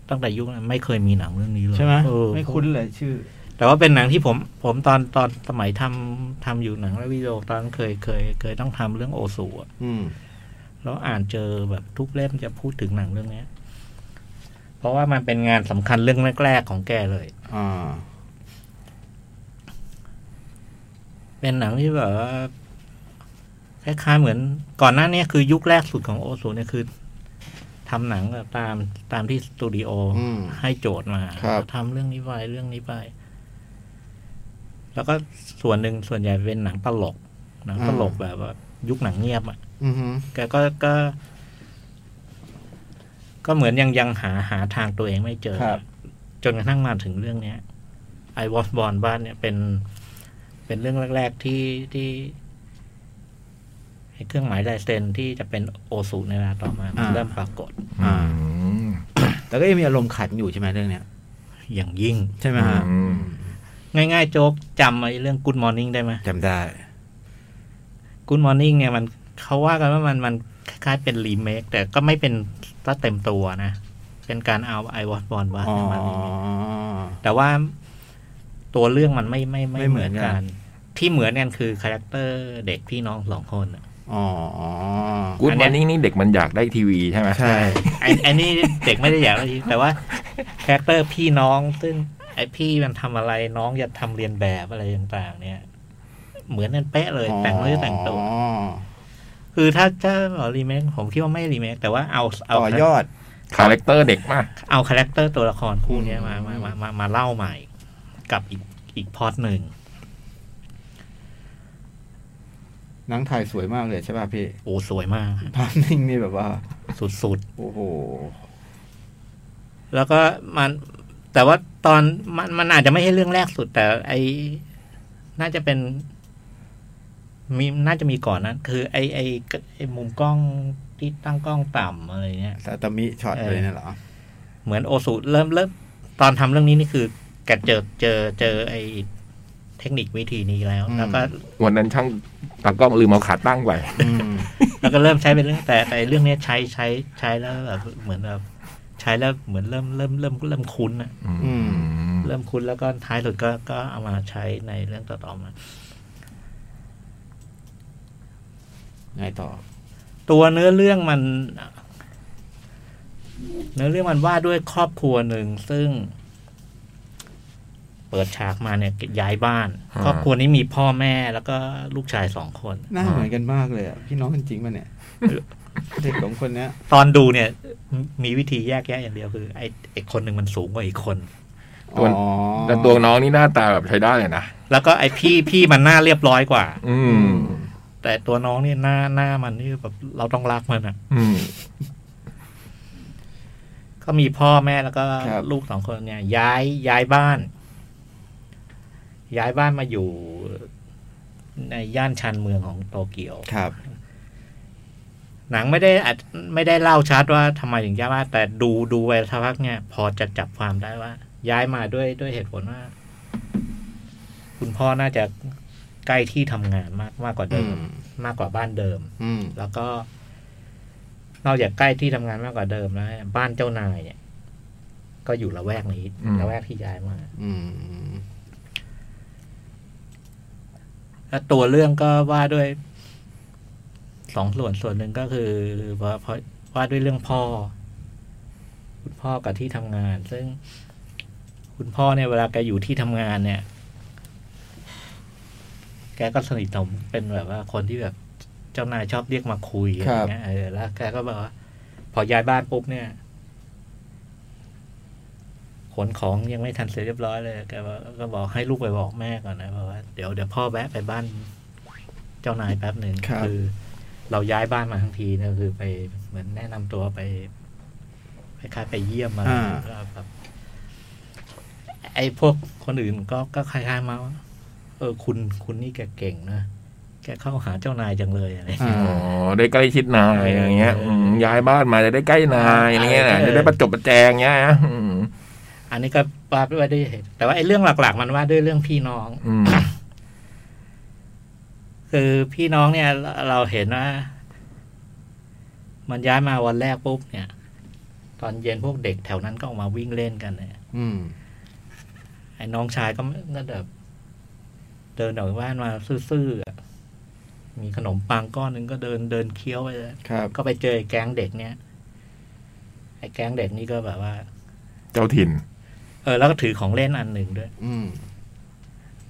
D: ตั้งแต่ยุคนั้นไม่เคยมีหนังเรื่องนี้เลย
B: ใช่ไหม
D: เออ
B: ไม่คุ้นเลยชื่อ
D: แต่ว่าเป็นหนังที่ผม ผมตอนตอนสมัยทำทำอยู่หนังและวิดีโอตอนนั้นเคยเคย เคยต้องทำเรื่องโอสูอะ
B: อืม
D: แล้วอ่านเจอแบบทุกเล่มจะพูดถึงหนังเรื่องเนี้ย เพราะว่ามันเป็นงานสำคัญเรื่องแรก ๆ ของแกเลย
B: อ่า
D: เป็นหนังที่แบบว่าคล้ายๆเหมือนก่อนหน้าเนี้คือยุคแรกสุดของโอซูเนี่ยคือทำหนังแบบตามตามที่สตูดิโออ
B: ม
D: ให้โจทย์มา
B: ครับ
D: ทำเรื่องนี้ไปเรื่องนี้ไป แล้วก็ส่วนหนึ่งส่วนใหญ่เป็นหนังตลกหนังตลกแบบว่ายุคหนังเงียบอ่ะ
B: อือฮึ
D: แกก็ก็ ก็เหมือนยังยังหาหาทางตัวเองไม่เจอ
B: ครับ
D: จนกระทั่งมาถึงเรื่องเนี้ย I was born บ้านเนี่ยเป็น เป็นเรื่องแรก ๆ ที่ที่ไอ้เครื่องหมายลายเซ็นที่จะเป็นโอสูในเวลาต่อมามัน
B: อ่า
D: เริ่มปรากฏ
E: อื
B: อ่า
E: ม
B: แต่ก็ยังมีอารมณ์ขันอยู่ใช่ไหมเรื่องเนี้ย
D: อย่างยิ่ง
B: ใช่ไหมฮะ
E: อืม
D: ง่าย ๆ โจ๊กจำไอ้เรื่อง Good Morning ได้ไหม
B: จำได้
D: Good Morning เนี่ยมันเขาว่ากันว่ามันมันคล้ายๆเป็นรีเมคแต่ก็ไม่เป็นตัเต็มตัวนะ เป็นการเอา I was born บ้าน
B: อ๋อ
D: มา แต่ว่าตัวเรื่องมันไม่ไม่
B: ไม่
D: ไม่
B: เห
D: เห
B: มื
D: มื
B: อ
D: อน น
B: กั
D: กัน น ที่เหมือนกันคือคาแรคเตอร์เด็กพี่น้องสองคนน่ะ
B: อ๋ออ๋อ
E: กูด
D: อัน
E: มา
D: เนี้
E: ย นี่นี่เด็กมันอยากได้ทีวีใช่ไหม
B: ใช่
D: ไอ้ไอ้นี่เด็กไม่ได้อยากอะไรแต่ *laughs* ว่าคาแรคเตอร์พี่น้อง ซึ่งไอ้พี่มันทำอะไรน้องจะทำเรียนแบบอะไรต่างๆ เนี่ย เหมือนกันเป๊ะเลย แต่งเนื้อแต่งตัว
B: อ๋อ
D: คือถ้าถ้ารีเมคผมคิดว่าไม่รีเมคแต่ว่าเอาเอา
B: ต่อยอด
E: คาแรคเตอร์เด็กมาก
D: เอาคาแรคเตอร์ตัวละครคู่เนี้ยมา
B: อืม
D: มามามามาเล่าใหม่กับอีกอีกพล็อดหนึ่ง
B: หนังถ่ายสวยมากเลยใช่ป่ะพี่
D: โอ้สวยมาก
B: ภาพนิ่งนี่แบบว่า
D: สุดๆ
B: โอ้โห
D: แล้วก็มัน แต่ว่าตอนมันมันอาจจะไม่ใช่เรื่องแรกสุด แต่ไอน่าจะเป็น มีน่าจะมีก่อนนั้น คือไอไอไอมุมกล้องที่ตั้งกล้องต่ำอะไรเงี้ย
B: ซาตามิช็อต
D: เออ
B: เลยนั่นเหรอ
D: เหมือนโอสุเริ่มเริ่มตอนทำเรื่องนี้นี่คือแกเจอเจอเจอไอเทคนิควิธีนี้แล้ว
B: อืม
D: แล้วก็
E: วันนั้นช่างตากล้องลืมเอาขาตั้งไป
B: อืม
D: แล้วก็เริ่มใช้เป็นเรื่องแต่แต่เรื่องเนี้ยใช้ใช้ใช้แล้วแบบเหมือนแบบใช้แล้วเหมือนเริ่มเริ่มเริ่มเริ่มคุ้นอะ
B: อืม
D: เริ่มคุ้นแล้วก็ท้ายสุดก็ก็เอามาใช้ในเรื่องต่อๆมา
B: ไงต่อ
D: ตัวเนื้อเรื่องมัน เนื้อเรื่องมันว่าด้วยครอบครัวหนึ่งซึ่ง เปิดฉากมาเนี่ยย้ายบ้าน ครอบครัวนี้มีพ่อแม่แล้วก็ลูกชายสองคน
B: หน้าเหมือนกันมากเลยอะพี่น้องกันจริงป่ะเนี่ย เด็กสองคนเนี้ย
D: ตอนดูเนี่ยมมีวิธีแยกแยะอย่างเดียวคือไอ้ไอ้คนหนึ่งมันสูงกว่าอีกคน
E: ตัว
B: อ๋อ
E: แต่ตัวน้องนี่หน้าตาแบบใช้ได้เลยนะ
D: แล้วก็ไอ้พี่พี่มันหน้าเรียบร้อยกว่า
E: อืม
D: แต่ตัวน้องเนี่ยหน้าหน้ามันนี่แบบเราต้องรักมันอะ
E: อืม
D: ก็มีพ่อแม่แล้วก็
B: ครับ
D: ลูกสองคนเนี่ย ย้ายย้ายบ้าน ย้ายบ้านมาอยู่ในย่านชานเมืองของโตเกียว
F: ครับ
D: หนังไม่ได้อาจไม่ได้เล่าชัดว่าทำไมถึงย้ายมาแต่ดูดูไปสักพักเนี่ย พอจะจับความได้ว่า ย้ายมาด้วยด้วยเหตุผลว่า คุณพ่อน่าจะใกล้ที่ทำงานมากมากกว่าเดิม มากกว่าบ้านเดิม
F: อืม
D: แล้วก็นอกจากใกล้ที่ทำงานมากกว่าเดิมแล้วเนี่ยบ้านเจ้านายเนี่ย ก็อยู่ละแวกนี้
E: อืม
D: ละแวกที่ย้ายมา
F: อืม
D: แล้วตัวเรื่องก็ว่าด้วยสองส่วนส่วนหนึ่งก็คือว่าเพราะว่าด้วยเรื่องพ่อ คุณพ่อกับที่ทำงาน ซึ่ง คุณพ่อเนี่ยเวลาแกอยู่ที่ทำงานเนี่ย แกก็สนิทสนมเป็นแบบว่าคนที่แบบเจ้านายชอบเรียกมาคุยอะ
F: ค
D: ไร
F: รับ
D: เงี้ยเออแล้วแกก็บอกว่า พอย้ายบ้านปุ๊บเนี่ยขนของยังไม่ทันเสร็จเรียบร้อยเลยแกบอกก็บอกให้ลูกไปบอกแม่ก่อนนะบอกว่าเดี๋ยวเดี๋ยวพ่อแวะไปบ้านเจ้านายแป๊บหนึ่ง
F: ครับ
D: อเราย้ายบ้านมาทั้งทีเนี่ยคือไปเหมือนแนะนำตัวไปไปคล้ายๆไปเยี่ยมมา
B: อ่า
D: แล้วแบบไอ้พวกคนอื่นก็ก็คล้ายๆมาว่าเออคุณคุณนี่แกเก่งนะแกเข้าหาเจ้านายจังเลยอะไรอย่างเงี้ย
B: อ่า
E: อ๋อได้ใกล้ชิดนายอย่างเงี้ยอืมย้ายบ้านมาจะได้ใกล้นายอย่างเงี้ยนะจะได้ประจบประแจงเงี้ยนะอืม
D: อันนี้ก็ว่าด้วยด้วยเหตุแต่ว่าไอ้เรื่องหลัก ๆ มันว่าด้วยเรื่องพี่น้อง
E: อืม
D: คือพี่น้องเนี่ยเราเราเห็นว่า มันย้ายมาวันแรกปุ๊บเนี่ย ตอนเย็นพวกเด็กแถวนั้นก็ออกมาวิ่งเล่นกันเนี่ย
F: อืม
D: ไอ้น้องชายก็ไม่ก็แบบเดินออกจากบ้านมาซื่อๆอะมีขนมปังก้อนหนึ่งก็เดินเดินเคี้ยวไปเลย
F: ครับ
D: ก็ไปเจอไอ้แก๊งเด็กเนี่ยไอ้แก๊งเด็กนี่ก็แบบว่า
E: เจ้าถิ่น
D: เออแล้วก็ถือของเล่นอันหนึ่งด้วย
F: อืม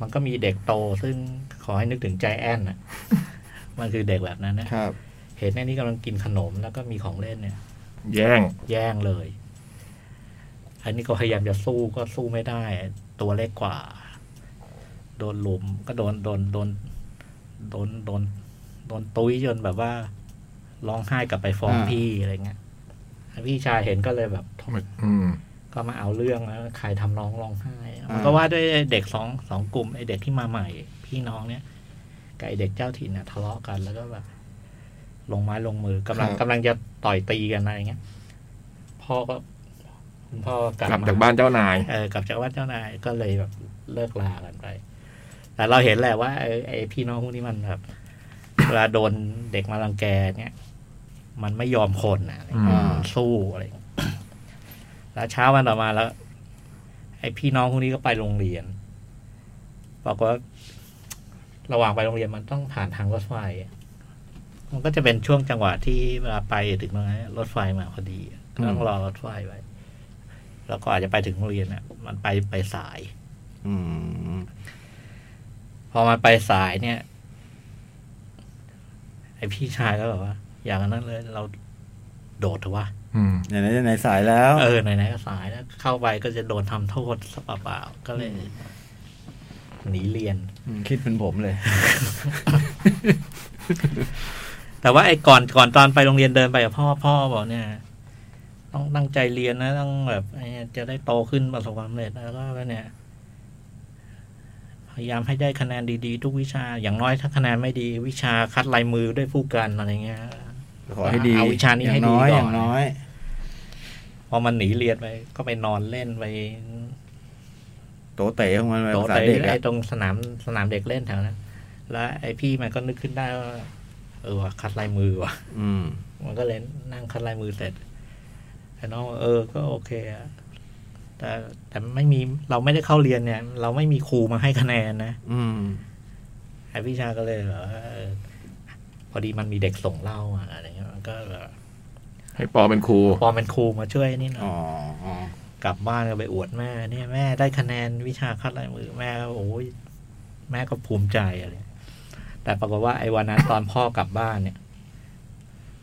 D: มันก็มีเด็กโตซึ่งขอให้นึกถึงใจแอนน่ะ มันคือเด็กแบบนั้นนะครับ เห็นไอ้นี่กำลังกินขนมแล้วก็มีของเล่นเนี่ย
E: แย่ง
D: แย่งเลย อันนี้ก็พยายามจะสู้ก็สู้ไม่ได้ ตัวเล็กกว่า โดนลุมก็โดนโดนโดนโดนโดนโดนตุ้ยจนแบบว่าร้องไห้กลับไปฟ้อง
F: อ่า
D: พี่อะไรเงี้ยพี่ชายเห็นก็เลยแบบทน
E: อืม
D: ก็มาเอาเรื่องแล้วใครทำน้องร้องไห้มันก็ว่าด้วยเด็กสองสองกลุ่มไอเด็กที่มาใหม่ พี่น้องเนี่ยกับไอเด็กเจ้าถิ่นเนี่ยทะเลาะกันแล้วก็แบบลงไม้ลงมือกำลัง
F: ครับ
D: กำลังจะต่อยตีกันอะไรเงี้ยพ่อก็คุณพ่อกลับ
E: กลับ
D: ม
E: จากบ้านเจ้านาย
D: เออกลับจากบ้านเจ้านายก็เลยแบบเลิกลากันไป แต่เราเห็นแหละว่าเออไอพี่น้องพวกนี้มันแบบ เวลาโดนเด็กมารังแกเนี่ยมันไม่ยอมคนนะอะไรเงี้ย
E: อืม
D: สู้อะไรอย่างเงี้ย แล้วเช้าวันต่อมาแล้ว ไอ้พี่น้องพวกนี้ก็ไปโรงเรียนบอกฏว่า ระหว่างไปโรงเรียนมันต้องผ่านทางรถไฟอะมันก็จะเป็นช่วงจังหวะที่เวลาไปถึงตรงนั้นรถไฟมาพอดีก็ต้องรอรถไฟไว้ แล้วก็อาจจะไปถึงโรงเรียนเนี่ยมันไปไปสาย
F: อืม
D: พอมันไปสายเนี่ย ไอพี่ชายก็แบบว่า อย่างนั้นเลย เราโดดเถอะวะ
E: อืม
B: ไหนๆไหนๆสายแล้ว
D: เออไหนๆก็สายแล้วเข้าไปก็จะโดนทำโทษสะเปล่าๆก็เลยหนีเรียน
F: คิดเป็นผมเลย
D: แต่ว่าไอ้ก่อนก่อนตอนไปโรงเรียนเดินไปกับพ่อพ่อบอกเนี่ย ต้องตั้งใจเรียนนะต้องแบบไอ้จะได้โตขึ้นประสบความสำเร็จแล้วก็เนี่ย พยายามให้ได้คะแนนดีๆ ทุกวิชา อย่างน้อยถ้าคะแนนไม่ดี วิชาคัดลายมือด้วยผู้กันอะไรเงี้ย
B: ขอให้ดี
D: เอาวิชานี้ให้ดี
B: ย่างน้อย
D: ก่อน
B: อย่างน้อย
D: พอมันหนีเรียนไป ก็ไปนอนเล่นไป
B: โตเตะของมันไป
D: โดด
B: ภา
D: ไป
B: ษาเด็กอะ
D: ไอ้ตรงสนามสนามเด็กเล่นแถวนั้น แล้วไอ้พี่มันก็นึกขึ้นได้ว่า เออว่ะคัดลายมือว่ะ
B: อืม
D: มันก็เลยนั่งคัดลายมือเสร็จไอ้น้องเออ ก็โอเคอะแต่แต่ไม่มีเราไม่ได้เข้าเรียนเนี่ย เราไม่มีครูมาให้คะแนนนะ
B: อืม
D: ไอ้พี่ชายก็เลยแบบว่าเออพอดีมันมีเด็กส่งเหล่ามาอะไรเงี้ยมันก็แบบ
E: ให้ปอเป็นครู
D: พอเป็นครูมาช่วยนี่หน่อย
B: อ๋อ
D: กลับบ้านก็ไปอวดแม่ เนี่ยแม่ได้คะแนนวิชาคัดลายมือแม่ก็โอ้ยแม่ก็ภูมิใจอะไรแต่ปรากฏว่าไอ้วันนั้นตอนพ่อกลับบ้านเนี่ย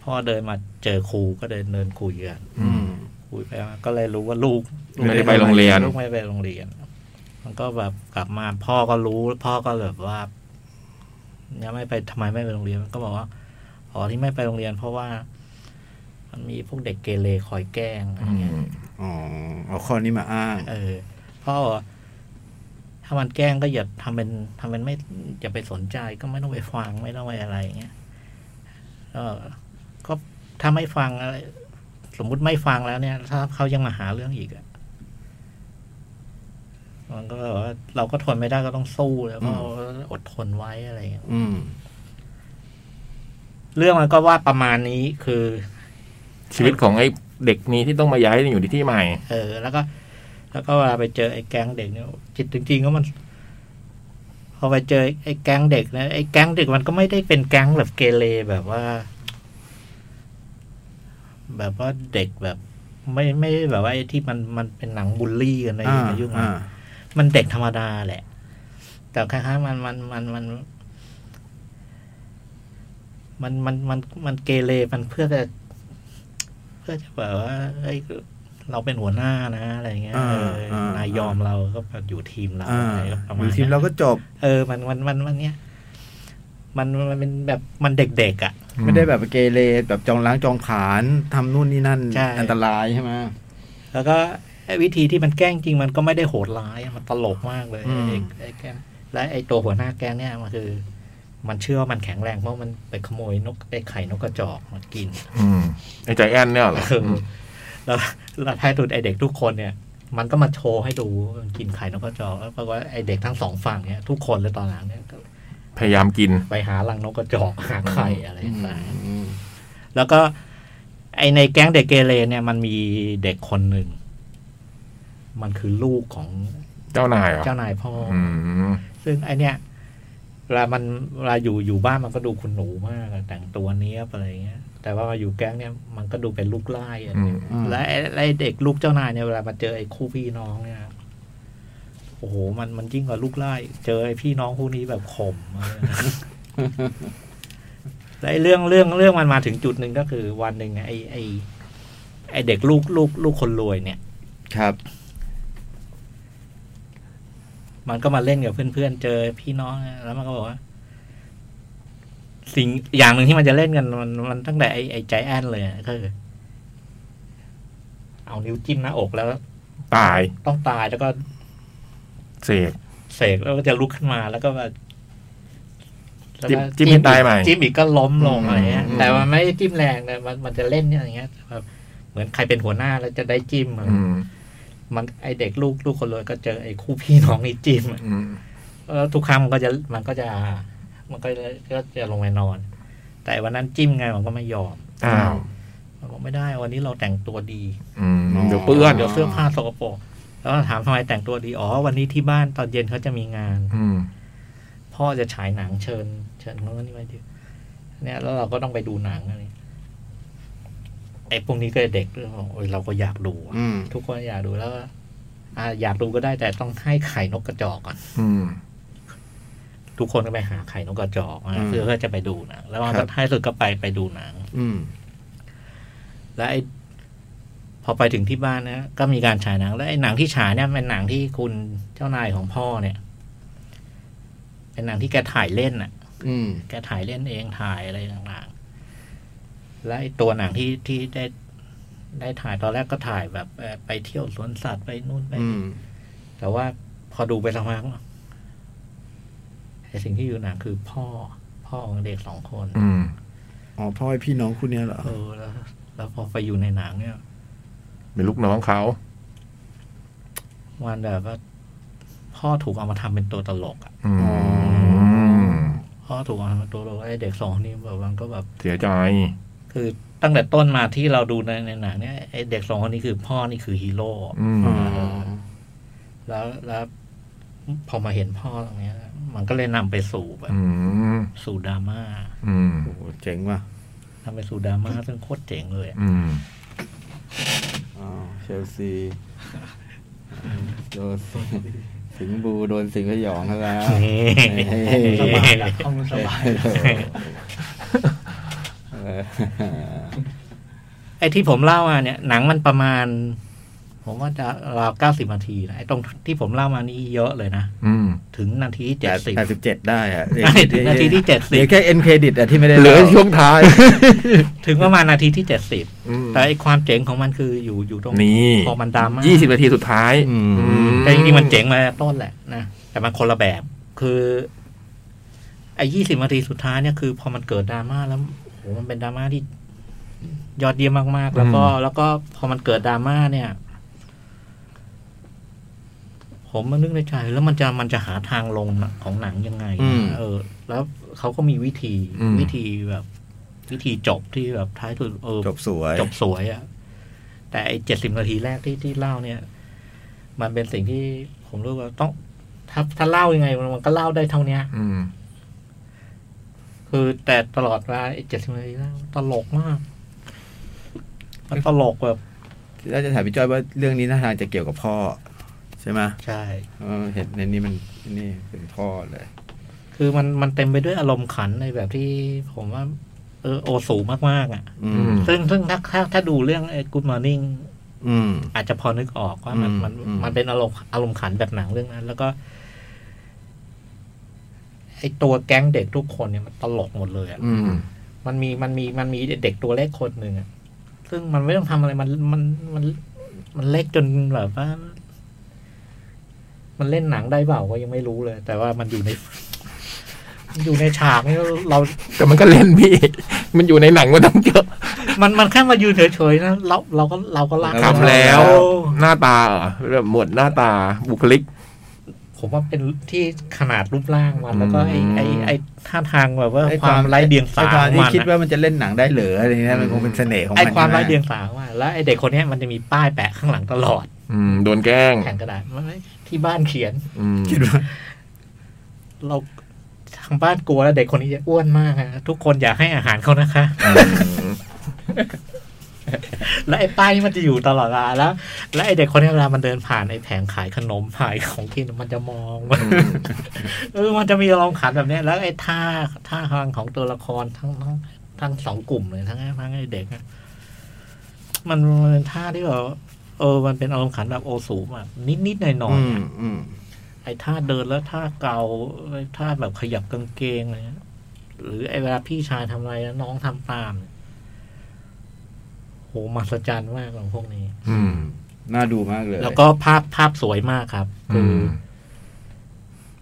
D: พ่อเดินมาเจอครูก็เดินเดินคุยกัน
E: อืม
D: คุยไปมาก็เลยรู้ว่าลูก
E: ไม่ได้ไปโรงเรียน
D: ลูกไม่ไปโรงเรียน มันก็แบบกลับมาพ่อก็รู้พ่อก็แบบว่ายังไม่ไปทำไมไม่ไปโรงเรียนมันก็บอกว่าอ๋อที่ไม่ไปโรงเรียน เพราะว่า มันมีพวกเด็กเกเรคอยแกล้งอะไร
E: อื
D: เงี้ย
E: ม
B: อ๋อ เอาข้อนี้มาอ้าง
D: เออพ่อบอก ถ้ามันแกล้งก็อย่าทำเป็นทำเป็นไม่อย่าไปสนใจก็ไม่ต้องไปฟังไม่ต้องไปอะไรอย่างเงี้ยก็ก็ถ้าไม่ฟังอะไรสมมุติไม่ฟังแล้วเนี่ย ถ้าเขายังมาหาเรื่องอีกอะมันก็แบบว่าเราก็ทนไม่ได้ก็ต้องสู้แล้วก็อดทนไว้อะไรอย่างเงี้ย
B: อืม
D: เรื่องมันก็ว่าประมาณนี้คือ
E: ชีวิตของไอ้เด็กนี้ที่ต้องมาย้ายอยู่ในที่ใหม่
D: เออ แล้วก็ แล้วก็เวลาไปเจอไอ้แก๊งเด็กเนี่ยจิตจริงๆก็มัน พอไปเจอไอ้แก๊งเด็กนะไอ้แก๊งเด็กมันก็ไม่ได้เป็นแก๊งแบบเกเรแบบว่า แบบว่าเด็กแบบ ไม่ไม่ได้แบบว่าไอ้ที่มันมันเป็นหนังบูลลี่กันใน
B: อ่า
D: ในยุคนั้
B: อ่าน
D: มันเด็กธรรมดาแหละ แต่คล้ายๆมันมันมันมัน มันมันมันมันเกเรมันเพื่อจะเพื่อจะแบบว่าเอ้ยเราเป็นหัวหน้านะอะไรเงี้ย
B: อ่า
D: เอออา นายยอมเราก็แบบอยู่ทีมเรา
B: อ่า
D: อะไรก็ประ
B: อ
D: มาณ
B: ยู่ทีม
D: เนี้ย
B: เราก็จบ
D: เออมันมันมันมันเนี้ยมันมันเป็นแบบมันเด็กๆอ่ะ
B: ไม่ได้แบบเกเรแบบจองล้างจองผลานทำนู่นนี่นั่น
D: ใช่
B: อันตรายใช่ไหม
D: แล้วก็ไอ้วิธีที่มันแกล้งจริงมันก็ไม่ได้โหดร้ายอะมันตลกมากเลย
B: อืม
D: ไอ้ไอ้แกงและไอ้ตัวหัวหน้าแกงเนี่ยมันคือ มันเชื่อว่ามันแข็งแรงเพราะมันไปขโมยนกไอ้ไข่นกกระจอกมากิน
E: อืมไอ้ใจแอนเนี่ยเหรอ
D: เออแล้วแล้วท้ายสุดไอ้เด็กทุกคนเนี่ย มันก็มาโชว์ให้ดูว่ามันกินไข่นกกระจอกแล้วปรากฏว่าไอ้เด็กทั้งสองฝั่งเนี่ยทุกคนเลยตอนหลังเนี่ยก็
E: พยายามกิน
D: ไปหารังนกกระจอกหาไข่อะไรต่างๆ
B: อืม
D: แล้วก็ไอในแก๊งเด็กเกเรเนี่ยมันมีเด็กคนหนึ่ง มันคือลูกของ
E: เจ้านายเหรอ
D: เจ้านายพ่ออ
E: อืม
D: ซึ่งไอเนี่ยเวลามันเวลาอยู่อยู่บ้านมันก็ดูคุณหนูมากอะแต่งตัวเนี้ยบอะไรเงี้ย แต่ว่ามาอยู่แก๊งเนี่ยมันก็ดูเป็นลูกไล่อะไรเงี้ย
B: อืม
D: และไอ้ไอเด็กลูกเจ้านายเนี่ยเวลามาเจอไอคู่พี่น้องเนี่ยโอ้โหมันมันยิ่งกว่าลูกไล่เจอไอพี่น้องคู่นี้แบบข่มมากเลย
B: *laughs*
D: นะ แล้วไอ้เรื่องเรื่องเรื่องมันมาถึงจุดหนึ่งก็คือวันหนึ่งไอ้ไอ้ไอ้เด็กลูกลูกลูกคนรวยเนี่ย
B: ครับ
D: มันก็มาเล่นกับเพื่อนๆเจอพี่น้องนะแล้วมันก็บอกว่า สิ่งอย่างหนึ่งที่มันจะเล่นกันมันมันตั้งแต่ไอ้ไอ้ใจแอนเลยอะก็คือเอานิ้วจิ้มหน้าอกแล้ว
E: ตาย
D: ต้องตายแล้วก็
E: เสก
D: เสกแล้วก็จะลุกขึ้นมาแล้วก็แบบแล้ว
E: จิ้
D: ก็
E: มจิ้มให้ตายใหม่
D: จิ้มอีกก็ล้มลงอะไรเงี้ย
E: อืม
D: แต่มันไม่ได้จิ้มแรงนะมันมันจะเล่นอย่างเงี้ยแบบเหมือนใครเป็นหัวหน้าแล้วจะได้จิ้มอะ
E: อืม
D: มันไอเด็กลูกลูกคนรวยก็เจอไอคู่พี่น้องนี่จิ้มอะ
E: อืม
D: แล้วทุกครั้งมันก็จะมันก็จะ มันก็จะก็จะลงไปนอน แต่วันนั้นจิ้มไงมันก็ไม่ยอม
E: อ้าว
D: มันบอกไม่ได้วันนี้เราแต่งตัวดี
E: อืมเดี๋ยวเปื้อน
D: เดี๋ยวเสื้อผ้าสกปรกแล้วถามทำไมแต่งตัวดีอ๋อวันนี้ที่บ้านตอนเย็นเขาจะมีงาน
E: อืม
D: พ่อจะฉายหนังเชิญ เชิญเขานี่มาดูเนี่ยแล้วเราก็ต้องไปดูหนังอะไรไอ้พวกนี้ก็เด็กด้วยบอกโอ้ยเราก็อยากดูอะ
B: อืม
D: ทุกคนอยากดูแล้วก็อ่ะอยากดูก็ได้แต่ต้องให้ไข่นกกระจอกก่อน
E: อืม
D: ทุกคนก็ไปหาไข่นกกระจอกมา
B: อืม
D: เพื่อเพื่อจะไปดูหนังแล้วมัน
B: ครั
D: ก็
B: บ
D: ท้ายสุดก็ไปไปดูหนัง
B: อืม
D: แล้วไอ้พอไปถึงที่บ้านนะก็มีการฉายหนัง แล้วไอ้หนังที่ฉายเนี่ยเป็นหนังที่คุณเจ้านายของพ่อเนี่ย เป็นหนังที่แกถ่ายเล่นน่ะ
B: อืม
D: แกถ่ายเล่นเองถ่ายอะไรต่างๆ และไอ้ตัวหนังที่ที่ได้ได้ถ่ายตอนแรกก็ถ่ายแบบเอ่อไปเที่ยวสวนสัตว์ไปนู่นไป
B: อื
D: นี่
B: ม
D: แต่ว่าพอดูไปสักพักไอ้สิ่งที่อยู่หนังคือพ่อ พ่อของเด็กสองคน
E: อืม
B: อ๋อพ่อไอ้พี่น้องคู่เนี้ยเหรอ
D: เออแล้วแล้วพอไปอยู่ในหนังเนี่ย
E: เป็นลูกน้องเขา
D: มันแบบว่า พ่อถูกเอามาทำเป็นตัวตลกอ่ะ
E: อืม
D: พ่อถูกเอามาทำเป็นตัวตลกไอ้เด็กสองคนนี้แบบมันก็แบบ
E: เสียใจ
D: คือตั้งแต่ต้นมาที่เราดูในในหนังเนี่ยไอ้เด็กสองคนนี้คือพ่อนี่คือฮีโร่
E: อืม
B: อ๋อ
D: แล้วแล้วพอมาเห็นพ่อตรงเนี้ย มันก็เลยนำไปสู่แบบ
E: อืม
D: สู่ดราม่า
E: อืม
B: โอ้โหเจ๋งว่ะ
D: นำไปสู่ดราม่าซึ่งโคตรเจ๋งเลยอะ
E: อืม
B: อ๋อ เชลซี โดนสิงสิงห์บูโดนสิงห์พยองเขาแล้ว
D: เฮ้
B: เฮ้ย
D: สบายละ
C: เอามันสบาย
B: เออ
D: ไอ้ที่ผมเล่ามาเนี่ยหนังมันประมาณ ผมว่าจะราวเก้าสิบนาทีนะไอ้ตรงที่ผมเล่ามานี่เยอะเลยนะ
E: อืม
D: ถึงนาทีที่
B: แป
D: เจ็ด
B: ด
D: สิบ
B: แปดสิบเจ็ดได้อะ
D: ถึงนาทีที่เจ็ด
B: เห
D: สิ
B: ลื
D: บ
B: อแค่เอ็นเครดิตอะที่ไม่ได้
E: เหลือ
B: ล่า
E: ช่วงท้าย
D: ถึงประมาณนาทีที่เจ็ดสิบ
E: อืม
D: แต่ไอ้ความเจ๋งของมันคืออยู่อยู่ตรง
E: นี่
D: พอมันดราม่า
E: ยี่สิบนาทีสุดท้าย
B: อืม
E: อืม
D: แต่จริงๆมันเจ๋งมาต้นแหละนะ แต่ แต่มันคนละแบบ คือไอ้ยี่สิบนาทีสุดท้ายเนี่ยคือพอมันเกิดดราม่าแล้วโอ้โหมันเป็นดราม่าที่ ยอดเยี่ยมมากๆ แล้วก็
E: อืม
D: แล้วก็พอมันเกิดดราม่าเนี่ย ผมมานึกในใจ แล้วมันจะมันจะหาทางลงของหนังยังไง
B: อืม
D: เออ แล้วเขาก็มีวิธี
B: อืม
D: วิธีแบบ วิธีจบที่แบบท้ายสุดเออ
B: จบสวย
D: จบสวยอะแต่ไอ้เจ็ดสิบนาทีแรกที่ที่เล่าเนี่ย มันเป็นสิ่งที่ผมรู้ว่าต้อง ถ้าถ้าเล่ายังไงมันก็เล่าได้เท่าเนี้ย
E: อืม
D: คือแต่ตลอดเวลาไอ้เจ็ดสิบนาทีแรกตลกมาก มันตลกแบบ
B: แล้วจะถามพี่จ้อยว่าเรื่องนี้น่าทางจะเกี่ยวกับพ่อ ใช่ไหม
D: ใช่
B: เออเห็นในนี้มันนี่เป็นพ่อเลย
D: คือมันมันเต็มไปด้วยอารมณ์ขันในแบบที่ผมว่า เออโอสูมากๆอ่ะ
B: อื
E: อื
B: ม
E: ม
D: ซึ่งซึ่งถ้าถ้าถ้าดูเรื่องไอ้ Good Morning
B: อืม
D: อาจจะพอนึกออกว่ามัน
B: อืม
D: มัน
B: อืม
D: มันเป็นอารมณ์อารมณ์ขันแบบหนังเรื่องนั้น แล้วก็ไอตัวแก๊งเด็กทุกคนเนี่ยมันตลกหมดเลยอะ
B: อืม
D: มันมีมันมีมันมีเด็กตัวเล็กคนหนึ่งอะซึ่งมันไม่ต้องทำอะไรมันมันมัน มันเล็กจนแบบว่า มันเล่นหนังได้เปล่าก็ยังไม่รู้เลย แต่ว่ามันอยู่ใน *laughs* มันอยู่ในฉากนี่เรา
E: แต่มันก็เล่นพี่ *laughs* มันอยู่ในหนังมันต้องเยอะ
D: มันมันแค่มายืนเฉยๆนะเราเราก็เราก็รัก
B: เราก็รัก
E: ครับ
D: มัน
E: แล้ว หน้าตาเหรอแบบหมวดหน้าตาบุคลิก
D: ผมว่าเป็นที่ขนาดรูปร่างมัน แล้วก็ไอ
E: อืม
D: ไอไอท่าทางแบบว่าความไร้เดียงสา
B: ไอ้
D: ข
B: ควา
D: อ
B: ม
D: ง
B: ที่
D: มัน
B: คิด
D: อะ
B: ว่ามันจะเล่นหนังได้เหลืออะไรเงี้ยมันคงเป็นเสน่ห์ของมั
D: ไอน ความไร้เดีย
B: ใช่ห
D: งสาของมันแล้วไอเด็กคนเนี้ยมันจะมีป้ายแปะข้างหลังตลอด
E: อืม โดนแกล้ง
D: แผ่นกระดาษมันไว้ที่บ้านเขียน
E: อืม
B: คิดว่า
D: เราทางบ้านกลัวแล้วเด็กคนนี้จะอ้วนมากนะทุกคนอย่าให้อาหารเขานะคะ แล้วไอ้ป้ายนี่มันจะอยู่ตลอดเวลาแล้ว แล้วไอ้เด็กคนนี้เวลามันเดินผ่านไอ้แผงขายขนมขายของกินมันจะมอง เออ มันจะมีอารมณ์ขันแบบเนี้ยแล้วไอ้ท่าท่าทางของตัวละครทั้งทั้งทั้งสองกลุ่มเลยทั้งทั้งไอ้เด็กอะมันมันเป็นท่าที่แบบเออ มันเป็นอารมณ์ขันแบบโอสูมอ่ะนิดนิดหน่อยหน่อย
B: อืม
D: ๆอะ
B: อืม
D: ไอ้ท่าเดินแล้วท่าเกาไอ้ท่าแบบขยับกางเกงอะไรเงี้ยหรือไอ้เวลาพี่ชายทำอะไรแล้วน้องทำตามเนี่ยโหมหัศจรรย์มากของพวกนี้
E: อืม
B: น่าดูมากเลย
D: แล้วก็ภาพภาพสวยมากครับ
E: อื
D: คือ
E: ม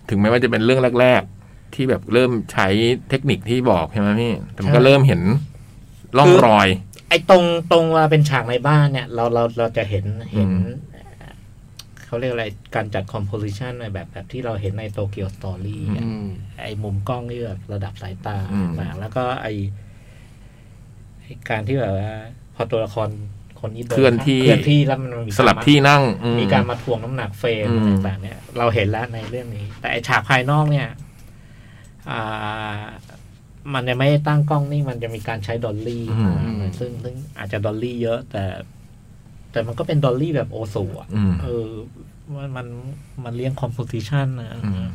E: ถึงแม้ว่าจะเป็นเรื่องแรก ๆ ที่แบบเริ่มใช้เทคนิคที่บอกใช่ไหมพี่ แต่มันก็
D: ใช่
E: เริ่มเห็นร่องรอย
D: ไอ้ตรงตรงเวลาเป็นฉากในบ้านเนี่ย เราเราเราจะเห็นเห็น
E: อืม
D: เขาเรียกอะไรการจัดคอมโพสิชันในแบบแบบที่เราเห็นในโตเกียวสตอรี่อะ
B: อืม
D: ไอ้มุมกล้องนี่แบบระดับสายตา
E: อืม
D: ต่างๆแล้วก็ไอ้ไอ้การที่แบบว่า พอตัวละครคนนี้ดิ
E: เคลื่อนที่
D: เคลื่อนที่แล้วมันมี
E: สลับที่นั่งอื
D: มีการมาถ่วงน้ำหนักเฟรม
E: อืม
D: ต่างๆเนี่ย เราเห็นแล้วในเรื่องนี้ แต่ไอ้ฉากภายนอกเนี่ย อ่า มันจะไม่ได้ตั้งกล้องนิ่งมันจะมีการใช้ดอลลี่
E: อืม
B: ม
D: ซึ่งซึ่งอาจจะดอลลี่เยอะแต่ แต่มันก็เป็นดอลลี่แบบโอโซอ่ะ
E: อืม
D: เออมันมันมันเลี้ยงคอมโพสิชันนะ
E: อืม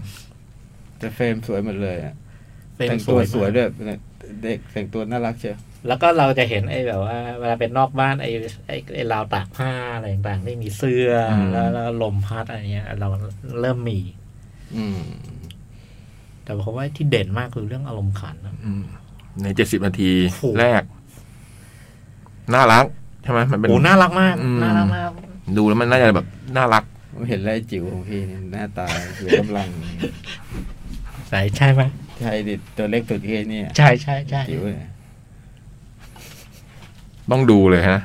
B: แต่เฟรมสวยหมดเลยอะ
D: เฟรม
B: แต่งตัว
D: มาก
B: สวยด้วยเด็กแต่งตัวน่ารักเชียว
D: แล้วก็เราจะเห็นไอ้แบบว่า เวลาเป็นนอกบ้านไอ้ไอ้ไอ้ราวตากผ้าอะไรต่างๆไม่มีเสื้ออ
E: ม
D: แล้วแล้วลมพัดอะไรเงี้ย เราเริ่มมี
B: อืม
D: แต่ผมว่าที่เด่นมากคือเรื่องอารมณ์ขันนะ
E: อืมในเจ็ดสิบนาที
D: โอ้โห
E: แรก น่ารักใช่ไหมมันเป็น
D: โอ้น่ารักมาก
E: อืม
D: น่ารักมาก
E: ดูแล้วมันน่าจะแบบน่ารัก
B: ผมเห็นแล้วไอ้จิ๋วของพี่นี่หน้าตาเหลือกำลัง
D: ใช่ใช่ไหม
B: ใช่ดิตัวเล็กตัวเท่เนี่ย
D: ใช่ใช่ใช่
B: จิ๋วเนี่ย
E: ต้องดูเลยฮะ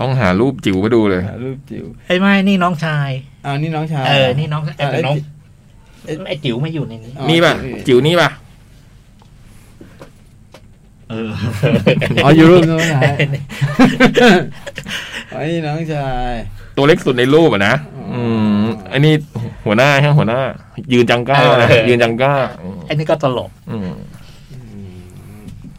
E: ต้องหารูปจิ๋วมาดูเลย
B: หารูปจิ๋ว
D: ไอ้ยไม่นี่น้องชาย
B: อ้าวนี่น้องชาย
D: เออ นี่น้องชาย
B: อ่ะ
D: แต่น้อง
B: ไอ้
D: ไอ้จิ๋วไม่อยู่ในนี้
B: อ๋อ
E: นี่ป่ะ จิ๋วนี่ป่ะ
F: เออ
B: อ๋ออยู่รูปน้องชาย *laughs* อ๋อนี่น้องชาย
E: ตัวเล็กสุดในรูปอ่ะนะอืมอันนี้หัวหน้าฮะหัวหน้า ยืนจังก้านะ
D: เออ
E: ยืนจังก้า
D: ไอ้นี่ก็ตลก
E: อืม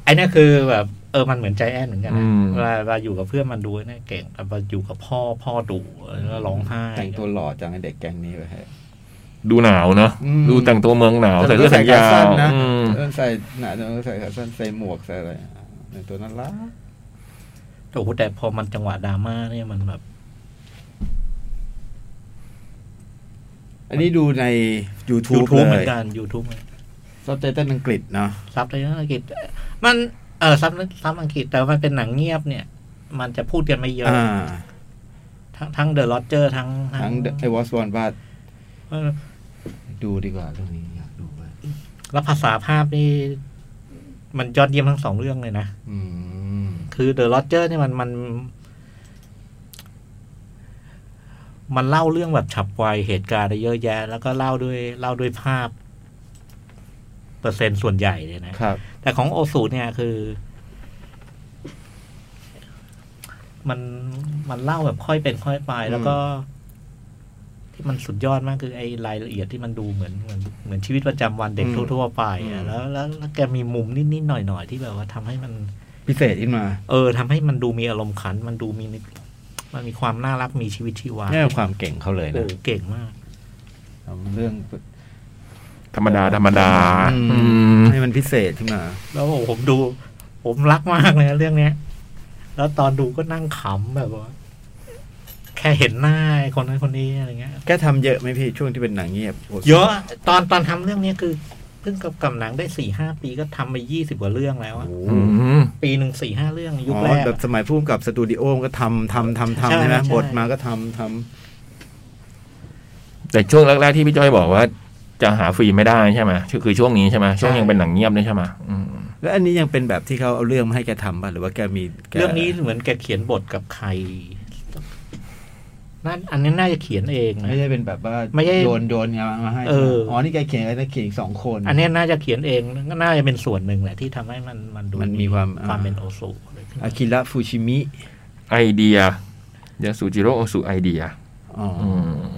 D: ไอ้นี่คือแบบเออมันเหมือนใจแอนเหมือนกันนะ
E: อืม
D: เวลาเวลาอยู่กับเพื่อนมันดูไอ้นี่เก่งแต่พออยู่กับพ่อพ่อดุแล้วร้องไห้
B: แต่งตัวหล่อจังไอ้เด็กแก๊งนี้ไปฮะ
E: ดูหนาวเนอะ
B: อืม
E: ดูแต่งตัวเมืองหนาวใส่เสื้อแขน
B: ใส่
E: ยา
B: ขาสั้
E: วน
B: นะ
E: อืม
B: เออใส่หนาใส่ขาสั้นใส่หมวกใส่อะไรแต่งตัวน่ารัก
D: โอ้โหแต่พอมันจังหวะดราม่าเนี่ยมันแบบ
B: อันนี้ดูใน YouTube,
D: YouTube เห
B: เล
D: มือย นกัน YouTube
B: ซับไตเติ้ลอังกฤษเนาะ
D: ซับไตเติ้ลอังกฤษ มันเออซับซับอังกฤษแต่ว่ามันเป็นหนังเงียบเนี่ย มันจะพูดกันไม่เยอะ
B: อ่า
D: ทั้งทั้งเดอะลอเจอร์ทั้ง
B: ทั้งไอวอสบอลบัต
D: เออ
F: ดูดีกว่าเรื่องนี้อยากดูมาก
D: แล้วภาษาภาพนี่ มันยอดเยี่ยมทั้งสองเรื่องเลยนะ
F: อืม
D: คือเดอะโรเจอร์นี่ยมันมัน มันเล่าเรื่องแบบฉับไวเหตุการณ์ได้เยอะแยะ แล้วก็เล่าด้วยเล่าด้วยภาพ เปอร์เซ็นต์ส่วนใหญ่เลยนะ
F: ครับ
D: แต่ของโอสูเนี่ยคือ มันมันเล่าแบบค่อยเป็นค่อยไป แล้วก็ ที่มันสุดยอดมากคือไอ้รายละเอียดที่มันดูเหมือนเหมือนเหมือนชีวิตประจำวันเด็กทั่วๆไปอะแล้วแล้วแล้วแกมีมุมนิดๆหน่อยๆที่แบบว่าทำให้มัน
B: พิเศษขึ้นมา
D: เออทำให้มันดูมีอารมณ์ขัน มันดูมีนิมันมีความน่ารักมีชีวิตชีวา
F: นี่เป็นความเก่งเขาเลย
D: โอ้
F: นะ
D: เก่งมาก
F: เอาเรื่อง
E: ธรรมดาธรรมดา
B: อื
E: อื
B: ม
E: ม
B: ให้มันพิเศษขึ้นมา
D: แล้วผมดู ผมรักมากเลยนะเรื่องเนี้ย แล้วตอนดูก็นั่งขำแบบว่า แค่เห็นหน้าไอ้คนนั้นคนนี้อะไรเงี้ย
B: แกทำเยอะไหมพี่ช่วงที่เป็นหนังเงียบโ
D: เยอะตอนตอนทำเรื่องเนี้ยคือเพิ่งกับกำหนังได้สี่ห้าปีก็ทำไปยี่สิบกว่าเรื่องแล้ว
B: โอ้
D: อะ
B: โห
E: อืม
D: ปีหนึ่งสี่ห้าเรื่องยุ
B: อ๋
D: ค
B: อ
D: แรก
B: แบบ
D: อะ
B: สมัยพุ่มกับสตูดิโอมันก็ทำทำทำทำใช่ไหม
D: ใช่
B: บทมาก็ทำท
E: แต่ช่วงแรกๆที่พี่จ้อยบอกว่า จะหาฟรีไม่ได้ใช่ไหมคือคือช่วงนี้ใช่ไหมช่วงยังเป็นหนังเงียบนี่ใช่ไหมอืม
B: ำแล้วอันนี้ยังเป็นแบบที่เขาเอาเรื่องมาให้แกทำป่ะหรือว่าแกมีแก
D: เรื่องนี้เหมือนแกเขียนบทกับใครนั่นอันนี้น่าจะเขียนเองนะ
F: ไม่ได้เป็นแบบว่า
D: ไม่ใช่
F: โยนโยนงานมาให้
D: เออ
F: อ๋อนี่แกเขียนอะไรนะเขียนอีกสองคน
D: อันเนี้ยน่าจะเขียนเองก็น่าจะเป็นส่วนหนึ่งแหละที่ทำให้มันมันดู
B: มันมีความ
D: ความเป็นโอ
B: อ่า
D: สุเลยขึ้นมา
B: อากิระฟูชิมิ
E: ไอเดียยาสูจิโร่โอสุไอเดีย
B: อ๋ออ
E: อืม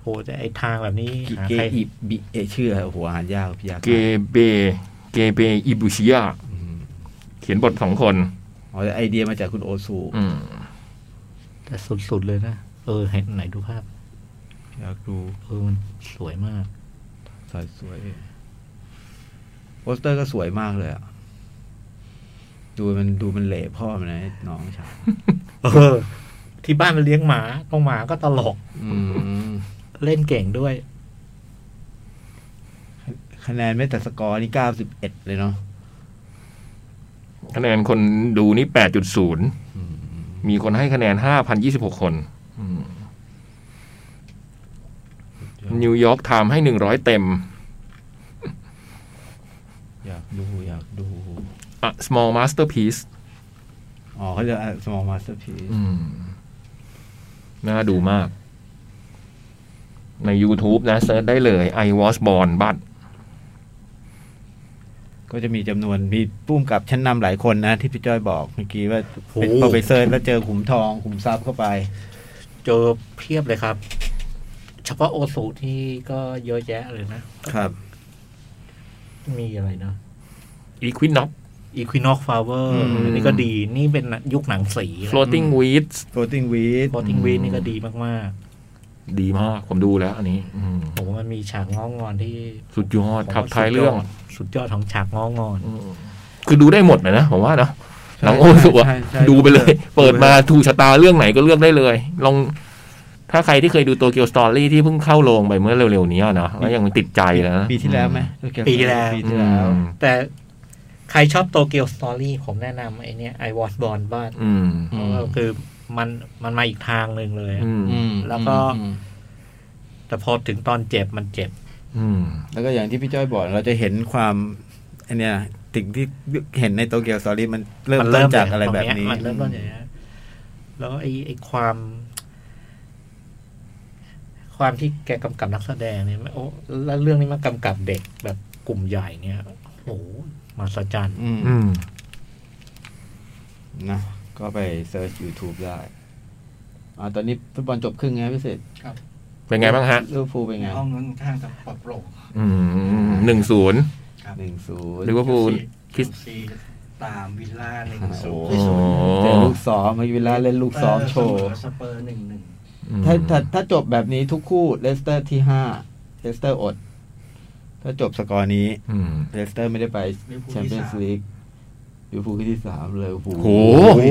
D: โหแต่ไอทางแบบนี้
B: กิ
D: หา
B: เก
D: ใคร
B: อิบิเอะชื่อโอ้โหอ่านยากพี่ยาก
E: เกเบเกเบอิบุชิยะ
B: อืม
E: เขียนบทสองคน
B: อ๋อไอเดียมาจากคุณโอซู
E: อืม
D: แต่สุดๆเลยนะ เออเห็นไหนดูภาพ
B: อยากดู
D: เออมันสวยมาก
B: สวยสวยโปสเตอร์ก็สวยมากเลยอะดูมันดูมันเหล่พ่อมันนะไอ้น้องชาย
D: เออ ที่บ้านมันเลี้ยงหมาต้องหมาก็ตลก
B: อืม
D: เล่นเก่งด้วย
B: คะแนนไม่แต่สกอร์นี่เก้าสิบเอ็ดเลยเนาะ
E: คะแนนคนดูนี่แปดจุดศูนย์มีคนให้คะแนนห้าพันยี่สิบหกคนนิวยอร์กไทม์ให้หนึ่งร้อยเต็ม
B: อยากดูอยากดู
E: A small masterpiece
B: อ๋อเขาเรียกสมองมาสเตอร์พี
E: อืม น่าดูมาก ใน YouTube นะเซิร์ชได้เลย I was born but
B: ก็จะมีจำนวนมีปุ้มกับชั้นนำหลายคนนะ ที่พี่จ้อยบอกเมื่อกี้ว่า
D: โอ้โห
B: พอไปเซิร์ชแล้วเจอขุมทองขุมทรัพย์เข้าไป
D: เจอเพียบเลยครับ เฉพาะโอสุที่ก็เยอะแยะเลยนะ
B: ครับ
D: มีอะไรเนาะ
E: Equinox
D: Equinox Flower
B: อืม
D: นี่ก็ดีนี่เป็นยุคหนังสี
E: floating weeds
B: floating weed
D: Floating Wheel นี่ก็ดีมากๆ
E: ดีมาก ผมดูแล้ว อันนี้ อืม
D: ผมว่ามันมีฉากง้องอนที่
E: สุดยอด
D: ผมว่า
E: ทับท้ายเรื่อง
D: สุดยอดของฉากง้องอน
E: อืมคือดูได้หมดเลยนะ ผมว่าเนาะ
B: ใช่
E: หนังโอ้สุอะ
B: ใช่ใช่
E: ดูไปเลย
B: ดูไปเลย
E: เปิดมาถูกชะตาเรื่องไหนก็เลือกได้เลย ลองถ้าใครที่เคยดูโตเกียวสตอรี่ที่เพิ่งเข้าโรงไปเมื่อเร็วๆนี้อะเนาะแล้วยังติดใจนะ
B: ปีที่แล้วไหม
D: ปีที่แล้ว
B: ปีที่แล้ว
E: อืม
D: แต่ใครชอบโตเกียวสตอรี่ผมแนะนำไอเนี้ย I Was Born บ้าน
E: อืม
D: เพราะว่าคือมันมันมาอีกทางหนึ่งเลยอะ
E: อืม
B: อืม
D: แล้วก็
B: อืม
D: แต่พอถึงตอนเจ็บมันเจ็บ
E: อืม
B: แล้วก็อย่างที่พี่จ้อยบอกเราจะเห็นความอันเนี้ยสิ่งที่เห็นในโตเกียวสตอรี่มันเริ่ม
D: มั
B: ต้นจากอะไรแบบนี้
D: มันเริ่มต้นอย่างเงี้ยแล้วไอไอความ ความที่แกกำกับนักแสดงเนี่ยโอ้แล้วเรื่องนี้มากำกับเด็กแบบกลุ่มใหญ่เนี่ยโอ้โหมาสจรรย์
B: อืม
E: อืม
B: นะก็ไปเซิร์ช YouTube ได้ อ่าตอนนี้ฟุตบอลจบครึ่งไงพิเศษ
E: เป็นไงบ้างฮะ
B: ลิเวอร์พูลเป็นไง
G: ห้องนั้นข้างจะปลอดโปร่ง
E: อืมหนึ่งศูนย์
B: หนึ่งศูนย์
E: ลิเวอร์พูล
G: คิสซีตามวิลล่าหนึ่งศูนย์
E: โอ้โห
B: เจอลูกซ้อมเมื่อกี้เวลาเล่นลูกซ้อมโชว์
G: สเปอร์หนึ่งหนึ่ง
B: ถ้าถ้าถ้าจบแบบนี้ทุกคู่เลสเตอร์ที่ห้าเลสเตอร์อด ถ้าจบสกอร์นี้
E: อืม
B: เลสเตอร์ไม่ได้ไปแชมเปี้ยนส์ลีกลิเวอร์พูลที่สามเลยโอ้โห
E: โอ้โห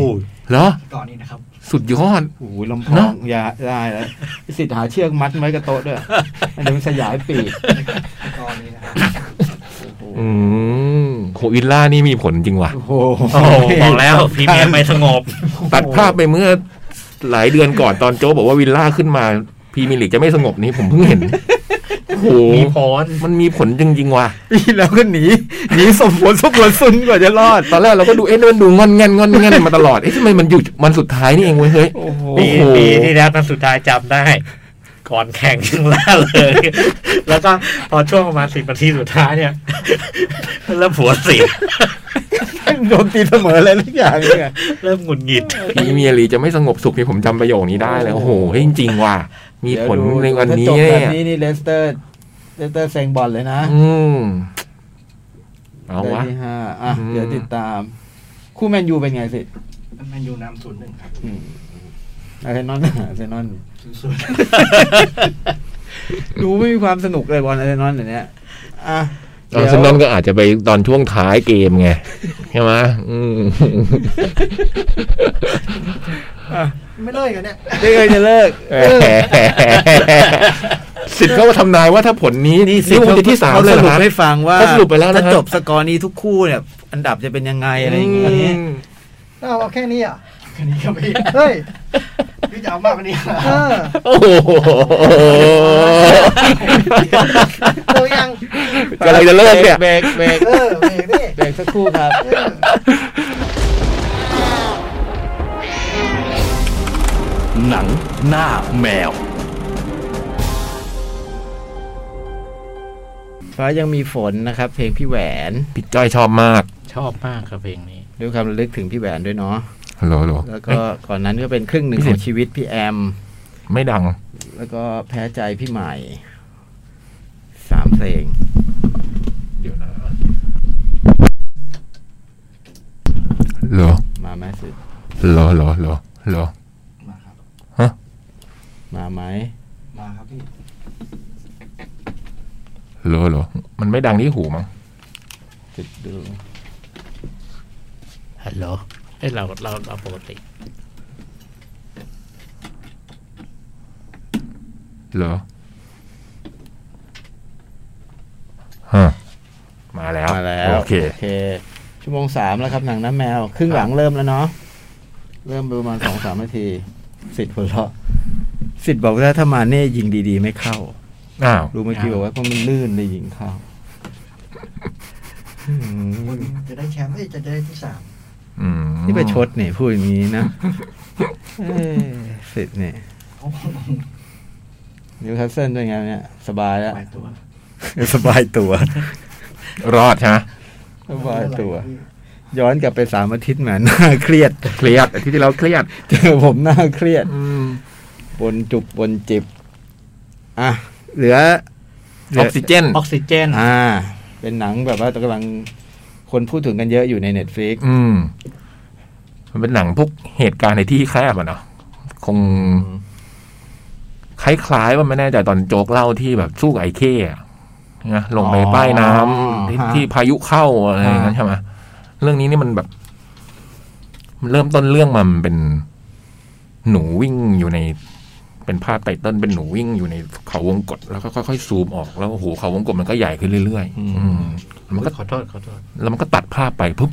E: เหรอ
G: ก่อนนี้นะครับ
E: สุดยอด
B: โอ้โหลำพองยาได้แล้วพิสิทธิ์หาเชือกมัดไว้กับโต๊ะด้วยอันนี้มันสยายปีก
G: ก่อนนี้นะครับ
B: โอ้โห
E: อืมโคอิลล่านี่มีผลจริงว่ะ
B: โอ้โห
D: โอ้โหบอกแล้วพรีเมียร์ไม่สงบ
E: ตัดภาพไปเมื่อหลายเดือนก่อนตอนโจกบอกว่าวิลล่าขึ้นมาพรีเมียร์ลีกจะไม่สงบนี้ผมเพิ่งเห็น โอ้โห
B: มีพร
E: มันมีผลจริงๆว่ะ
B: พี่แล้วก็หนีหนีสมผลสมผลซุนกว่าจะรอด
E: ตอนแรกเราก็ดูเอ๊ะมันดูงอนแงนงอนแงนมาตลอดเอ๊ะทำไมมันหยุดมันสุดท้ายนี่เองเว้ยเฮ้ย
B: โอ้โห
E: โอ้
D: ปี
E: โห
D: ปีที่แล้วนัดสุดท้ายจำได้ ก่อนแข่งชึงล่าเลย *laughs* แล้วก็พอช่วงประมาณสิบนาทีสุดท้ายเนี่ย *laughs* เริ่มหัวเสีย
B: โดนตีเสมออะไรทุกอย่างเลยอะ
D: เริ่มหงุดหงิด
E: พี่เมียรีจะไม่สงบสุขที่ผมจำประโยคนี้ได้เลยโอ้โหเฮ้ยจริงๆว่ะมีผลในวันนี้
F: เดี๋ยดูถ้าจบ
E: เนี่ย
F: แบบนี้นี่เลสเตอร์เลสเตอร์แซงบอลเลยนะ
E: อืมเอา
F: ได้
E: วะ
F: ที่ห้าอ่ะ
E: อืม
F: เดี๋ยวติดตาม คู่แมนยูเป็นไงสิ
G: แมนยูนำศูนย์หนึ่งครับ
F: อืมอาร์เซนอลอาร์เซนอ
B: *laughs*
F: ล
G: ศูนย์ศูนย์
F: ดูไม่มีความสนุกเลยบอลอาร์เซนอลเดี๋ยวนี้อ่ะ
E: ตอน
F: เดี๋ยว
E: ฉะนั้นก็อาจจะไปตอนช่วงท้ายเกมไงใช่ไหมอืม
C: ไม่เลิกกันเนี่ย
F: ไม่เคยจะเลิก
E: สิทธิ์เขาก็ทำนายว่าถ้าผลนี้ *laughs* นี่คงจะที่สามเลย
B: ส
E: เหรอ
B: รุป
E: ครับ
B: ให้ฟังว่า
E: เขาสรุปไปแล้วนะฮะ
B: ถ้าจบสกอร์นี้ทุกคู่เนี่ย อันดับจะเป็นยังไงอะไรอย่างเงี้ย
E: ม
C: เอาเอาแค่นี้อ่ะ
G: อันนี้ก็พี่
C: เฮ้ย
G: พี่จะเอามากกว่านี้เหรอ
C: เออ
E: โอ้โห
C: โตยัง
E: กำลังจะเลิกเนี่ย
F: เบรกเบรก
C: เออเบรกนี่
F: เบรกสักครู่ครับ
A: หนังหน้าแมว
B: ฟ้ายังมีฝนนะครับ เพลงพี่แหวน
E: พี่จ้อยชอบมาก
D: ชอบมากครับเพลงนี้
B: ด้วยความระลึกถึงพี่แหวนด้วยเนาะ
E: ฮัลโหลฮัลโหล
B: แล้วก็ก่อนนั้นก็เป็นครึ่งหนึ่งข
E: พี่สิ
B: อบ งชีวิตพี่แอม
E: ไม่ดัง
B: แล้วก็แพ้ใจพี่ใหม่สามเพลง
E: เดี๋ยวนะฮัลโหล
B: มาไหมสุด
E: ฮัลโหลฮัลโหลฮัลโหลฮัลโหล
G: มาครับ
B: มาไหม
G: มาครับพี่
E: ฮัลโหลฮัลโหลมันไม่ดังที่หูมั้ง
B: จุดดู
D: ฮัลโหลเอ้ยเราเราเราปกติ
E: เหรอฮะมาแล้ว
B: มาแล้ว
E: โอเค
B: โอเค ชั่วโมงสามแล้วครับหนังน้ำแมว ครึ่งหลังเริ่มแล้วเนาะเริ่มไปประมาณสองสามนาที สิทธิ์หัวเราะสิทธิ์บอกว่าถ้ามาเน่ยิงดีๆ ไม่เข้า
E: อ้าว
B: รู้เมื่อกี้บอกว่าเพราะมันลื่นเลยยิงเข้าอืม
G: จะได้แชมป์เอ้ยจะได้ที่สาม
E: อืม
B: นี่ไปชดเนี่ยพูดอย่างนี้นะเอ้ยสิทธิ์เนี่ย
G: โอ้โห
B: นิวคาสเซิลเป็นไงเนี่ย สบายแล้ว
G: หลายตัว
B: *laughs* สบายตัว
E: รอดใช่ไหม
B: สบายตัว ย้อนกลับไปสามอาทิตย์แหมหน้าเครียด
E: เครียดอาทิตย์ที่เราเครียด
B: เจอผมหน้าเครียด
E: อืม
B: บนจุบบนจิบ อ่ะ เหลือ
E: ออกซิเจน
D: ออกซิเจน
B: อ่า เป็นหนังแบบว่ากำลังคนพูดถึงกันเยอะอยู่ในเน็ตฟลิก
E: อืม มันเป็นหนังพวกเหตุการณ์ในที่แคบอะเนาะคง คล้ายๆว่าไม่แน่ใจตอนโจ๊กเล่าที่แบบสู้กับไอเคอะนะลงไปใต้น้ำที่
B: ฮะ
E: ที่พายุเข้าอะไรอย่างนั้นใช่ไหมเรื่องนี้นี่มันแบบ มันเริ่มต้นเรื่องมามันเป็นหนูวิ่งอยู่ใน เป็นภาพไตเติ้ลเป็นหนูวิ่งอยู่ในเขาวงกฏแล้วก็ค่อยๆซูมออกแล้วโอ้โหเขาวงกฏมันก็ใหญ่ขึ้นเรื่อยๆ
B: อืม
E: อืมแล้วมันก็
D: ขอโทษขอโทษ
E: แล้วมันก็ตัดภาพไปปุ๊บ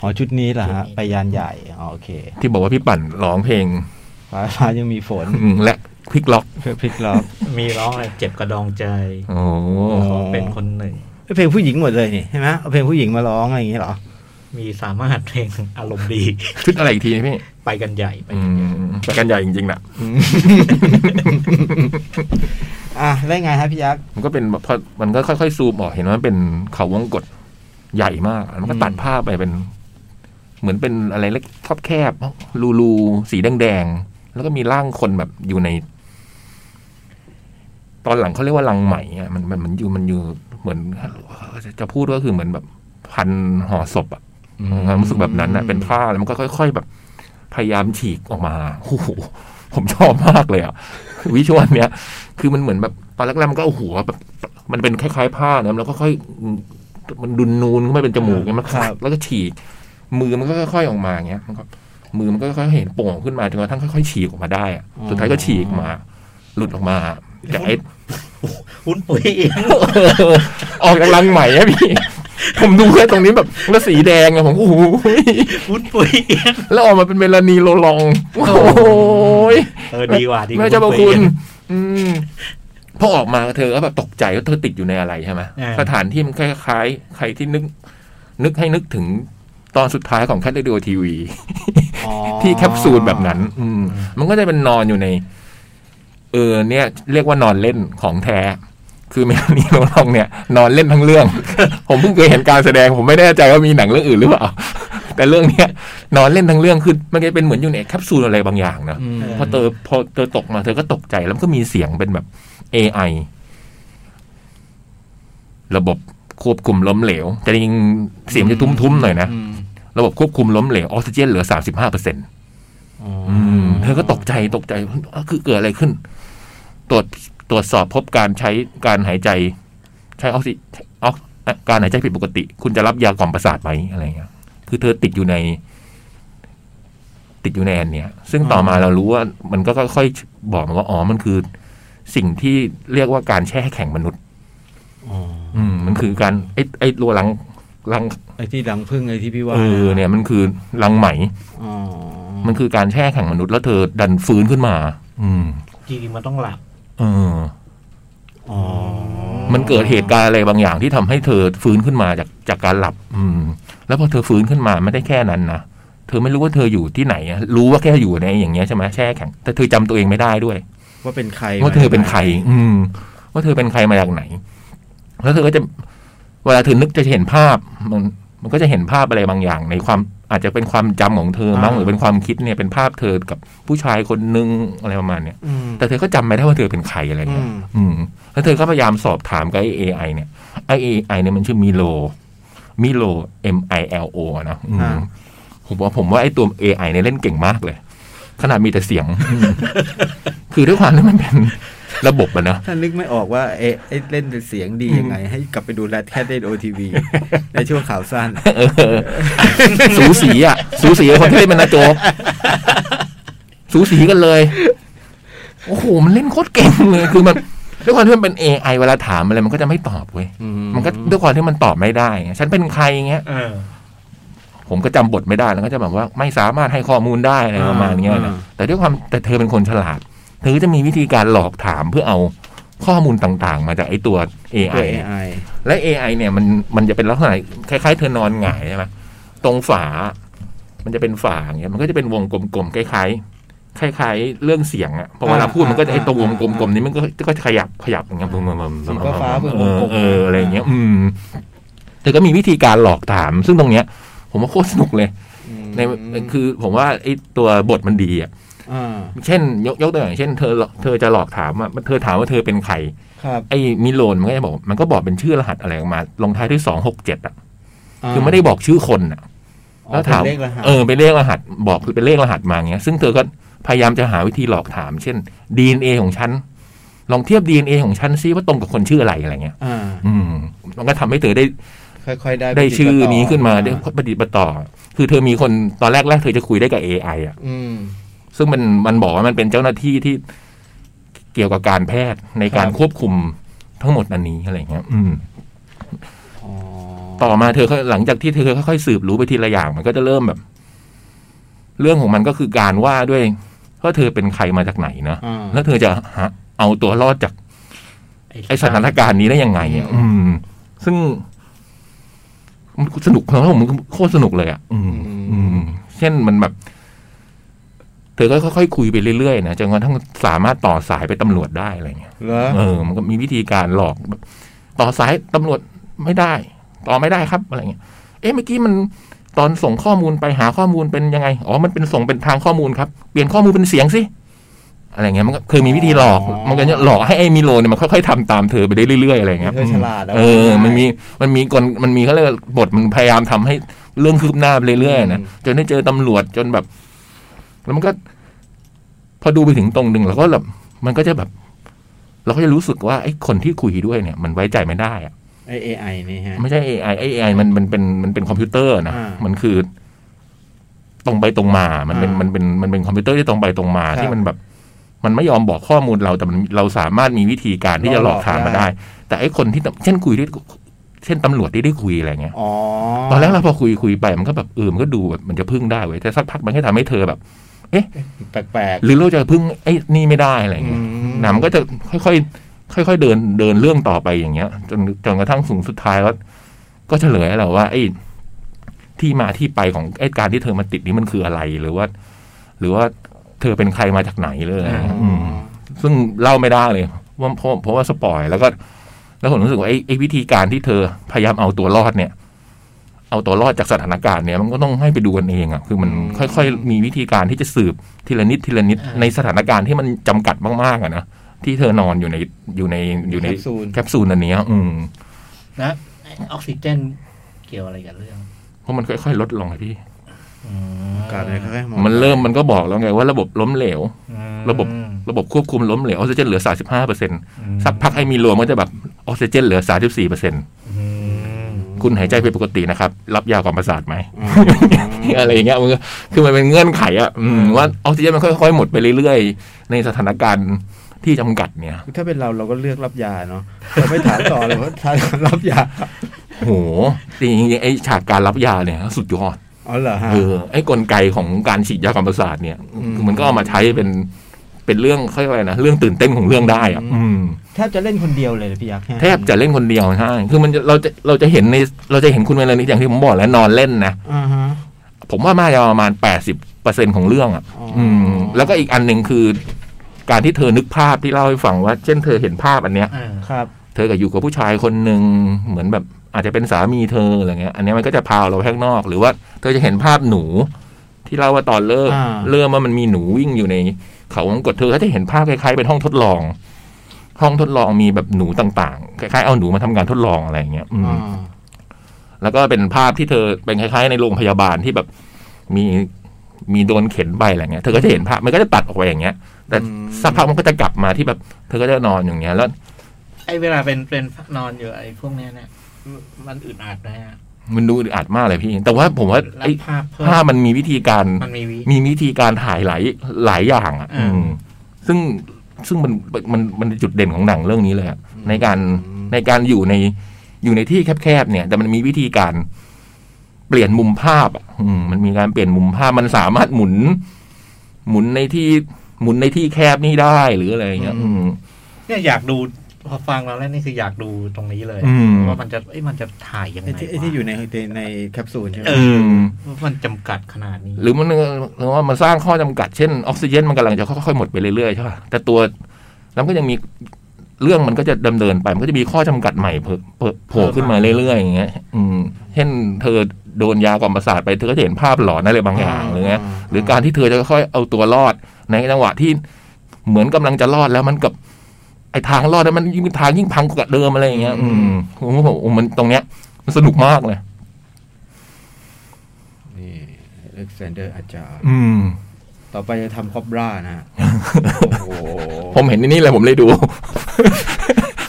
B: อ๋อชุดนี้เหรอ
D: ชุด
B: ฮะ
D: นี้
B: ไปยานใหญ่อ๋อโอเค
E: ที่บอกว่าพี่ปั่นร้องเพลง *laughs*
B: ฟ้าฟ้ายังมีฝน
E: อืมและควิกล็อก
B: เพื่อพลิกล็อก
D: มีร้องอะไรเจ็บกระดองใจ
E: โอ้โห
D: ขอเป็นคนหนึ่ง
B: เป็นเพลงผู้หญิงหมดเลยนี่ใช่ไหมเอาเพลงผู้หญิงมาร้องอะไรอย่างงี้เหรอ
D: มีสามารถเพลงอารมณ์ดี
E: ชุดอะไรอีกทีนะพี่
D: ไปกันใหญ่ไป
E: อืมไปกันใหญ่จริงๆนะ
B: อ่ะได้วไงฮะพี่ยักษ์
E: มันก็เป็นแบบพอมันก็ค่อยๆซูมออกเห็นว่ามันเป็นเขาวงกฏใหญ่มากแล้วมันก็
B: อืม
E: ตัดภาพไปเป็น เหมือนเป็นอะไรเล็กทอบแคบรูรูๆสีแดงๆแล้วก็มีร่างคนแบบอยู่ใน ตอนหลังเขาเรียกว่ารังไหมอะมันมันมันอยู่มันอยู่เหมือนจะพูดก็คือเหมือนแบบพันห่อศพอะรู้สึกแบบนั้นอะเป็นผ้าแล้วมันก็ค่อย ๆ แบบ พยายามฉีกออกมา *laughs* โอ้โหผมชอบมากเลยอะวิชวลเนี้ย คือมันเหมือนแบบตอนแรกๆมันก็เอาหัวแบบ มันเป็นคล้ายๆ ผ้าเนอะแล้วก็ค่อยมันดุนนูนก็ไม่เป็นจมูกไงมัน
B: ครับ
E: แล้วก็ฉีก มือมันก็ค่อยๆออกมาอย่างเงี้ยมันก็มือมันก็ค่อยๆเห็นโป่งขึ้นมาจนกระทั่งค่อยๆฉีกออกมาได้อะสุดท้ายก็ฉีกออกมา หลุดออกมาจากไอ้
D: หุ้นปุ๋ยเอง
E: ออกจากรังใหม่อะพี่ *laughs* ผมดูแค่ตรงนี้แบบแล้วสีแดงอะผมโอ้โห
D: วุ้นปุ๋ยเอง
E: แล้วออกมาเป็นเมลานีโลลอง โอ้ย
D: เออดีว่ะดี
E: แม่เจ้าพระคุณ อืม พอออกมาเธอก็แบบตกใจว่าเธอติดอยู่ในอะไรใช่ไหม
D: อ่า
E: สถานที่มันคล้ายๆ ใครที่นึก นึกให้นึกถึงตอนสุดท้ายของแคทเดอร์ทีวี
F: อ๋อ
E: ที่แคปซูลแบบนั้น อืม มันก็จะเป็นนอนอยู่ใน เออ เนี่ย เรียกว่านอนเล่นของแท้ คือเมลานีโนลองเนี่ย นอนเล่นทั้งเรื่อง *laughs* ผมเพิ่งเคยเห็นการแสดง ผมไม่แน่ใจว่ามีหนังเรื่องอื่นหรือเปล่า *laughs* แต่เรื่องเนี้ยนอนเล่นทั้งเรื่องคือมันก็เป็นเหมือนอยู่ในแคปซูลอะไรบางอย่างนะ
D: เออ
E: พอเธอพอเธอตกมาเธอก็ตกใจแล้วมันก็มีเสียงเป็นแบบ AI ระบบควบคุมล้มเหลว แต่จริงๆเสียงจะทุ้มๆหน่อยนะ
F: อืม
E: ระบบควบคุมล้มเหลวออกซิเจนเหลือสามสิบห้าเปอร์เซ็นต
F: อ๋อ
E: อืมเธอก็ตกใจตกใจเอ้าคือเกิดอะไรขึ้น ตรวจตรวจสอบพบการใช้การหายใจ ใช้ออกซิออกการหายใจผิดปกติ คุณจะรับยากล่อมประสาทไหมอะไรเงี้ย คือเธอติดอยู่ใน ติดอยู่ในอันเนี้ย ซึ่งต่อมาเรารู้ว่ามันก็ค่อยๆบอกมันว่าอ๋อมันคือ สิ่งที่เรียกว่าการแช่แข็งมนุษย์
F: อ๋อ
E: อืม มันคือการไอ้ไอ้รัวรังรัง
F: ไอ้ที่ดังพึ่งไอ้ที่พี่ว่า
E: เออเนี่ย มันคือรังไหม
F: อ๋อ
E: มันคือการแช่แข็งมนุษย์แล้วเธอดันฟื้นขึ้นมา อืม
D: จริงๆมันต้องหลับ
E: เออ
F: อ๋อ
E: มันเกิดเหตุการณ์อะไรบางอย่างที่ทำให้เธอฟื้นขึ้นมาจากจากการหลับ อืม แล้วพอเธอฟื้นขึ้นมาไม่ได้แค่นั้นนะ เธอไม่รู้ว่าเธออยู่ที่ไหนอะรู้ว่าแค่อยู่ในอย่างเงี้ยใช่ไหมแช่แข็ง แต่เธอจำตัวเองไม่ได้ด้วย
F: ว่าเป็นใคร
E: ว่าเธอเป็นใคร อืม ว่าเธอเป็นใครมาจากไหน แล้วเธอก็จะ เวลาเธอนึกจะเห็นภาพ มัน มันก็จะเห็นภาพอะไรบางอย่าง ในความอาจจะเป็นความจำของเธอมั้งหรือเป็นความคิดเนี่ยเป็นภาพเธอกับผู้ชายคนนึงอะไรประมาณเนี้ย
B: อืม
E: แต่เธอก็จำไม่ได้ว่าเธอเป็นใครอะไรเงี้ย
B: อืม
E: อืม แล้วเธอก็พยายามสอบถามกับไอ้ AI เนี่ย ไอ้ AI เนี่ยมันชื่อมิโล มิโล M I L O อะนะอืม
B: อ่า
E: ผมว่าผมว่าไอ้ตัว AI เนี่ยเล่นเก่งมากเลย ขนาดมีแต่เสียง คือด้วยความที่มันเป็นระบบอะนะ
B: ถ้านึกไม่ออกว่าเอ๊ะเอ๊ะเล่นเสียงดียังไง ให้กลับไปดูแลแคทเดนโอทีวี ในช่วงข่าวสั้น
E: เออสูสีอ่ะ สูสีกับคนที่เล่นมันนะโจกสูสีกันเลย โอ้โห มันเล่นโคตรเก่งเลยคือมันด้วยความที่มันเป็น AI เวลาถามอะไรมันก็จะไม่ตอบเว้ย
B: อืม
E: มันก็ด้วยความที่มันตอบไม่ได้ไงฉันเป็นใครเงี้ย
D: เออ
E: ผมก็จำบทไม่ได้แล้วก็จะแบบว่าไม่สามารถให้ข้อมูลได้อะไรประมาณเนี้ยนะ
B: อ่า
E: แต่ด้วยความแต่เธอเป็นคนฉลาด เธอก็จะมีวิธีการหลอกถามเพื่อเอาข้อมูลต่างๆ มาจากไอ้ตัว
B: เอ
E: AI
B: ไอ
E: และ AI เนี่ยมันมันจะเป็นลักษณะคล้าย ๆ เธอนอนหงายใช่ไหมตรงฝา มันจะเป็นฝาอย่างเงี้ยมันก็จะเป็นวงกลมๆคล้ายๆคล้าย ๆ เรื่องเสียงอะพอเวลา
B: อ่า
E: พูดมันก็จะ
B: อ่า
E: ไอ้ตรงวงกล
B: อ่าม
E: ๆนี้มันก็ก็ขยับขยับอย่างเงี้ยบึมบึมบึม
F: สีฟ้าๆเป็น
E: เอ
F: วง
E: อก
F: ลม
E: เอออะไรอย่างเงี้ย อืมเธอก็มีวิธีการหลอกถาม ซึ่งตรงเนี้ย ผมว่าโคตรสนุกเลย ในคือผมว่าไอ้ตัวบทมันดีอ่ะ
B: า
E: เช่น ยกยกตัวอย่างเช่นเธอเธอจะหลอกถามว่าเธอถามว่าเธอเป็นใคร
F: ครับ
E: ไอ้มิโลนมันก็จะบอกมันก็บอกเป็นชื่อรหัสอะไรออกมาลงท้ายด้วยสองหกเจ็ดอ่ะ คือไม่ได้บอกชื่อคนอ่ะ แล้วถาม
F: อ๋อเป็นเลขรหัส
E: เออเป็นเลขรหัสบอกคือเป็นเลขรหัสมาเงี้ย ซึ่งเธอก็พยายามจะหาวิธีหลอกถาม เช่น DNA ของฉัน ลองเทียบ DNA ของฉันซิว่าตรงกับคนชื่ออะไรอะไรเงี้ย
B: อ่า
E: อืม มันก็ทำให้เธอได้
F: ค่อยๆได้
E: ได้ชื่อนี้ขึ้นมาได้
F: อ่
E: ปฏิบัติต่อ คือเธอมีคนตอนแรกแรกๆเธอจะคุยได้กับ AI อ่ะ
F: อืม
E: ซึ่งมันมันบอกว่ามันเป็นเจ้าหน้าที่ที่เกี่ยวกับการแพทย์ในการ
F: ครับ
E: ควบคุมทั้งหมดอันนี้อะไรเงี้ย อืม
F: อ๋อ
E: ต่อมาเธอก็หลังจากที่เธอค่อยๆสืบรู้ไปทีละอย่าง มันก็จะเริ่มแบบ เรื่องของมันก็คือการว่าด้วยว่าเธอเป็นใครมาจากไหนนะ
F: อ่า
E: แล้วเธอจะหาเอาตัวรอดจากไอสถานการณ์นี้ได้ยังไงอ่ะอืม ซึ่งมันสนุกนะผมโคตรสนุกเลยอ่ะ อืม อืม เช่นมันแบบ เธอก็ค่อยๆคุยไปเรื่อยๆนะจนกระทั่งสามารถต่อสายไปตำรวจได้อะไรเงี้ย
F: เหรอ
E: เออ มันก็มีวิธีการหลอกแบบต่อสายตำรวจไม่ได้ ต่อไม่ได้ครับอะไรเงี้ย เอ๊ะเมื่อกี้มันตอนส่งข้อมูลไปหาข้อมูลเป็นยังไง อ๋อ มันเป็นส่งเป็นทางข้อมูลครับ เปลี่ยนข้อมูลเป็นเสียงสิ อะไรเงี้ย มันก็คือมีวิธีหลอก มันก็จะหลอกให้ไอ้มิโลเนี่ยมันค่อยๆทำตามเธอไปได้เรื่อยๆอะไรเงี้ย
F: เธอฉลาดะ
E: เออ มันมี มันมีกลมันมีเขาเรียกว่าบทมันพยายามทำให้เรื่องคืบหน้าไปเรื่อยๆนะ จนได้เจอตำรวจจนแบบ แล้วมันก็ พอดูไปถึงตรงหนึ่งเราก็แบบมันก็จะแบบ เราก็จะรู้สึกว่าไอ้คนที่คุยด้วยเนี่ย มันไว้ใจไม่ได้อะ
F: ไอเอไอนี่ฮะ
E: ไม่ใช่ AI ไอ้ AI มันมันเป็นมันเป็นคอมพิวเตอร์นะ
F: อ่ามั
E: มันคือ ตรงไปตรงมา มันเป็น
F: อ่ามั
E: มันเป็นมันเป็นคอมพิวเตอร์ที่ตรงไปตรงมา
F: ครับ
E: ที่มันแบบ มันไม่ยอมบอกข้อมูลเราแต่มันเราสามารถมีวิธีการที่จะหลอกถามมา
F: ได้
E: ได้ แต่ไอ้คนที่ตำเช่นคุยด้วยเช่นตำรวจที่ได้คุยอะไรเงี้ย
F: อ๋อ
E: ตอนแรกเราพอคุยคุยไปมันก็แบบเออมันก็ดูแบบมันจะพึ่งได้เว้ยแต่สักพักมันก็ทำให้เธอแบบ
F: แปลก
E: หรือเราจะพึ่งไอ้นี่ไม่ได้อะไรเงี้ย หนังมันก็จะค่อย ๆ ค่อยๆเดินเดินเรื่องต่อไปอย่างเงี้ย จนจนกระทั่งสูงสุดท้ายแล้วก็เฉลยให้เราว่าไอ้ที่มาที่ไปของไอ้การที่เธอมาติดนี้มันคืออะไรหรือว่า หรือว่าเธอเป็นใครมาจากไหนเลยอะไรเงี้ยอืม ซึ่งเล่าไม่ได้เลยว่าเพราะเพราะว่าสปอยแล้วก็ แล้วผมรู้สึกว่าไอ้ไอ้วิธีการที่เธอพยายามเอาตัวรอดเนี่ย เอาตัวรอดจากสถานการณ์เนี่ย มันก็ต้องให้ไปดูกันเองอะ่ะคือมัน
F: อืม
E: ค่อยๆ มีวิธีการที่จะสืบทีละนิดทีละนิด
D: อ่า
E: ในสถานการณ์ที่มันจำกัดมากๆอะนะที่เธอนอนอยู่ในอยู่ในอยู่ใน
F: แคปซูล
E: แคปซูลอันเนี้ยอืม
D: นะไอ้ออกซิเจนเกี่ยวอะไรกับเรื่อง
E: เพราะมันค่อยๆ ลดลงไงพี่
D: อื
B: โอกาสอะไรค่อยๆมอง
E: มันเริ่มมันก็บอกแล้วไงว่าระบบล้มเหลว
D: อืม
E: ระบบ ระบบควบคุมล้มเหลวออกซิเจนเหลือ 35เปอร์เซ็น
D: อืม
E: สักพักไอ้มีรวมก็จะแบบออกซิเจนเหลือ34เปอร์เซ็น
D: อืม
E: คุณหายใจผิดปกตินะครับ รับยากล่อมประสาทไหม
B: อืม
E: อะไรอย่างเงี้ยมันก็คือมันเป็นเงื่อนไขอะอืมว่าออกซิเจนมันค่อยๆ หมดไปเรื่อยๆ ในสถานการณ์ที่จำกัดเนี่ย
B: ถ้าเป็นเราเราก็เลือกรับยาเนาะเราไม่ถามต่อเลยว่าทานรับยา
E: โหจริงๆไอ้ฉากการรับยาเนี่ย สุดยอด
B: อ๋อเหรอฮะ
E: เออไอ้กลไกของการฉีดยากล่อมประสาทเนี่ย
B: อืม
E: คือมันก็เอามาใช้เป็นเป็นเรื่องเขาเรียกว่าอะไรนะเรื่องตื่นเต้นของเรื่องได้อะ
B: อืม
E: อืม
F: แทบจะเล่นคนเดียวเลยเหรอพี่ยักษ์
E: แทบจะเล่นคนเดียวใช่คือมันจะเราจะเราจะเห็นในเราจะเห็นคุณเวลานี้อย่างที่ผมบอกแล้วนอนเล่นนะ
B: อ่าฮะ
E: ผมว่ามาจะประมาณ 80%ของเรื่องอ่ะ
B: อ๋ออื
E: อืม แล้วก็อีกอันหนึ่งคือ การที่เธอนึกภาพที่เล่าให้ฟังว่า เช่นเธอเห็นภาพอันเนี้ย
D: อ่า
F: ครับ
E: เธอก็อยู่กับผู้ชายคนหนึ่งเหมือนแบบอาจจะเป็นสามีเธออะไรเงี้ย อันเนี้ยมันก็จะพาเราไปข้างนอก หรือว่าเธอจะเห็นภาพหนู ที่เล่าว่าตอนเริ่ม
B: อ่า
E: เริ่มว่ามันมีหนูวิ่งอยู่ใน เขาวงกดเธอก็จะเห็นภาพคล้ายๆเป็นห้องทดลอง ห้องทดลองมีแบบหนูต่างๆคล้ายๆเอาหนูมาทำการทดลองอะไรเงี้ยอืม
B: อ่า
E: แล้วก็เป็นภาพที่เธอเป็นคล้ายๆในโรงพยาบาลที่แบบมีมีโดนเข็นไปอะไรเงี้ยเธอก็จะเห็นภาพมันก็จะตัดออกไปอย่างเงี้ย แต่สักพักมันก็จะกลับมาที่แบบ เธอก็จะนอนอย่างเงี้ยแล้ว
D: ไอ้เวลาเป็นเป็นนอนอยู่ไอ้พวกเนี้ยเนี่ยมันอึดอัดนะฮะ
E: มันดูอึดอัดมากเลยพี่ แต่ว่าผมว่า
D: แล้ว
E: ไอ้
D: ภาพเพิ่
E: ภาพ
D: ม
E: มันมีวิธีการ
D: มันมีวิ
E: มีวิธีการถ่ายหลายหลายอย่างอ่ะ
D: อ่า
E: อืมซึ่งซึ่งมันมันมันเป็นจุดเด่นของหนังเรื่องนี้เลยอะในการในการอยู่ในอยู่ในที่แคบๆเนี่ย แต่มันมีวิธีการ เปลี่ยนมุมภาพอะอืมมันมีการเปลี่ยนมุมภาพมันสามารถหมุน หมุนในที่หมุนในที่แคบนี่ได้หรืออะไรอย่างเงี้ย อืม
D: เนี่ยอยากดูพอฟังเราแล้วนี่คืออยากดูตรงนี้เลย
E: อืม
D: ว่ามันจะเอ้ยมันจะถ่ายยังไง
B: ไอ้ที่ไอ้ที่อ
D: วะ
B: ยู่ในในในแคปซูลใช่ไหม
D: เอ
E: อืม
D: ว่ามันจำกัดขนาดนี้
E: หรือมันหรือว่ามันสร้างข้อจำกัดเช่นออกซิเจนมันกำลังจะค่อยๆหมดไปเรื่อยๆใช่ป่ะแต่ตัวแล้วมันก็ยังมีเรื่องมันก็จะดำเนินไป มันก็จะมีข้อจำกัดใหม่เพิ่มเพิ่มโผล่ขึ้นมาเรื่อยๆอย่างเงี้ย อืม เช่น เธอโดนยากล่อมประสาทไปเธอก็จะเห็นภาพหลอนอะไรบางอย่างหรือไง หรือการที่เธอจะค่อยๆเอาตัวรอดในจังหวะที่เหมือนกำลังจะรอดแล้วมันกับ ไอ้ทางรอดแล้วมันยิ่งเป็นทางยิ่งพังกว่าเดิมอะไรอย่างเงี้ย อืมผมว่าผมโอ้มันตรงเนี้ย มันสนุกมากเลย
B: นี่เล็กซานเดอร์อาจารย์
E: อืม
B: ต่อไปจะทำคอบรานะฮะโอ้โห
E: ผมเห็นในนี่แหละผมเลยดู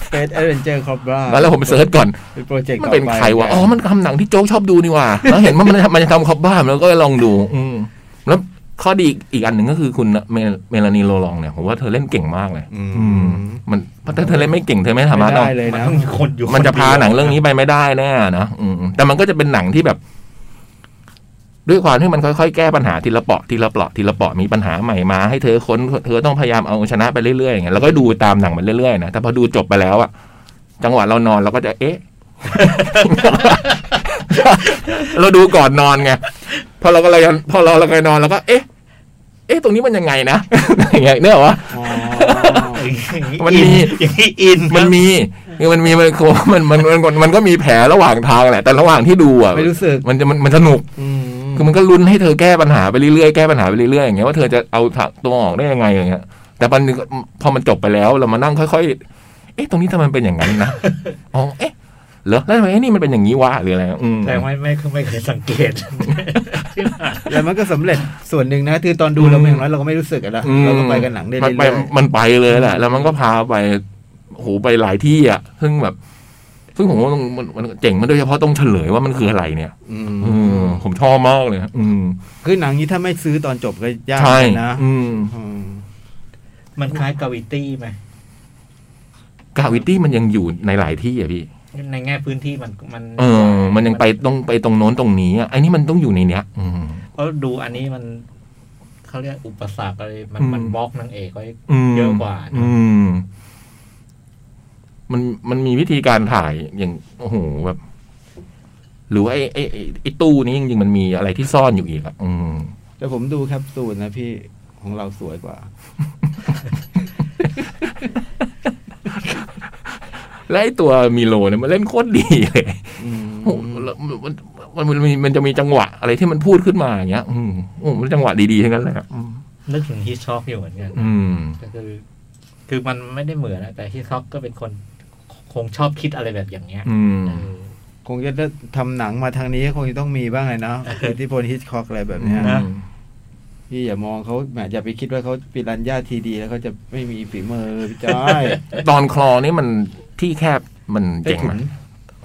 B: เฟสแอดเวนเจอร์คอบรา
E: แล้วผมเสิร์ชก่อน
B: เป็นโปรเจกต์
E: มัน
B: ต่อไ
E: เป็นใครวะอ๋อมันทำหนังที่โจ๊กชอบดูนี่หว่า *laughs* แล้วเห็นว่ามันมันจะทำคอบบ้าแล้วก็ลองดู อืม แล้วข้อดีอีกอันหนึ่งก็คือคุณเมเมลานีโลลองเนี่ยผมว่าเธอเล่นเก่งมากเลย
B: อื
E: อืม
B: ม
E: มันถ้าเธอเล่นไม่เก่งเธอไม่สามารถ
B: ไม่
E: เอา
B: ได้เลย
D: มัน
B: นะ
D: ต้องมีคนอยู่
E: มันจะ
D: คเดี
E: พา
D: ยว
E: หนังเรื่องนี้ไปไม่ได้แน่นะอืมแต่มันก็จะเป็นหนังที่แบบ ด้วยความที่มันค่อยๆ แก้ปัญหาทีละเปาะทีละเปาะทีละเปาะมีปัญหาใหม่มา ให้เธอค้นเธอต้องพยายามเอาชนะไปเรื่อยๆอย่างเงี้ยแล้วก็ดูตามหนังมันเรื่อยๆนะแต่พอดูจบไปแล้วอะจังหวะเรานอนเราก็จะเอ๊ะ *laughs* เราดูก่อนนอนไงพอเราก็เลยพอเราเราก็เลยนอนเราก็ เอ๊ะ เอ๊ะ ตรงนี้มันยังไงนะ *laughs* อย่างเงี้ยเนกอะวะ มันมี
D: อย่างนี้อิน
E: มันมีคือมันมีมัน *laughs* โคมันมันมันมันมันก็มีแผลระหว่างทางแหละ แต่ระหว่างที่ดูอ่ะ
B: ไม่รู้สึก
E: มันจะมันมันสนุก
B: อืม
E: คือมันก็ลุ้นให้เธอแก้ปัญหาไปเรื่อยๆแก้ปัญหาไปเรื่อยๆอย่างเงี้ยว่าเธอจะเอาทางตัวออกได้ยังไงอย่างเงี้ย แต่มันพอมันจบไปแล้วเรามานั่งค่อยๆ เอ๊ะตรงนี้ทำไมมันเป็นอย่างนั้น
B: *laughs*
E: นะอ๋อเอ๊ะเหรอแล้วทำไมไอ้นี่มันเป็นอย่างนี้วะหรืออะไรอืม
D: แต่ไม่ไม่ไม่เคยสังเกต *laughs* ใช่ไหม
B: แล้วมันก็สำเร็จส่วนหนึ่งนะ คือตอนดูเราอย่างน้อยเราก็ไม่รู้สึกอะนะ
E: อืม
B: เราก็ไปกันหนังได้
E: มัน
B: เรื่
E: ไป
B: อย
E: มันไปเลยแหละแล้วมันก็พาไปโอ้โหไปหลายที่อ่ะ ซึ่งแบบ ซึ่งผมว่ามันมันมันเจ๋งมันโดยเฉพาะต้องเฉลยว่ามันคืออะไรเนี่ย
B: ๆอืม
E: อืมผมชอบมากเลยครับอืม
B: คือหนังนี้ถ้าไม่ซื้อตอนจบก็ยาก
E: ใช่
B: นะ
E: อืม
B: อืม
D: มันคล้ายกาวิตี้ไหม
E: กาวิตี้มันยังอยู่ในหลายที่อ่ะพี่
D: ในแง่พื้นที่มันมัน
E: เออ มันยังไปต้องไปตรงโน้นตรงนี้อ่ะไอ้นี่มันต้องอยู่ในเนี้ย อืม
D: เพราะดูอันนี้มันเขาเรียกอุปสรรคอะไรมัน
E: อืม
D: มันบล็อกนางเอกไว้
E: อืม
D: เยอะกว่านะ
E: อืม มันมันมีวิธีการถ่ายอย่างโอ้โหแบบ หรือว่าไอ้ไอ้ไอ้ไอ้ตู้นี้จริงๆมันมีอะไรที่ซ่อนอยู่อีกอะอืม
F: แต่ผมดูแคปซูลนะพี่ของเราสวยกว่า
E: และไอ้ตัวมิโลเนี่ยมันเล่นโคตรดีเลย
F: อืม
E: โอ้โหแล้วมันมันมันมีมันจะมีจังหวะอะไรที่มันพูดขึ้นมาอย่างเงี้ย อืมโอ้โหมันจังหวะดีๆทั้งนั้นเลยอะอืม
D: นึกถึงฮิชช็อกอยู่เหมือนกัน
E: อืม
D: ก็คือ คือมันไม่ได้เหมือนนะแต่ฮิชช็อกก็เป็นคนคงชอบคิดอะไรแบบอย่างเงี้ย
E: อืม
D: เออ
F: คงจะทำหนังมาทางนี้คงจะต้องมีบ้างเลยเนาะคือที่พลฮิตคอกอะไรแบบเนี้ย
D: นะ
F: พี่อย่ามองเขาแหมอย่าไปคิดว่าเขาปิรันย่าทีดีแล้วเขาจะไม่มีฝีมือพี่จ้อย
E: ตอนคลอนี่มันที่แคบมัน
F: ใต้
E: เจ๋ง
F: ถุ
E: ไหม
F: น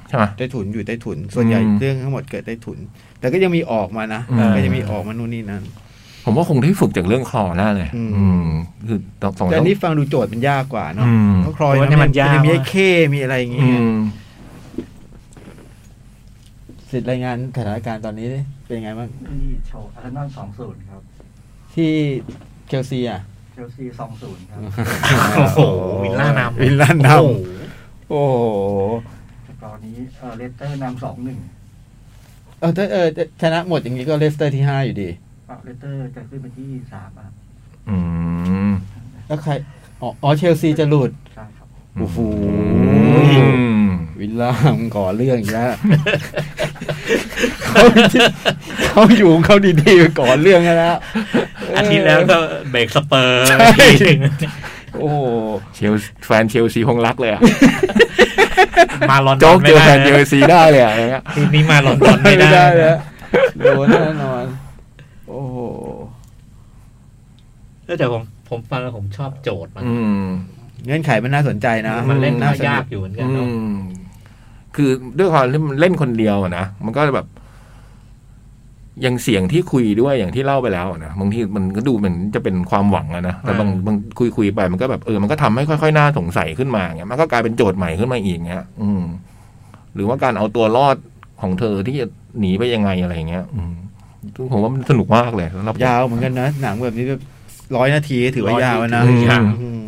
E: ใช่ไหม
F: ใต้ถุนอยู่ใต้ถุน ส่วนใหญ่
E: อืม
F: เรื่องทั้งหมดเกิดใต้ถุน แต่ก็ยังมีออกมานะ
E: อืม
F: ก็ยังมีออกมานู่นนี่นั่น
E: ผมว่าคงได้ฝึกจากเรื่องคลอแน่เลย
F: อืม
E: อืม คือต้องสอง
F: แต่อันนี้ฟังดูโจทย์มันยากกว่าเนาะ
E: อืม
F: เพราะคลอย
D: เพราะว่าเนี่ยมันยาก
F: จะมีไอ้
D: มาก
F: เคมีอะไรอย่างเงี้
E: อื
F: ย
E: ม
F: สิทธิ์รายงานสถานการณ์ตอนนี้ดิเป็นยังไงบ้าง
G: ที่โชว์อาร์เซนอลสองศูนย์ครับ
F: ที่เชลซีอ่ะ
G: เชลซีสองศูนย์ครับ
D: โอ้โหวิลล่านำ
F: วิลล่านำ
D: โอ้โห
F: โอ้โห
G: ตอนนี้เอ่อเลสเตอร์นำสองหนึ่ง
F: เออถ้าเออชนะหมดอย่างนี้ก็เลสเตอร์ที่ห้าอยู่ดี
G: เลสเตอร์จะขึ้นไปที่สามอ่ะ
E: อืม
F: แล้วใครอ๋ออ๋อเชลซีจะหลุด
G: ใช่ครับ
F: โอ้โห
E: อืม
F: วิลล่ามนก่อเรื่องอีกแล้ว *laughs* เขาเขาอยู่ของเขาดีๆไปก่อเรื่องแล้ว
D: อาทิตย์แล้วก็เบรกสเปอร์ทีหนึ่ง
F: โอ้โห
E: เชลซีแฟนเชลซีคงรักเลยอะ
D: มาลอนด
E: โจ๊
D: อก น
E: เจ
D: ไม่
E: อ
D: ได้
E: แฟนเชล
D: นะ
E: ซีได้เลยอะอะไรเงี้ย
D: ทีนี้มาลอนดอนไม่ได้
F: แล้
D: นะ
F: วโดนแน่นอนโอ้โห
D: แต่ผมผมฟังแล้วผมชอบโจทย์มัน
E: อืม
F: เงื่อนไขมันน่าสนใจนะ
D: มันเล่นน่า
F: ส
D: ยากอยู่เหมือนกัน
E: อื
D: เนาะ
E: ม คือด้วยความที่มันเล่นคนเดียวอะนะ มันก็แบบ ยังเสียงที่คุยด้วยอย่างที่เล่าไปแล้วอะนะบางทีมันก็ดูเหมือนจะเป็นความหวังอะนะแต่บาง
D: อืม
E: บางคุยคุยๆไปมันก็แบบเออมันก็ทำให้ค่อยๆน่าสงสัยขึ้นมาเงี้ยมันก็กลายเป็นโจทย์ใหม่ขึ้นมาอีกเงี้ย อืม หรือว่าการเอาตัวรอดของเธอที่จะหนีไปยังไงอะไรเงี้ย อืมซึ่งผมว่ามันสนุกมากเลยสำหรับผม
F: ยาวเหมือนกันนะหนังแบบนี้แบบร้อยนาทีถือว่ายาวนะ
E: ร้อยนาทียาว
F: อืม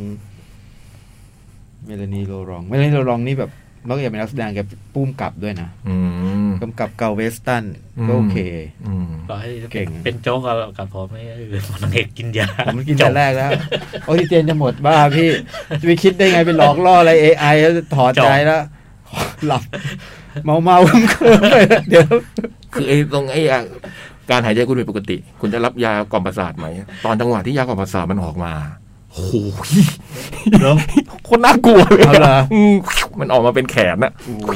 F: เมลานีโลรองเมลานีโลรองนี่แบบนอกจากเป็นนักแสดงแกปุ้มกลับด้วยนะ
E: อืม
F: กำกับเกาเวสตัน
E: อืม
F: ก็โอเค
E: อืม
D: ต่อให้
F: เก่ง
D: เป็นโจ๊กเอากับผมไม่คือคนางเอกกินยา
F: ผมกิน
D: จ
F: แต่
D: บ
F: แรกแล้ว ออกซิเจนจะหมดบ้าพี่ จะไปคิดได้ไงไปหลอกล่ออะไร AI แล้วถอดใจแล้ว หลับ เมาเมาๆเคลิ้มๆไปแล้วเดี๋ยว
E: คือไอ้ตรงไอ้อ่ะการหายใจคุณผิดปกติ คุณจะรับยากล่อมประสาทไหม ตอนจังหวะที่ยากล่อมประสาทมันออกมาโอ้โห
D: เนาะ
E: โคนน่ากลัวเลย
F: เอาเหรอ
E: ะมมันออกมาเป็นแขนอะ
F: โอ้โห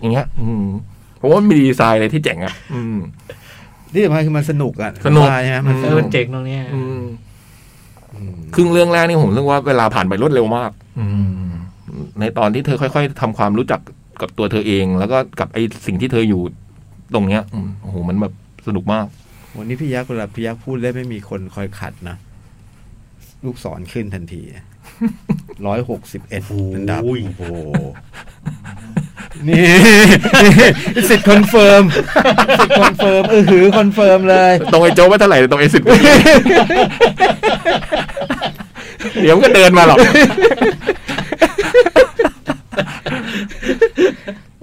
E: อย่างเงี้ย อืมผมว่ามันมีดีไซน์อะไรที่เจ๋งอะอืม
F: ที่สำคัญคือมันสนุกอ่ะ
E: สนุก
F: ว่าใช่ไหมมันส
D: เออ
F: นุ
D: มัน
F: ก
D: เจ๋งตรงเนี้ย
E: อืม
F: อืม
E: ครึ่งเรื่องแรกนี่ผมเรื่องว่าเวลาผ่านไปรวดเร็วมาก อืม ในตอนที่เธอค่อย ๆทำความรู้จักกับตัวเธอเอง แล้วก็กับไอ้สิ่งที่เธออยู่ตรงเนี้ยอืมโอ้โหมันแบบสนุกมาก
F: วันนี้พี่ยักษ์เวลาพี่ยักษ์พูดได้ไม่มีคนคอยขัดนะ ลูกศรขึ้นทันที ร้อยหกสิบเอ็ดอันดับ โอ้โห นี่ สิทธิ์คอนเฟิร์ม สิทธิ์คอนเฟิร์ม เออหือคอนเฟิร์มเลย
E: ตรงไอ้โจ้ว่าเท่าไหร่ตรงไอ้สิบ เดี๋ยวมันก็เดินมาหรอก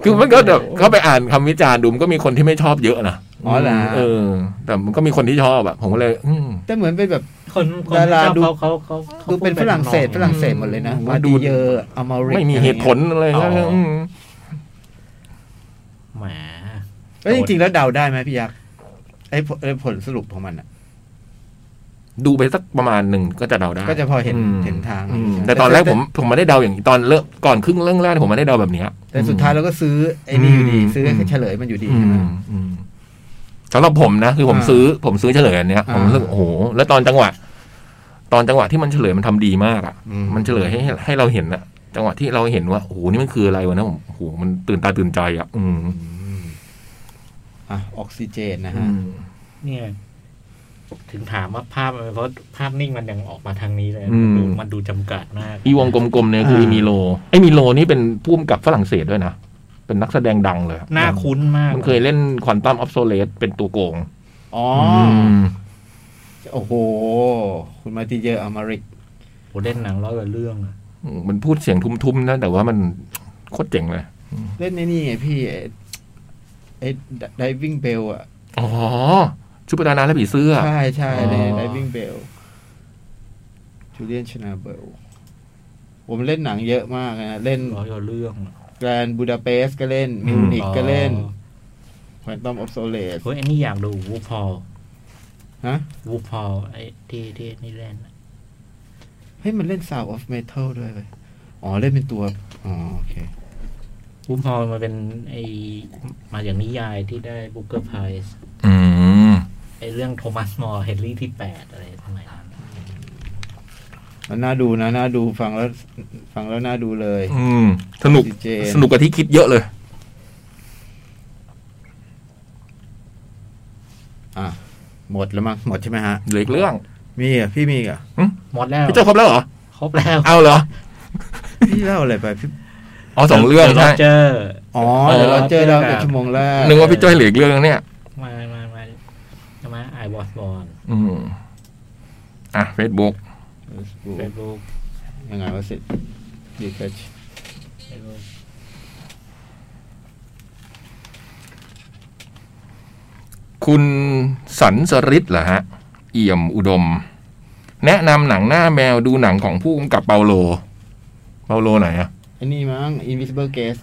E: คือมันก็แบบเขาไปอ่านคำวิจารณ์ดูมันก็มีคนที่ไม่ชอบเยอะนะ
F: อ๋อเหรอ
E: เออ แต่มันก็มีคนที่ชอบอะผมก็เลย อืม
F: แต่เหมือนเป็นแบบ
D: คนคน
F: ดารา
D: ชอบ
F: ดู
D: เขาเขาเขาขา
F: ดูเป็นฝรั่งเศสฝรั่งเศสหมดเลยนะ
E: อืม
F: มาดูเยอร์อามาริก
E: ไม่มีเหตุผลอะไรนะอืม
D: แหม
F: แล้วจริงๆแล้วเดาได้ไหมพี่ยักษ์ไอ้ผลไอ้ผลสรุปของมันอ่ะ
E: ดูไปสักประมาณหนึ่งก็จะเดาได้
F: ก็จะพอเห็น
E: ม
F: เห็นทาง
E: อืมแต่ตอนแรกผมผมไม่ได้เดาอย่างนี้ตอนเริ่มก่อนครึ่งเรื่องแรกผมไม่ได้เดาแบบเนี้ย
F: แต่สุดท้ายเราก็ซื้อไอ้นี่อยู่ดี
E: อืม
F: ซื้อเฉลยมันอยู่ดี
E: อื
F: ใช่ไหม
E: มอืมสำหรับผมนะ คือผม
F: อ่า
E: ซื้อ ผมซื้อเฉลยอันเนี้ย
F: อ่า
E: ผมรู้สึกโอ้โหแล้วตอนจังหวะ ตอนจังหวะที่มันเฉลยมันทำดีมากอ่ะ
F: อืม
E: มันเฉลยให้ให้เราเห็นอะจังหวะที่เราเห็นว่าโอ้โหนี่มันคืออะไรวะนะผมโอ้โหมันตื่นตาตื่นใจอ่ะ อืม
F: อ่ะออกซิเจนนะ
E: อื
F: ฮะ
E: ม
D: เนี่ย ถึงถามว่าภาพมันเพราะภาพนิ่งมันยังออกมาทางนี้เลย
E: อืม
D: ดูมันดูจำกัดมาก
E: อีวงกลมๆเนี่ยคืออี
F: อ่า
E: มิโลไอ้มิโลนี่เป็นผู้กำกับฝรั่งเศสด้วยนะ เป็นนักแสดงดังเลย
D: หน้าคุ้นมาก
E: มันเคยเล่นควอนตัมออฟโซเลตเป็นตัวโกง
F: อ๋ออ
E: ม
F: โอ้โห คุณมาติเยอร์อามาริก
D: โหเล่นหนังร้อยกว่าเรื่องอะ
E: อืมมันพูดเสียงทุ้มๆนะแต่ว่ามันโคตรเจ๋งเลย
F: เล่นในนี่ไงพี่ไอ้ไอ้ดิวิ่งเบลอ่ะ
E: อ๋อ ชุดประดาน้ำและผีเสื้อ
F: ใช่ใช่ใน
E: อ๋อ
F: ดิวิ่งเบลจูเลียนชนาเบลผมเล่นหนังเยอะมากนะ เล่น
D: ร้อยกว่าเรื่อง
F: แกรนบูดาเปสต์ก็เล่นมิวนิกก็เล่นแ u วนต o มออฟโซเลส
D: เฮ้ยอันนี้อยากดูวูพอล
F: ฮะ
D: วูพอลไอ้ที่ที่นี่เล่น
F: เฮ้ยมันเล่น Sound of Metal ด้วยเว้ยอ๋อ เล่นเป็นตัว อ๋อ โอเค
D: วูพอลมาเป็นไอมาจากนิยายที่ได้บุ๊กเกอร์ไพรส์
E: อืม
D: ไอเรื่องโทมัสมอร์เฮนรี่ที่แปดอะไรสมัยนั้น
F: มันน่าดูนะ น่าดูฟังแล้ว ฟังแล้วน่าดูเลย
E: อืม สนุก
F: ดีเจ
E: สนุกกว่าที่คิดเยอะเลย
F: อ่ะ หมดแล้วมั้งหมดใช่ไหมฮะ
E: เหลืออีกเรื่อง
F: มีอ่ะ พี่มีอีกอ่ะ
D: หมดแล้ว
E: พี่เจ้าครบแล้วเหรอ
D: ครบแล้ว
E: เอาเหรอ
F: พี่เล่าอะไรไปพี่
E: อ๋อสองเรื่อง
D: เดอะ
E: ใช่
D: โเจอร์
F: อ๋อ
E: เออ
F: เดี๋ยวเราเจอเราเป็น
D: เจอกัน
F: ชั่วโมงแรก
E: นึกว่าพี่จ้อยเหลืออีกเรื่องนึงเนี่ย
D: มามามาจะมาไอวอสบอล
E: อืม อ่ะเฟซบุ๊ก
D: เฟซบุ๊ก
F: ยังไงวะเสร็จดีเฟช
D: เฟซบุ๊ก
E: คุณสันสริศเหรอฮะ เอี่ยมอุดม แนะนำหนังหน้าแมวดูหนังของผู้กำกับเปาโล เปาโลไหนอ่ะ
F: อันนี้มั้ง Invisible Guest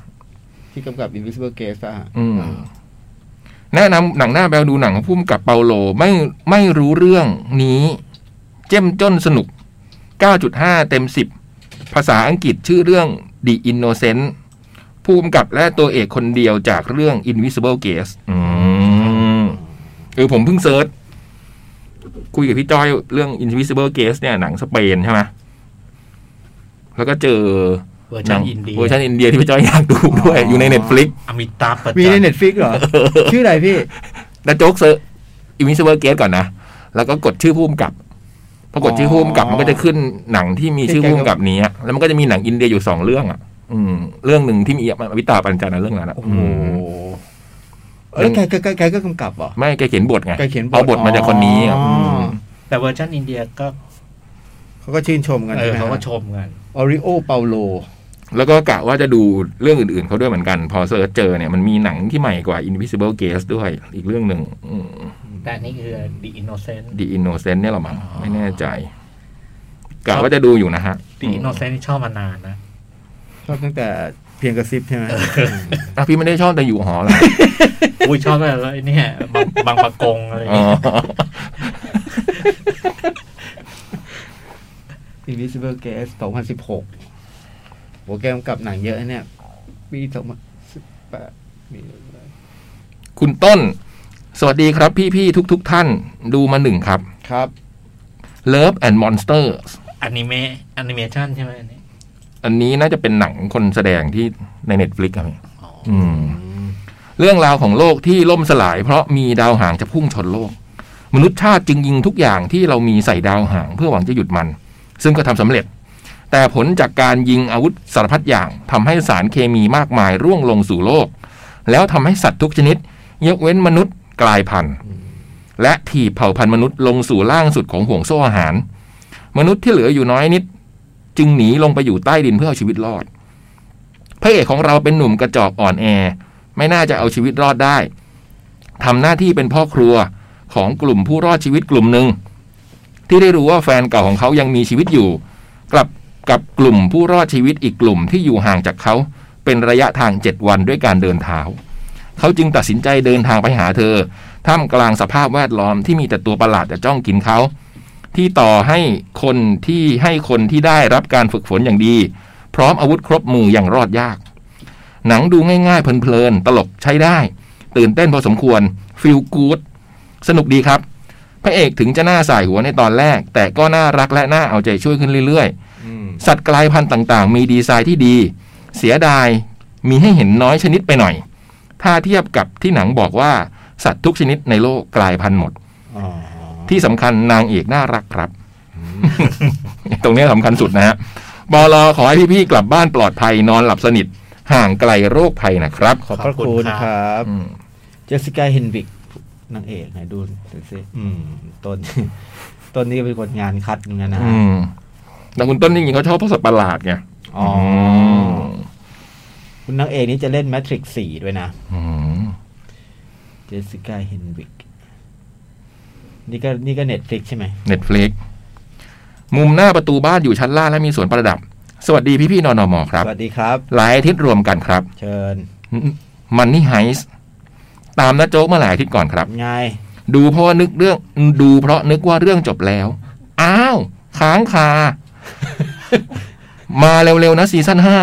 F: ที่กำกับ Invisible Guest ป่ะฮะ
E: อืม แนะนำหนังหน้าแมวดูหนังของผู้กำกับเปาโล ไม่ไม่รู้เรื่องนี้ เจ้มจ้นสนุก 9.5 เต็ม 10 ภาษาอังกฤษชื่อเรื่อง The Innocent ผู้กำกับและตัวเอกคนเดียวจากเรื่อง Invisible Guest อืมเออผมเพิ่งเซิร์ชคุยกับพี่จ้อยเรื่อง Invisible Guest เนี่ยหนังสเปนใช่ไหมแล้วก็เจอ
D: เวอร์
E: ห
D: ชั
E: นัง
D: นอินเดีย
E: เวอร์ชันอินเดียที่พี่จ้อยอยากดูด้วย อยู่ใน Netflix
D: อมิตาปัจ
F: มี
D: จั
F: ใน
D: น
F: Netflix *laughs* เหรอ ชื่ออะไรพี่
E: แล้วโจ๊กเซอร์อิมิสเวอร์เกสก่อนนะ แล้วก็กดชื่อผู้กำกับ พอกดชื่อผู้กำกับ
F: อ๋อ
E: มันก็จะขึ้นหนังที่มีชื่อผู้กำกับนี้อะแล้วมันก็จะมีหนังอินเดียอยู่สองเรื่องอ่ะ อืม เรื่องหนึ่งที่มีอวิตาปัญจานะเรื่องนั้นอะ
F: โอ้
E: อื
F: โห
E: ม
F: เออแล้ว
E: มัน
F: แกแกแกแกก็กำกับเหรอ
E: ไม่แกเขียนบทไง
F: แกเขียนบท
E: เอาบทมาจากคนนี้อะ
F: อ๋ออื
E: ม
D: แต่เวอร์ชันอินเดียก็
F: เขาก็ชื่นชมกัน
D: เอ
F: ใช่
D: อ
F: ไหม
D: เขาก็ชมกัน
F: ออริโอเปาโล
E: แล้วก็กะว่าจะดูเรื่องอื่นๆเขาด้วยเหมือนกัน พอเซิร์ชเจอเนี่ยมันมีหนังที่ใหม่กว่า Invisible Guest ด้วย อีกเรื่องหนึ่งอืม
D: แต่อันนี่คือ The Innocent
E: The Innocent เนี่ยเหรอมั้งไม่แน่ใจกะว่าจะดูอยู่นะฮะ
D: The Innocent นี่ชอบมานานนะ
F: ชอบตั้งแต่เพียงกระซิบใช่ไหม
E: อ่ะพี่ไม่ได้ชอบแต่อยู่หอเหรอ
D: อุ้ยชอบมากแล้วไอ้เนี่ยบางบางประกงอะไรอย่าง
E: อ๋อ
D: เงี้ย
F: อินวิสิเบิลเกสสองพันสิบหกโปรแกรมกับหนังเยอะเนี่ย ปีสองพันสิบแปดมีอะไร
E: คุณต้น สวัสดีครับพี่พี่ๆทุกทุก ๆ ท่านดูมาหนึ่งครับ
F: ครับ
E: Love and Monsters
D: อนิเมะแอนิเมชันใช่ไหมอันนี้
E: อันนี้น่าจะเป็นหนังคนแสดงที่ใน Netflix อะพี่
D: อ๋อ
E: อืม เรื่องราวของโลกที่ล่มสลาย เพราะมีดาวหางจะพุ่งชนโลก มนุษยชาติจึงยิงทุกอย่างที่เรามีใส่ดาวหางเพื่อหวังจะหยุดมัน ซึ่งก็ทำสำเร็จ แต่ผลจากการยิงอาวุธสารพัดอย่างทำให้สารเคมีมากมายร่วงลงสู่โลก แล้วทำให้สัตว์ทุกชนิด ยกเว้นมนุษย์กลายพันธุ์ และถีบเผ่าพันธุ์มนุษย์ลงสู่ล่างสุดของห่วงโซ่อาหาร มนุษย์ที่เหลืออยู่น้อยนิด จึงหนีลงไปอยู่ใต้ดินเพื่อเอาชีวิตรอดพระเอกของเราเป็นหนุ่มกระจอกอ่อนแอ ไม่น่าจะเอาชีวิตรอดได้ ทำหน้าที่เป็นพ่อครัวของกลุ่มผู้รอดชีวิตกลุ่มหนึ่ง ที่ได้รู้ว่าแฟนเก่าของเขายังมีชีวิตอยู่ กลับกับกลุ่มผู้รอดชีวิตอีกกลุ่มที่อยู่ห่างจากเขา เป็นระยะทางเจ็ดวันด้วยการเดินเท้า เขาจึงตัดสินใจเดินทางไปหาเธอ ท่ามกลางสภาพแวดล้อมที่มีแต่ตัวประหลาดจะจ้องกินเขา ที่ต่อให้คนที่ให้คนที่ได้รับการฝึกฝนอย่างดี พร้อมอาวุธครบมืออย่างรอดยาก หนังดูง่ายๆ เพลินๆ ตลกใช้ได้ ตื่นเต้นพอสมควรฟิลกู๊ดสนุกดีครับ พระเอกถึงจะหน้าสายหัวในตอนแรก แต่ก็น่ารักและน่าเอาใจช่วยขึ้นเรื่อยๆ สัตว์กลายพันธุ์ต่างๆ มีดีไซน์ที่ดี เสียดายมีให้เห็นน้อยชนิดไปหน่อย ถ้าเทียบกับที่หนังบอกว่า สัตว์ทุกชนิดในโลกกลายพันธุ์หมด
F: อ๋อ
E: ที่สำคัญนางเอกน่ารักครับ *laughs* ตรงเนี้ยสำคัญสุดนะฮะบอลอขอให้พี่ๆกลับบ้านปลอดภัยนอนหลับสนิท ห่างไกลโรคภัยนะครับ
F: ขอบพระคุณครับ
E: อืม
F: เจสสิก้าเฮนวิกนางเอกไหนดูสิสิอืม ต้น *laughs* ต้นนี้ก็เป็นคนงานคัดเหมือนกันนะ
E: อืมแต่คุณต้นจริงๆเขาชอบพวกสัตว์ประหลาดไง
F: อ๋อ
E: ม
F: คุณนางเอกนี้จะเล่นแมทริกสี่ด้วยนะ
E: อืม
F: เจสสิก้าเฮนริก นี่ก็นี่ก็เน็ตฟลิกใช่ไหม
E: เน็ตฟลิกมุมหน้าประตูบ้านอยู่ชั้นล่างและมีสวนประดับ สวัสดีพี่พี่ๆนอนอมอครับ
F: สวัสดีครับ
E: หลายอาทิตย์รวมกันครับ
F: เชิญ
E: มันนี่ไฮส์ตามน้าโจ๊กมาหลายอาทิตย์ก่อนครับ
F: ไง
E: ดูเพราะว่านึกเรื่องดูเพราะนึกว่าเรื่องจบแล้ว อ้าว ค้าง
F: *laughs*
E: คา มาเร็ว ๆ นะซีซั่นห้า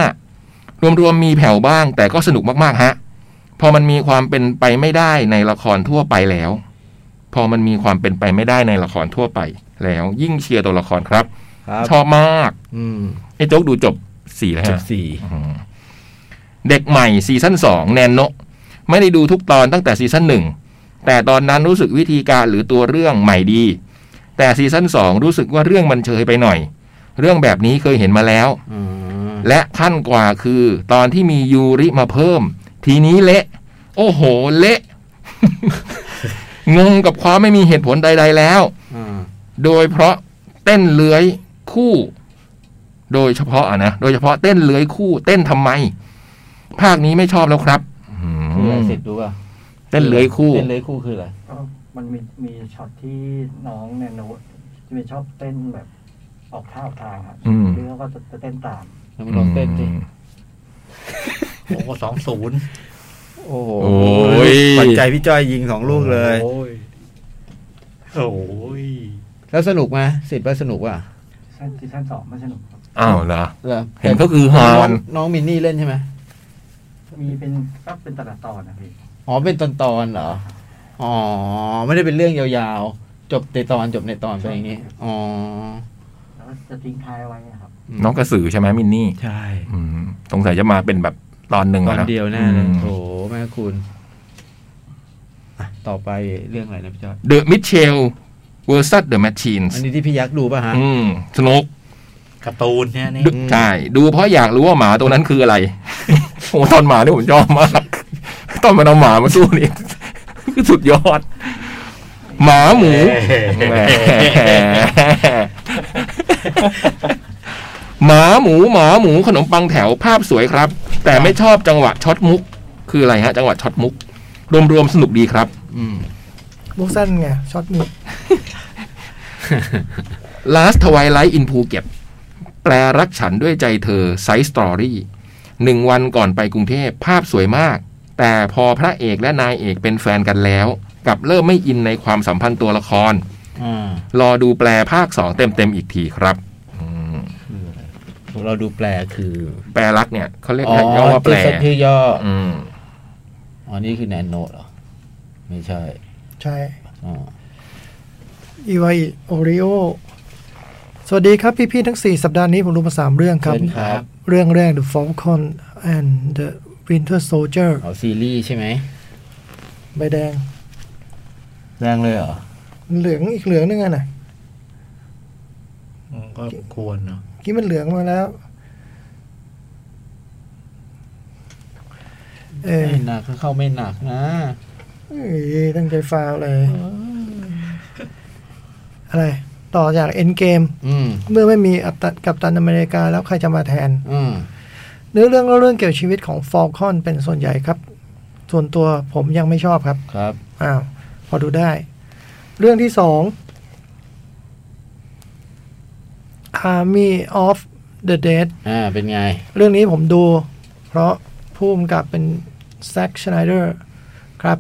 E: รวม ๆ มีแผ่วบ้าง แต่ก็สนุกมาก ๆ ฮะ พอมันมีความเป็นไปไม่ได้ในละครทั่วไปแล้ว พอมันมีความเป็นไปไม่ได้ในละครทั่วไปแล้ว ยิ่งเชียร์ตัวละครครับ
F: ครับ
E: ชอบมาก
F: อืม
E: ไอ้โจ๊กดูจบสี่แล้ว
F: จุด
E: ฮะ
F: สี่
E: อืมเด็กใหม่ซีซั่นสองแนนโนะไม่ได้ดูทุกตอนตั้งแต่ซีซั่นหนึ่งแต่ตอนนั้นรู้สึกวิธีการหรือตัวเรื่องใหม่ดี แต่ซีซั่นสองรู้สึกว่าเรื่องมันเฉยไปหน่อย เรื่องแบบนี้เคยเห็นมาแล้ว
F: อืม
E: และขั้นกว่าคือตอนที่มียูริมาเพิ่ม ทีนี้เละ โอ้โห เละ *laughs* งงกับความไม่มีเหตุผลใด ๆ แล้ว
F: อ่า
E: โดยเพราะเต้นเลื้อยคู่ โดยเฉพาะอะนะ โดยเฉพาะเต้นเลื้อยคู่ เต้นทำไม ภาคนี้ไม่ชอบแล้วครับอืม
F: คืออะไรสิทธิ์รู้ป่ะ
E: เต้นเลื้อยคู่
F: เต้นเลื้อยคู่คืออะไร
D: ก็มันมีมีช็อตที่น้องแนนโนจะมีชอบเต้นแบบออกท่าออกทางครับ
E: อืม
D: เรื่องก็จะจะเต้นตาม
F: น้องลองเต้นสิ
B: โอ้สองศูนย์
F: โอ้โห
E: โอ้ย
F: ปัจจัยพี่จ้อยยิงสองลูกเลย
B: โอ้ยโอ้ย
F: แล้วสนุกไหมสิทธิ์ว่าสนุกว่ะ
D: ซีซั่นซีซั่นสองไม่สนุกครับ
E: อ้าวเหรอ
F: หรอ
E: เห็นก็คือฮา
F: น้อง
E: น
F: น้องมินนี่เล่นใช่ไหม
D: มีเป็นก็เป็นแต่ละตอนนะพี่
F: อ๋อเป็นตอนตอนๆเหรอ อ๋อ ไม่ได้เป็นเรื่องยาวๆ จบในตอนจบในตอนไปอย่างนี้ อ๋อ
D: แล้วก็จะทิ้งท้ายไว้ครับ
E: น้องกระสือใช่ไหมมินนี่
F: ใช่
E: อืมสงสัยจะมาเป็นแบบตอนหนึ่ง
F: ต
E: อะ
F: อน
E: นะ
F: เดียวแน่เล
E: อื
F: ย
E: ม
F: โอ้โหแม่คุณอ่ะต่อไปเรื่องอะไรนะพี่จ้อย
E: The Mitchell vs The Machines
F: อันนี้ที่พี่ยักษ์ดูป่ะฮะ
E: อืมสนุก
B: การ์ตูนเนี่ยนี่
E: ใช่ ดูเพราะอยากรู้ว่าหมาตัวนั้นคืออะไร *laughs* โอ้ตอนหมาเนี่ยผมชอบมากตอนมันเอาหมามาสู้นี่ *laughs* คือสุดยอด หมาหมู *laughs* แหมหมาหมูหมาหมูขนมปังแถวภาพสวยครับ แต่ไม่ชอบจังหวะช็อตมุก คืออะไรฮะ จังหวะช็อตมุก รวมๆสนุกดีครับ
F: อืม
C: มุกสั้นไงช็อตมุก
E: Last Twilight in Phuket แปลรักฉันด้วยใจเธอไซส์สตอรี่หนึ่งวันก่อนไปกรุงเทพภาพสวยมาก แต่พอพระเอกและนายเอกเป็นแฟนกันแล้วกลับเริ่มไม่อินในความสัมพันธ์ตัวละคร
F: อ่าร
E: อดูแปลภาคสองเต็มๆอีกทีครับอืม
F: เราดูแปลคือ
E: แปลรักเนี่ยเขาเรียกย่อว่าแปล
F: ที่ที่ย่อ
E: อืม
F: อ๋อ นี่คือแนนโนดเหรอ ไม่ใช่
C: ใช่
F: อ๋อ
C: อีวาโอริโอสวัสดีครับพี่ๆทั้ง 4 สัปดาห์นี้ผมรู้มา 3 เรื่องครับ
F: เชิญครับ
C: เรื่องแรก The Falcon and the Winter Soldier
F: เอาซีรีส์ใช่ไหม
C: ใบแดง
F: แรงเลยเหรอ
C: เหลืองอีกเหลืองนึงอ่ะนะ
B: อืมก็ควรเนาะ
C: กี้มันเหลืองมาแล้ว เออ
F: ไม่หนักเข้าไม่หนักนะ
C: เอ้ยตั้งใจฟาวเลย อะไร ต่อจากเอ็นเกม
F: อืม
C: เมื่อไม่มีอัปตันกัปตันอเมริกาแล้วใครจะมาแทน
F: อืม
C: เนื้อเรื่องเล่าเรื่องเกี่ยวกับชีวิตของฟอลคอนเป็นส่วนใหญ่ครับ ส่วนตัวผมยังไม่ชอบครับ
F: ครับ
C: อ้าว พอดูได้ เรื่องที่สอง Army of the Dead
F: อ่า เป็นไง
C: เรื่องนี้ผมดู เพราะผู้กำกับเป็นแซคชไนเดอร์ครับ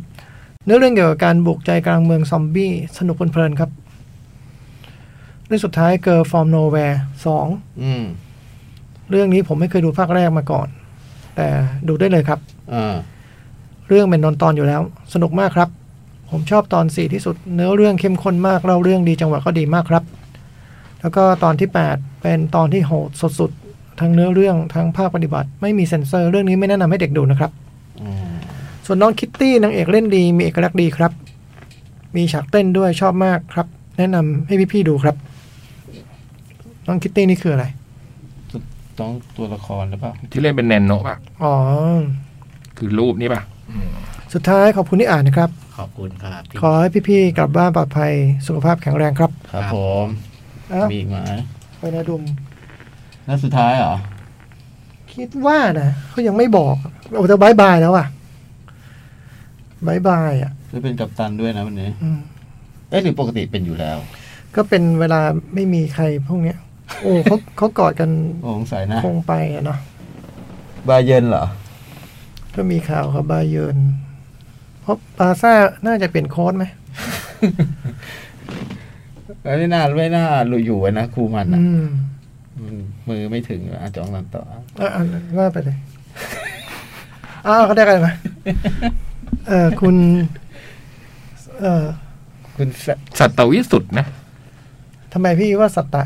C: เนื้อเรื่องเกี่ยวกับการบุกใจกลางเมืองซอมบี้ สนุกเพลินๆครับ เรื่องสุดท้ายเกิร์ฟอร์มโนแวร์สอง
F: อืม
C: เรื่องนี้ผมไม่เคยดูภาคแรกมาก่อน แต่ดูได้เลยครับ
F: อ่า
C: เรื่องเป็นนนตอนอยู่แล้ว สนุกมากครับ ผมชอบตอนสี่ที่สุด เนื้อเรื่องเข้มข้นมากเล่าเรื่องดีจังหวะก็ดีมากครับ แล้วก็ตอนที่ 8 เป็นตอนที่โหดสุดๆทั้งเนื้อเรื่องทั้งภาคปฏิบัติ ไม่มีเซ็นเซอร์เรื่องนี้ไม่แนะนำให้เด็กดูนะครับ
F: อืม
C: ส่วนน้องคิตตี้นางเอกเล่นดีมีเอกลักษณ์ดีครับ มีฉากเต้นด้วยชอบมากครับ แนะนำให้พี่ๆดูครับ น้องคิตตี้นี่คืออะไร
F: ต้องตัวละครหรือเปล่า
E: ที่เล่นเป็นแนนโนะป่ะ
C: อ๋อ
E: คือรูปนี้ป่ะ
C: สุดท้ายขอบคุณที่อ่านนะครับ
B: ขอบคุณครับที่
C: ขอให้พี่ๆกลับบ้านปลอดภัยสุขภาพแข็งแรงครับ
F: ครับผม
C: อ้าว
F: มีอีกไหม
C: ไปนะดุม
F: แล้วสุดท้ายเหรอ
C: อ คิดว่านะเขายังไม่บอกโอ้แต่บายบายแล้วอ่ะบายบายอ่ะ
F: จะเป็นกัปตันด้วยนะวันนี้
C: อืม
F: เอ๊ะหรือปกติเป็นอยู่แล้ว
C: ก็เป็นเวลาไม่มีใครพวกเนี้ย โอ้ *laughs* เขาเขากอดกัน
F: โอ้สงสัยนะ
C: คงไปอะเนาะ
F: บาเยิร์นเหรอ
C: ก็มีข่าวเขาบาเยิร์นเพราะบาร์ซ่าน่าจะเปลี่ยนโค้ดไหม
F: ไม่น่าไม่น่าลุยอยู่อะนะครูมัน
C: อื
F: อะ
C: ม
F: มันมือไม่ถึงอาจจะองนันต่อ
C: อ่ะอ่ะว่าไปเลย *laughs* อ้าวเขาได้กันไหมเออคุณ เออ
F: คุณแซะ
E: สัตวิสุทธ์นะ
C: ทำไมพี่ว่าสัตตะ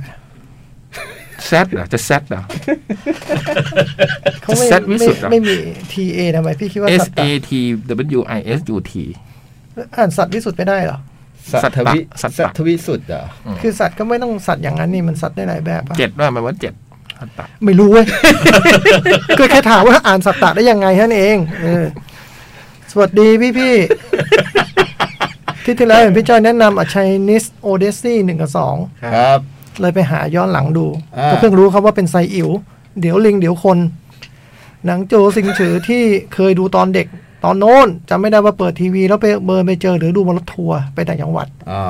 E: แซดเหรอจะแซดเหรอ
C: เขาไม่
E: สัตวิ
C: ไม่
E: สุทธิ์เหรอ
C: ไม่มีทีเอทำไมพี่คิดว่า
E: S
C: สัต
E: A
C: ตะ
E: T W I S U T
C: อ่านสัตว์วิสุทธิ์ไม่ได้เหรอ
E: สัตตะสั
F: สั
E: ตตะ
F: ตทวิสุดเหรอ
E: อืม
C: คือสัตว์ก็ไม่ต้องสัตว์อย่างนั้นนี่มันสัตว์ได้หลายแบบปะ
E: เจ็ดว่ามันว่าเจ็ดสัตตะ
C: ไม่รู้เว้ย ก็แค่ถามว่าอ่านสัตตะได้ยังไงท่านเองเออสวัสดีพี่พี่ๆที่ที่แล้วเห็นพี่จ้อยแนะนำอัชัยนิสโอเดซี่หนึ่งกับสอง
F: ครับ
C: เลยไปหาย้อนหลังดู
F: อ่า
C: ก็เพิ่งรู้ครับว่าเป็นไซอิ๋วเดี๋ยวลิงเดี๋ยวคน หนังโจสิงฉือที่เคยดูตอนเด็ก ตอนโน้นจำไม่ได้ว่าเปิดทีวี แล้วไปเบอร์นไปเจอหรือดูบนรถทัวร์ไปต่างจังหวัด
F: อ๋อ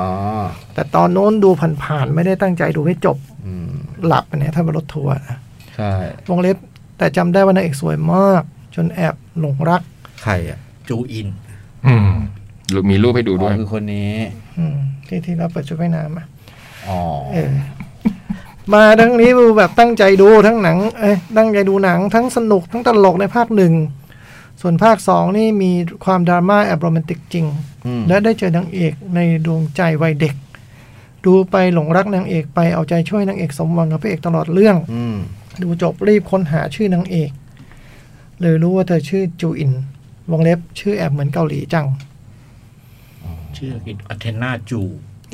C: แต่ตอนโน้นดูผ่านๆไม่ได้ตั้งใจดูให้จบ
F: อืม
C: หลับอันเนี้ยถ้าบนรถทัวร์นะ
F: ใช่
C: วงเล็บแต่จำได้ว่านางเอกสวยมาก จนแอบหลงรัก
F: ใครอ่ะ
D: จูอิน
E: อืมหรือมีรูปให้ดูด้วย
F: อ๋อคือคนนี้
C: อืมที่ที่เราเปิดชุดว่ายน้ำอะ
F: อ๋อ
C: เออ มาทั้งนี้ดูแบบตั้งใจดูทั้งหนัง เอ้ยตั้งใจดูหนังทั้งสนุกทั้งตลกในภาคหนึ่ง ส่วนภาคสองนี่มีความดราม่าแอบโรแมนติกจริง
F: อืม
C: และได้เจอนางเอกในดวงใจวัยเด็ก ดูไปหลงรักนางเอกไปเอาใจช่วยนางเอกสมหวังกับพระเอกตลอดเรื่อง
F: อืม
C: ดูจบรีบค้นหาชื่อนางเอก เลยรู้ว่าเธอชื่อจูอิน วงเล็บชื่อแอบเหมือนเกาหลี *laughs* จัง
D: ชื่ออังกฤษอัเทนาจู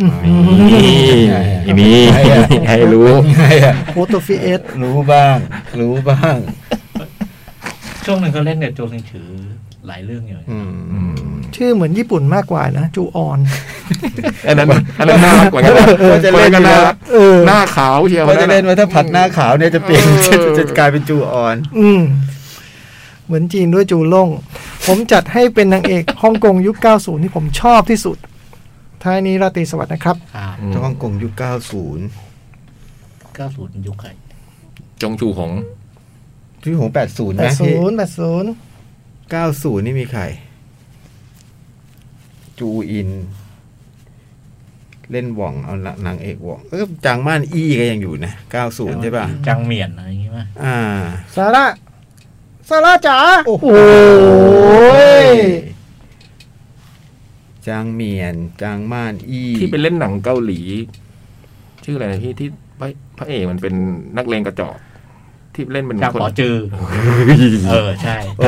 E: นี่
F: ให้
E: นี่
F: ให้อะ
E: ให้รู้
F: ใครอ่ะ
C: โพสต์ฟีเอส
F: รู้บ้าง รู้บ้าง
D: ช่วงหนึ่งเขาเล่นเนี่ยโจลิงถือหลายเรื่องอยู่
F: อืม
C: ชื่อเหมือนญี่ปุ่นมากกว่านะ จูออน
E: อันนั้นอันนั้นน่ารั
F: *laughs*
E: กกว่ากัน
F: ว่าจะเล่น
E: กั
F: กันน
E: น่า
F: นะ
E: รัก
C: เออ
E: หน้าขาวเชียว
F: ว่าจะเล่น
E: ค
F: ว่าถ้าผัดหน้าขาวเนี่ยจะเปลี่ยนจะจะกลายเป็นจูออน
C: อืม เหมือนจีนด้วยจูล่ง ผมจัดให้เป็นนางเอกฮ่องกงยุค 90 ที่ผมชอบที่สุด ท้ายนี้ราตรีสวัสดิ์นะครับ
D: อ่า
E: อืม
F: ฮ่องกงยุค 90
D: ก้าศูนย์ยุคไก่
E: จงชูหง
F: ที่หง80 นะที่
C: 80 80
F: 90 นี่มีใคร จูอิน เล่นหว่อง เอานางเอกหว่องเออจางม่านอี้ก็ยังอยู่นะ 90 ใช่ป่ะ
D: จังเหมียนอะไรอย่างงี้ป่ะ
F: อ่า
C: ซาร่าซาร่าจ๋า
F: โอ้โห จางเมียน จางม่านอี้
E: ที่ไปเล่นหนังเกาหลี ชื่ออะไรนะพี่ที่พระพระเอกมันเป็นนักเลงกระจอกที่เล่นเป็น
D: จาง
E: คน
D: ปอจือ เออ ใช่
F: เอ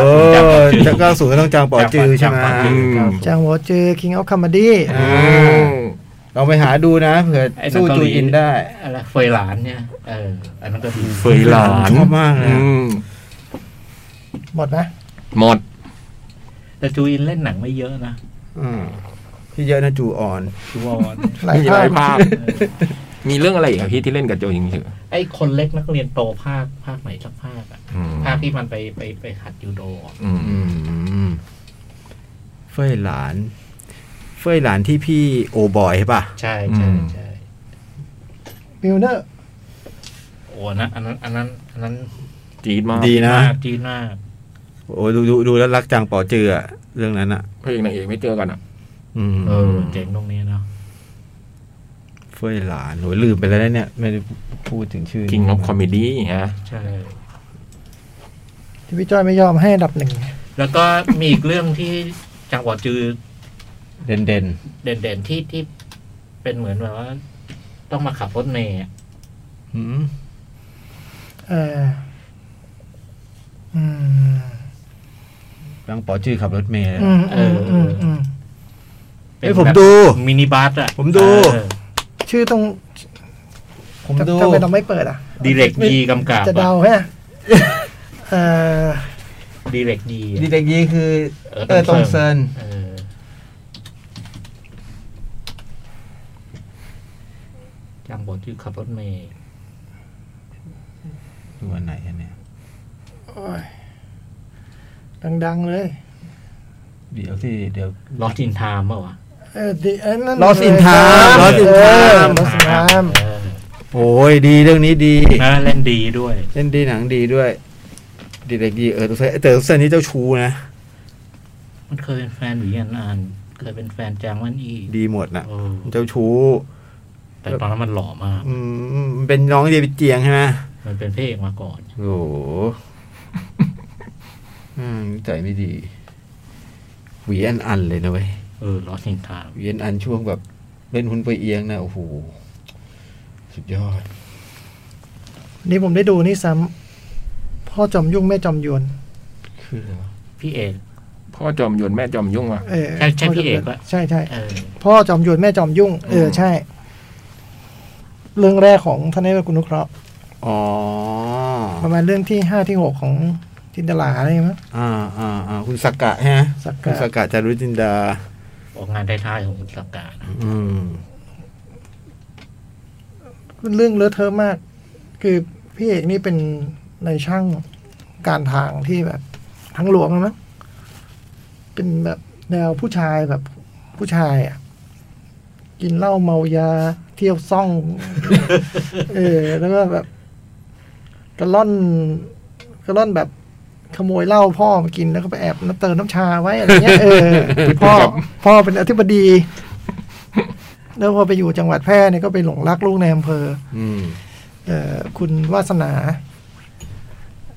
F: อจะ90ก็ต้องจางปอจือใช่ไหม
D: จางปอจือครับ
C: จางหัวเจอ King of Comedy
E: อืม
F: เราไปหาดูนะเผื่อ
D: ไอ้หนัง
F: สู้
D: เกา
F: จู
D: หลี
F: อินได้
D: อะไรเฟยหลานเนี่ย เออ อันนั้นก็ดี
E: เฟยหลาน
F: ชอบมากนะ
E: อืม
C: หมดนะ
E: หมด
D: แต่จูอินเล่นหนังไม่เยอะนะ
F: อืมที่เยอะนะจูออน
D: จูออน
C: หลาย
E: มีห
C: ภา
E: ลา
C: ค
E: ยภาพ มีเรื่องอะไรอีกอะพี่ที่เล่นกับโจยิงถือ
D: ไอ้คนเล็กนักเรียนโตภาคภาคไหนสักภาคอะ
E: อืม
D: ภาคที่มันไปไปไปหัดยูโดอะ
E: อืม
F: อืมเฟยหลาน เฟยหลานที่พี่โอบอยใช่ป่ะ
D: ใช่ใช่ใช่
C: มิลเนอร์
D: โอ้อันนั้นอันนั้นอันนั้นอันนั้น
E: จี๊ดมาก
F: ดีนะ
D: มากจีนมาก
F: โอ้ดูดูดูแล้วรักจังปอเจืออะเรื่องนั้นอ่ะ
E: พระเอกนางเอกไม่เจอกันอ่ะ
F: อืม
D: เออ เจ๋งตรงนี้เนาะ
F: เฟยหลานโหลืมไปแล้วนะเนี่ย ไม่ได้พูดถึงชื่อ
E: King of Comedy ฮะ
D: ใช่
C: ที่พี่จ้อยไม่ยอมให้อันดับหนึ่ง
D: แล้วก็มีอีกเรื่องที่จังหวัดจือ
F: เด่นเด่น
D: เด่นๆที่ที่เป็นเหมือนแบบว่า ต้องมาขับรถเมย์อะ
F: ๆอืม
C: เอออืม
F: จังปอเจือขับรถเมล์เลย
C: อื
F: อะ
C: มอืมอืมอืม
D: ป็น
F: เอ้ยผม
D: แบบ
F: ดู
D: มินิบัสอ่ะ
F: ผมดู
D: เออ
C: ชื่อตรง
F: ผมดู
C: ทำไมเราไม่เปิดอ่ะ
D: ดีเรกดีกำกับ
C: จะเดา
D: *laughs*
C: แฮะเออ
D: ดีเรกดี
F: ดีเด็กยีคือ
D: เอ
F: เอ
D: อ
F: อ
D: ต
F: ต
D: รงเซิน
F: รงเซิน
D: เออจำบทที่ขับรถเมย์
F: ดูอันไหนอันเนี้ย
C: โอ้ยดังๆเลย
F: เดี๋ยวที่เดี๋ยว
D: ลอสอินไทม์เปล่าวะ
C: เออดีเออนั่น
B: Lost in Time Lost in Time
C: ลอสอินไทม์
D: เออ
B: โอ้ยดีเรื่องนี้ดี
D: นะเล่นดีด้วย
B: เล่นดีหนังดีด้วย ดีเด็กดีเออตัวเซเตอร์เซนนี่เจ้าชูนะ
D: มันเคยเป็นแฟนหรือยันอ่าน เคยเป็นแฟนจางวันอี
B: ดีหมดนะ
D: โอ้
B: เจ้าชู
D: แต่ตอนนั้นมันหล่อมาก
B: อืมมันเป็นน้องเดวิดเจียงใช่ไหม
D: มันเป็นพระเอกมาก่อน
B: โอ้โหอืมใจไม่ดีหวีอันอันเลยนะเว้ย
D: เออลอสอินไทม์
B: เย็นอันช่วงแบบเล่นหุ้นไปเอียงนะโอ้โหสุดยอด
C: นี่ผมได้ดูนี่ซ้ำพ่อจอมยุ่งแม่จอมยวน
B: คืออะไรวะ
D: พี่เอก
E: พ่อจอมยวนแม่จอมยุ่งว่ะ
C: เออ
D: ใช่ใช่พี่เอกปะ
C: ใช่ใช่
D: เออ
C: พ่อจอมยวนแม่จอมยุ่ง เออใช่ เรื่องแรกของท่านนายกคุณนุเคราะห์
B: อ๋อ
C: ประมาณเรื่องที่ห้าที่หกของจินตลาอะไรมั้ย
B: อ่าอ่าอ่าคุณสักกะฮะ
C: สักกะ
B: คุณสักกะจารุจินดา
D: ออกงานท้ายๆของคุณสักการนะ
B: อืม
C: เรื่องเลอะเทอะมาก คือพี่เอกนี่เป็นในายช่างการทางที่แบบทั้งหลวงนะเป็นแบบแนวผู้ชายแบบผู้ชายอ่ะ กินเหล้าเมายา เที่ยวซ่อง *laughs* เออ แล้วก็แบบกระล่อนกระล่อนแบบขโมยเหล้าพ่อมากินแล้วก็ไปแอบน้ำเติมน้ำชาไว้อะไรเงี้ยเออพ่อพ่อเป็นอธิบดี แล้วพอไปอยู่จังหวัดแพร่เนี่ยก็ไปหลงรักลูกในอำเภอ
B: อืม
C: เอ่อคุณวาสนา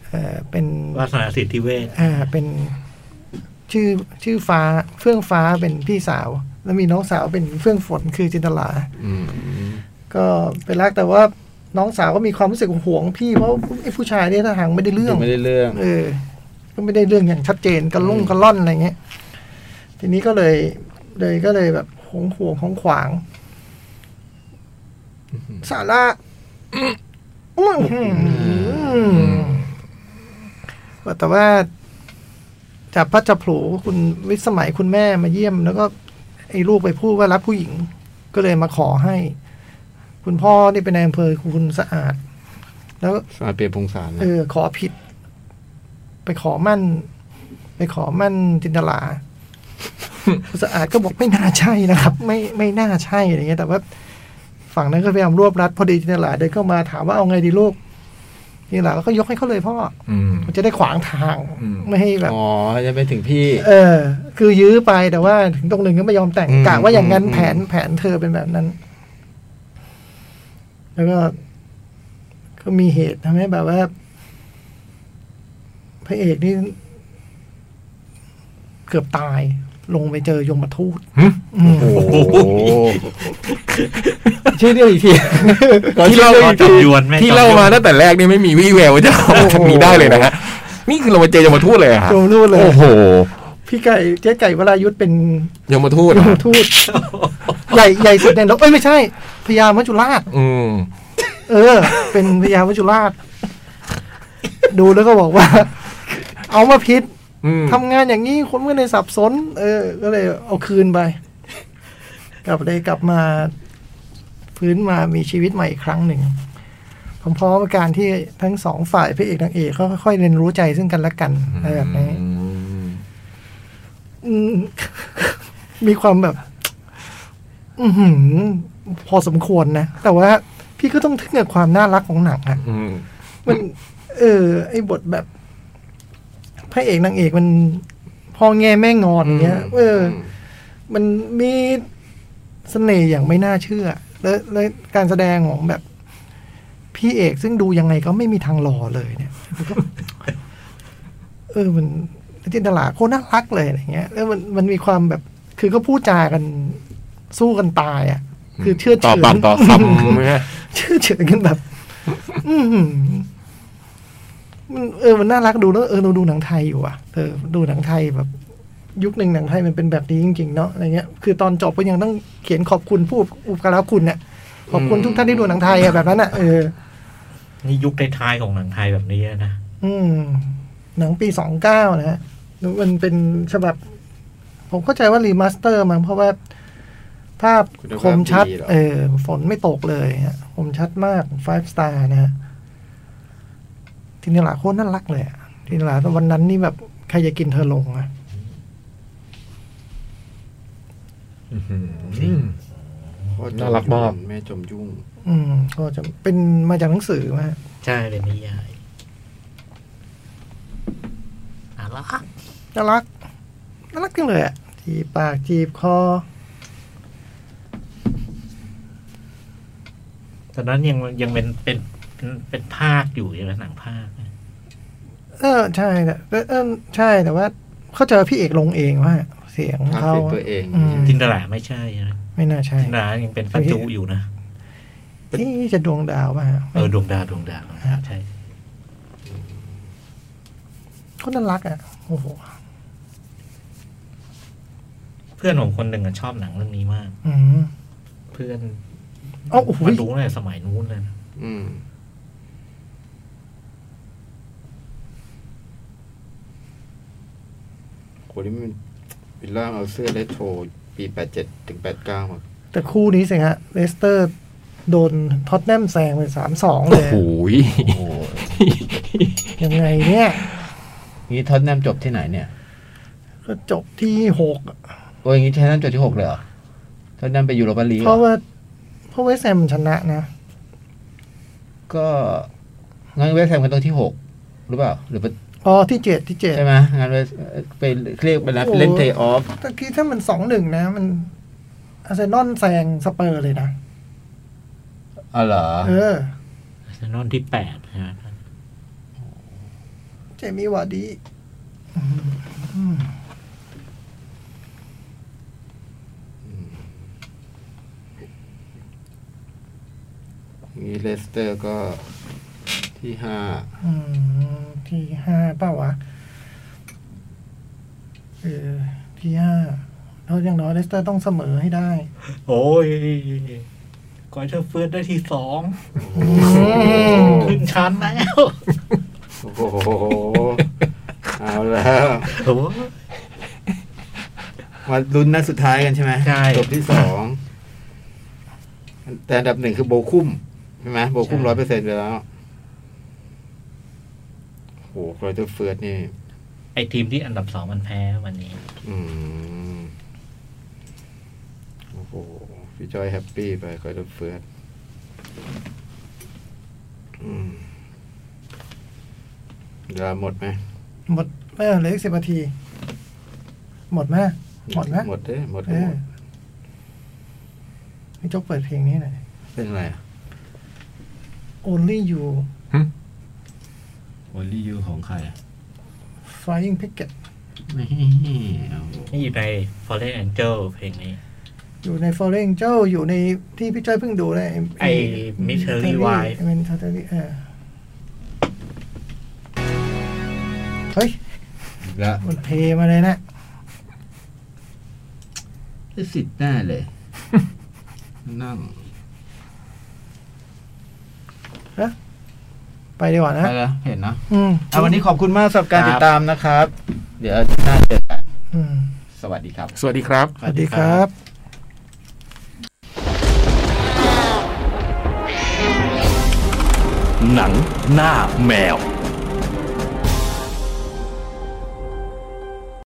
C: เอ่อเป็น
D: วาสนาสิทธิเวช
C: อ่าเป็นชื่อชื่อฟ้าเฟื่องฟ้าเป็นพี่สาว แล้วมีน้องสาวเป็นเฟื่องฝนคือจินตลา
B: อืม
C: ก็ไปรักแต่ว่าน้องสาวก็มีความรู้สึกหวงพี่ เพราะไอ้ผู้ชายเนี่ยท่าทางไม่ได้เรื่อง
B: ไม่ได้เรื่อง
C: เออ ก็ไม่ได้เรื่องอย่างชัดเจนกระลุ่งกระล่อนอะไรเงี้ย ทีนี้ก็เลย เลยก็เลยแบบหงหวงของขวางสาระอื้อหือแต่ว่าจับพระจับผลูคุณวิสมัยคุณแม่มาเยี่ยม แล้วก็ไอ้ลูกไปพูดว่ารับผู้หญิง ก็เลยมาขอให้ คุณพ่อนี่เป็นนายอำเภอคุณสะอาด แล้ว
B: สมาเปียพงศารนะ
C: เออขอผิด ไปขอมั่น ไปขอมั่นจินตลา คุณสะอาดก็บอกไม่น่าใช่นะครับ ไม่ไม่น่าใช่อะไรเงี้ยแต่ว่า ฝั่งนั้นก็พยายามรวบรัดพอดีจินตลาเดินเข้ามาถามว่าเอาไงดีลูกจินตลาก็ยกให้เขาเลยพ่อ
E: อืม
C: มันจะได้ขวางทาง
E: อืม
C: ไม่ให้แบบ
B: อ๋อจะไปถึงพี่
C: เออ คือยื้อไปแต่ว่าถึงตรงหนึ่งก็ไม่ยอมแต่ง
B: อืม
C: กะว่าอย่างนั้น
B: อืม
C: แผนแผนเธอเป็นแบบนั้น แล้วก็ ก็มีเหตุทำให้แบบว่า พระเอกนี่เกือบตาย ลงไปเจอยมทูตอืม
B: โอ้โหชื่อเรื่องอีกที
E: ที่เล่า
D: ลอสจอมยวนแม่
E: ที่เล่ามา
D: จอมยวน
E: ตั้งแต่แรกนี่ไม่มีวี่แววว่าจะเอาทางนี้ได้เลยนะฮะนี่คือเรามาเจอยมทูตเลยอะฮะ
C: ยมทูตเลย
E: โอ้โห
C: พี่ไก่เจ๊ไก่วรายุทธเป็น
E: ยมทูต
C: ย
E: อะ
C: มทูตใหญ่ใหญ่สุดในโลกเอ้ยไม่ใช่พญามัจจุราช
E: อืม
C: เออ เป็นพญามัจจุราช ดูแล้วก็บอกว่า เอามาพิษ
E: อืม
C: ทำงานอย่างนี้คนก็เลยสับสน เออ ก็เลยเอาคืนไป กลับเลยกลับมาฟื้นมามีชีวิตใหม่อีกครั้งหนึ่งพร้อมๆกับการที่ทั้งสองฝ่ายพระเอกนางเอกเขาค่อยๆเรียนรู้ใจซึ่งกันและกันอะไรแบบนี้
E: อืม
C: อืม มีความแบบ อือหือ พอสมควรนะ แต่ว่าพี่ก็ต้องทึ่งกับความน่ารักของหนังอะ
E: อืม
C: มันเออ ไอ้บทแบบพระเอกนางเอกมันพอแง่แม่งอนเงี้ย เออ มันมีเสน่ห์อย่างไม่น่าเชื่อ และและการแสดงของแบบ พี่เอกซึ่งดูยังไงก็ไม่มีทางหล่อเลยเนี่ย *laughs* มันก็เออมันจินตลาโคตรน่ารักเลยอะไรเงี้ยแล้วมันมันมีความแบบ คือก็พูดจากันสู้กันตายอ่ะ คือเชื่อ
E: ต่อ
C: เฉือ
E: ปาก
C: น
E: ต่อคำเนี่ย
C: เชื่อเฉยกันแบบ อื้อหือมันเออมันน่ารักดูแล้วเออเราดูหนังไทยอยู่อ่ะเออดูหนังไทยแบบ ยุคหนึ่งหนังไทยมันเป็นแบบนี้จริงๆเนาะอะไรเงี้ยคือตอนจบก็ยังต้องเขียนขอบคุณผู้อุปการะคุณเนี่ยขอบคุณทุกท่านที่ดูหนังไทยอะแบบนั้นอ่ะเออ
D: นี่ยุคท้ายๆของหนังไทยแบบนี้นะ
C: อืม หนังปีสองเก้านะฮะมันเป็นฉบับ ผมเข้าใจว่ารีมาสเตอร์มั้งเพราะว่า ภาพ
B: คุณภาพ
C: คมชัด
B: ดีเหรอ
C: เออ ฝนไม่ตกเลยฮะคมชัดมาก five star นะฮะทีนี้หลาโคตรน่ารักเลยอะ ที่ตลาดวันนั้นนี่แบบใครจะกินเธอลงอะ
E: น่ารักมาก
B: แม่จมยุ่ง
C: อืม ก็จะเป็นมาจากหนังสือมา
D: ใช่เป็นนิยายน่ารัก
C: น่ารักน่ารักจังเลยอะจีบปากจีบคอ
D: ตอนนั้นยังยังเป็นเป็นเป็นเป็นภาคอยู่ใช่ไหมหนังภาค
C: เออใช่แต่แต่เออใช่แต่ว่าเขาเจอพี่เอกลงเองว่า เสียงเขา
B: ภาพเสียงตัวเอง
C: ม
D: จินตลาไม่ใช่ใช่ไหม
C: ไม่น่าใช่
D: จินตลายังเป็นปัจจุอยู่นะ
C: นี่จะดวงดาวป่ะฮะ
D: เออดวงดาวดวงดาวดวงดาวใช่
C: ก็น่ารักอ่ะโอ้โห
D: เพื่อนผมคนหนึ่งอะชอบหนังเรื่องนี้มาก
C: อืม
D: เพื่อน
C: เอ้าโอ้โห
D: มันรู้เลยสมัยนู้นเลยนะ
B: อืม โหนี่มันวิลล่าเอาเสื้อเลโทรปีแปดเจ็ดถึงแปดเก้ามา
C: แต่คู่นี้สิฮะเลสเตอร์ โดนท็อตแนมแซงไปสามสองเล
E: โอ้
C: ย
E: โหย
C: ยังไงเนี่ย
F: งี้ท็อตแนมจบที่ไหนเนี่ย
C: ก็จบที่หกอะ
F: โอ้ยอย่างงี้ท็อตแนมจบที่หกเลยเหรอท็อตแนมไปยูโรปาลีก
C: เพราะว่าเพราะเวสแฮมชนะนะ
F: ก็งั้นเวสแฮมกันตรงที่หกหรือเปล่า หรือเปล่า
C: อ๋อที่เจ็ดที่เจ็ด
F: ใช่ไหมงั้นเวสไปเรียกไปนัด
C: โอ้โห
F: เล่นเทย์ออฟ
C: ตะกี้ถ้ามันสองหนึ่งนะ มันอาร์เซนอลแซงสเปอร์เลยนะ
F: อ๋อเหรอ
C: เออ
D: อาร์เซนอนที่แปดใช่ไหม
C: เจมี่วาร์ดี
B: นี้เลสเตอร์ก็ที่ห้า
C: อืมที่ห้าเปล่าวะเออที่ห้าเราอย่างน้อยเลสเตอร์ต้องเสมอให้ได้
D: โอ้ยกอยเทอร์เฟิร์สได้ที่สองขึ้นชั้นแล้ว
B: โอ้โห เอาแล้ว
D: โอ้ย
B: มาลุ้นนัดสุดท้ายกันใช่ไหม
D: ใช่
B: จบที่สอง แต่อันดับหนึ่งคือโบคุ้มใช่ไหมโบคุ้มร้อยเปอร์เซ็นต์ไปแล้วโอ้โหรอยเตอร์เฟิร์ดนี่
D: ไอทีมที่อันดับสองมันแพ้วันนี้
B: อืม โอ้โห พี่จอยแฮปปี้ไปคอยรับเฟิร์สอืมเวลาหมดไหม
C: หมดเออเหลืออีกสิบนาที หมดไหมหมดไหม
B: หมดเด้หมด
C: เอ
B: ก็หม
C: อ
B: ด
C: พี่โจกเปิดเพลงนี้หน่อย
B: เป็นไร
C: Only You
H: วอลลี่ยูของใคร
C: Flying Picket
H: ไม่เอา
D: นี่อยู่ใน Fallen Angel เพลงนี้
C: อยู่ใน Falling Angel อยู่ในที่พี่จ้อยเพิ่งดูเลย
D: ไอ้ Mystery Wife
C: เมทัลเทอรี่เออเฮ้ย
H: แล้ว
C: มันเพมาเลยนะ
H: ได้สิทธิ์หน้า
F: *laughs*
H: เลย
B: นั่ง
C: ไปดีกว่านะ
F: ไปแล้วเห็นเนอะ
C: อืม
F: เอาวันนี้ขอบคุณมากสำหรับการ
D: ครับ
F: ติดตามนะครับ เดี๋ยวอาทิตย์
C: อืม
F: หน้าเจอกันสวัสดีครับ
E: สวัสดีครับ
C: สวัสดีครับ
A: หนังหน้าแมว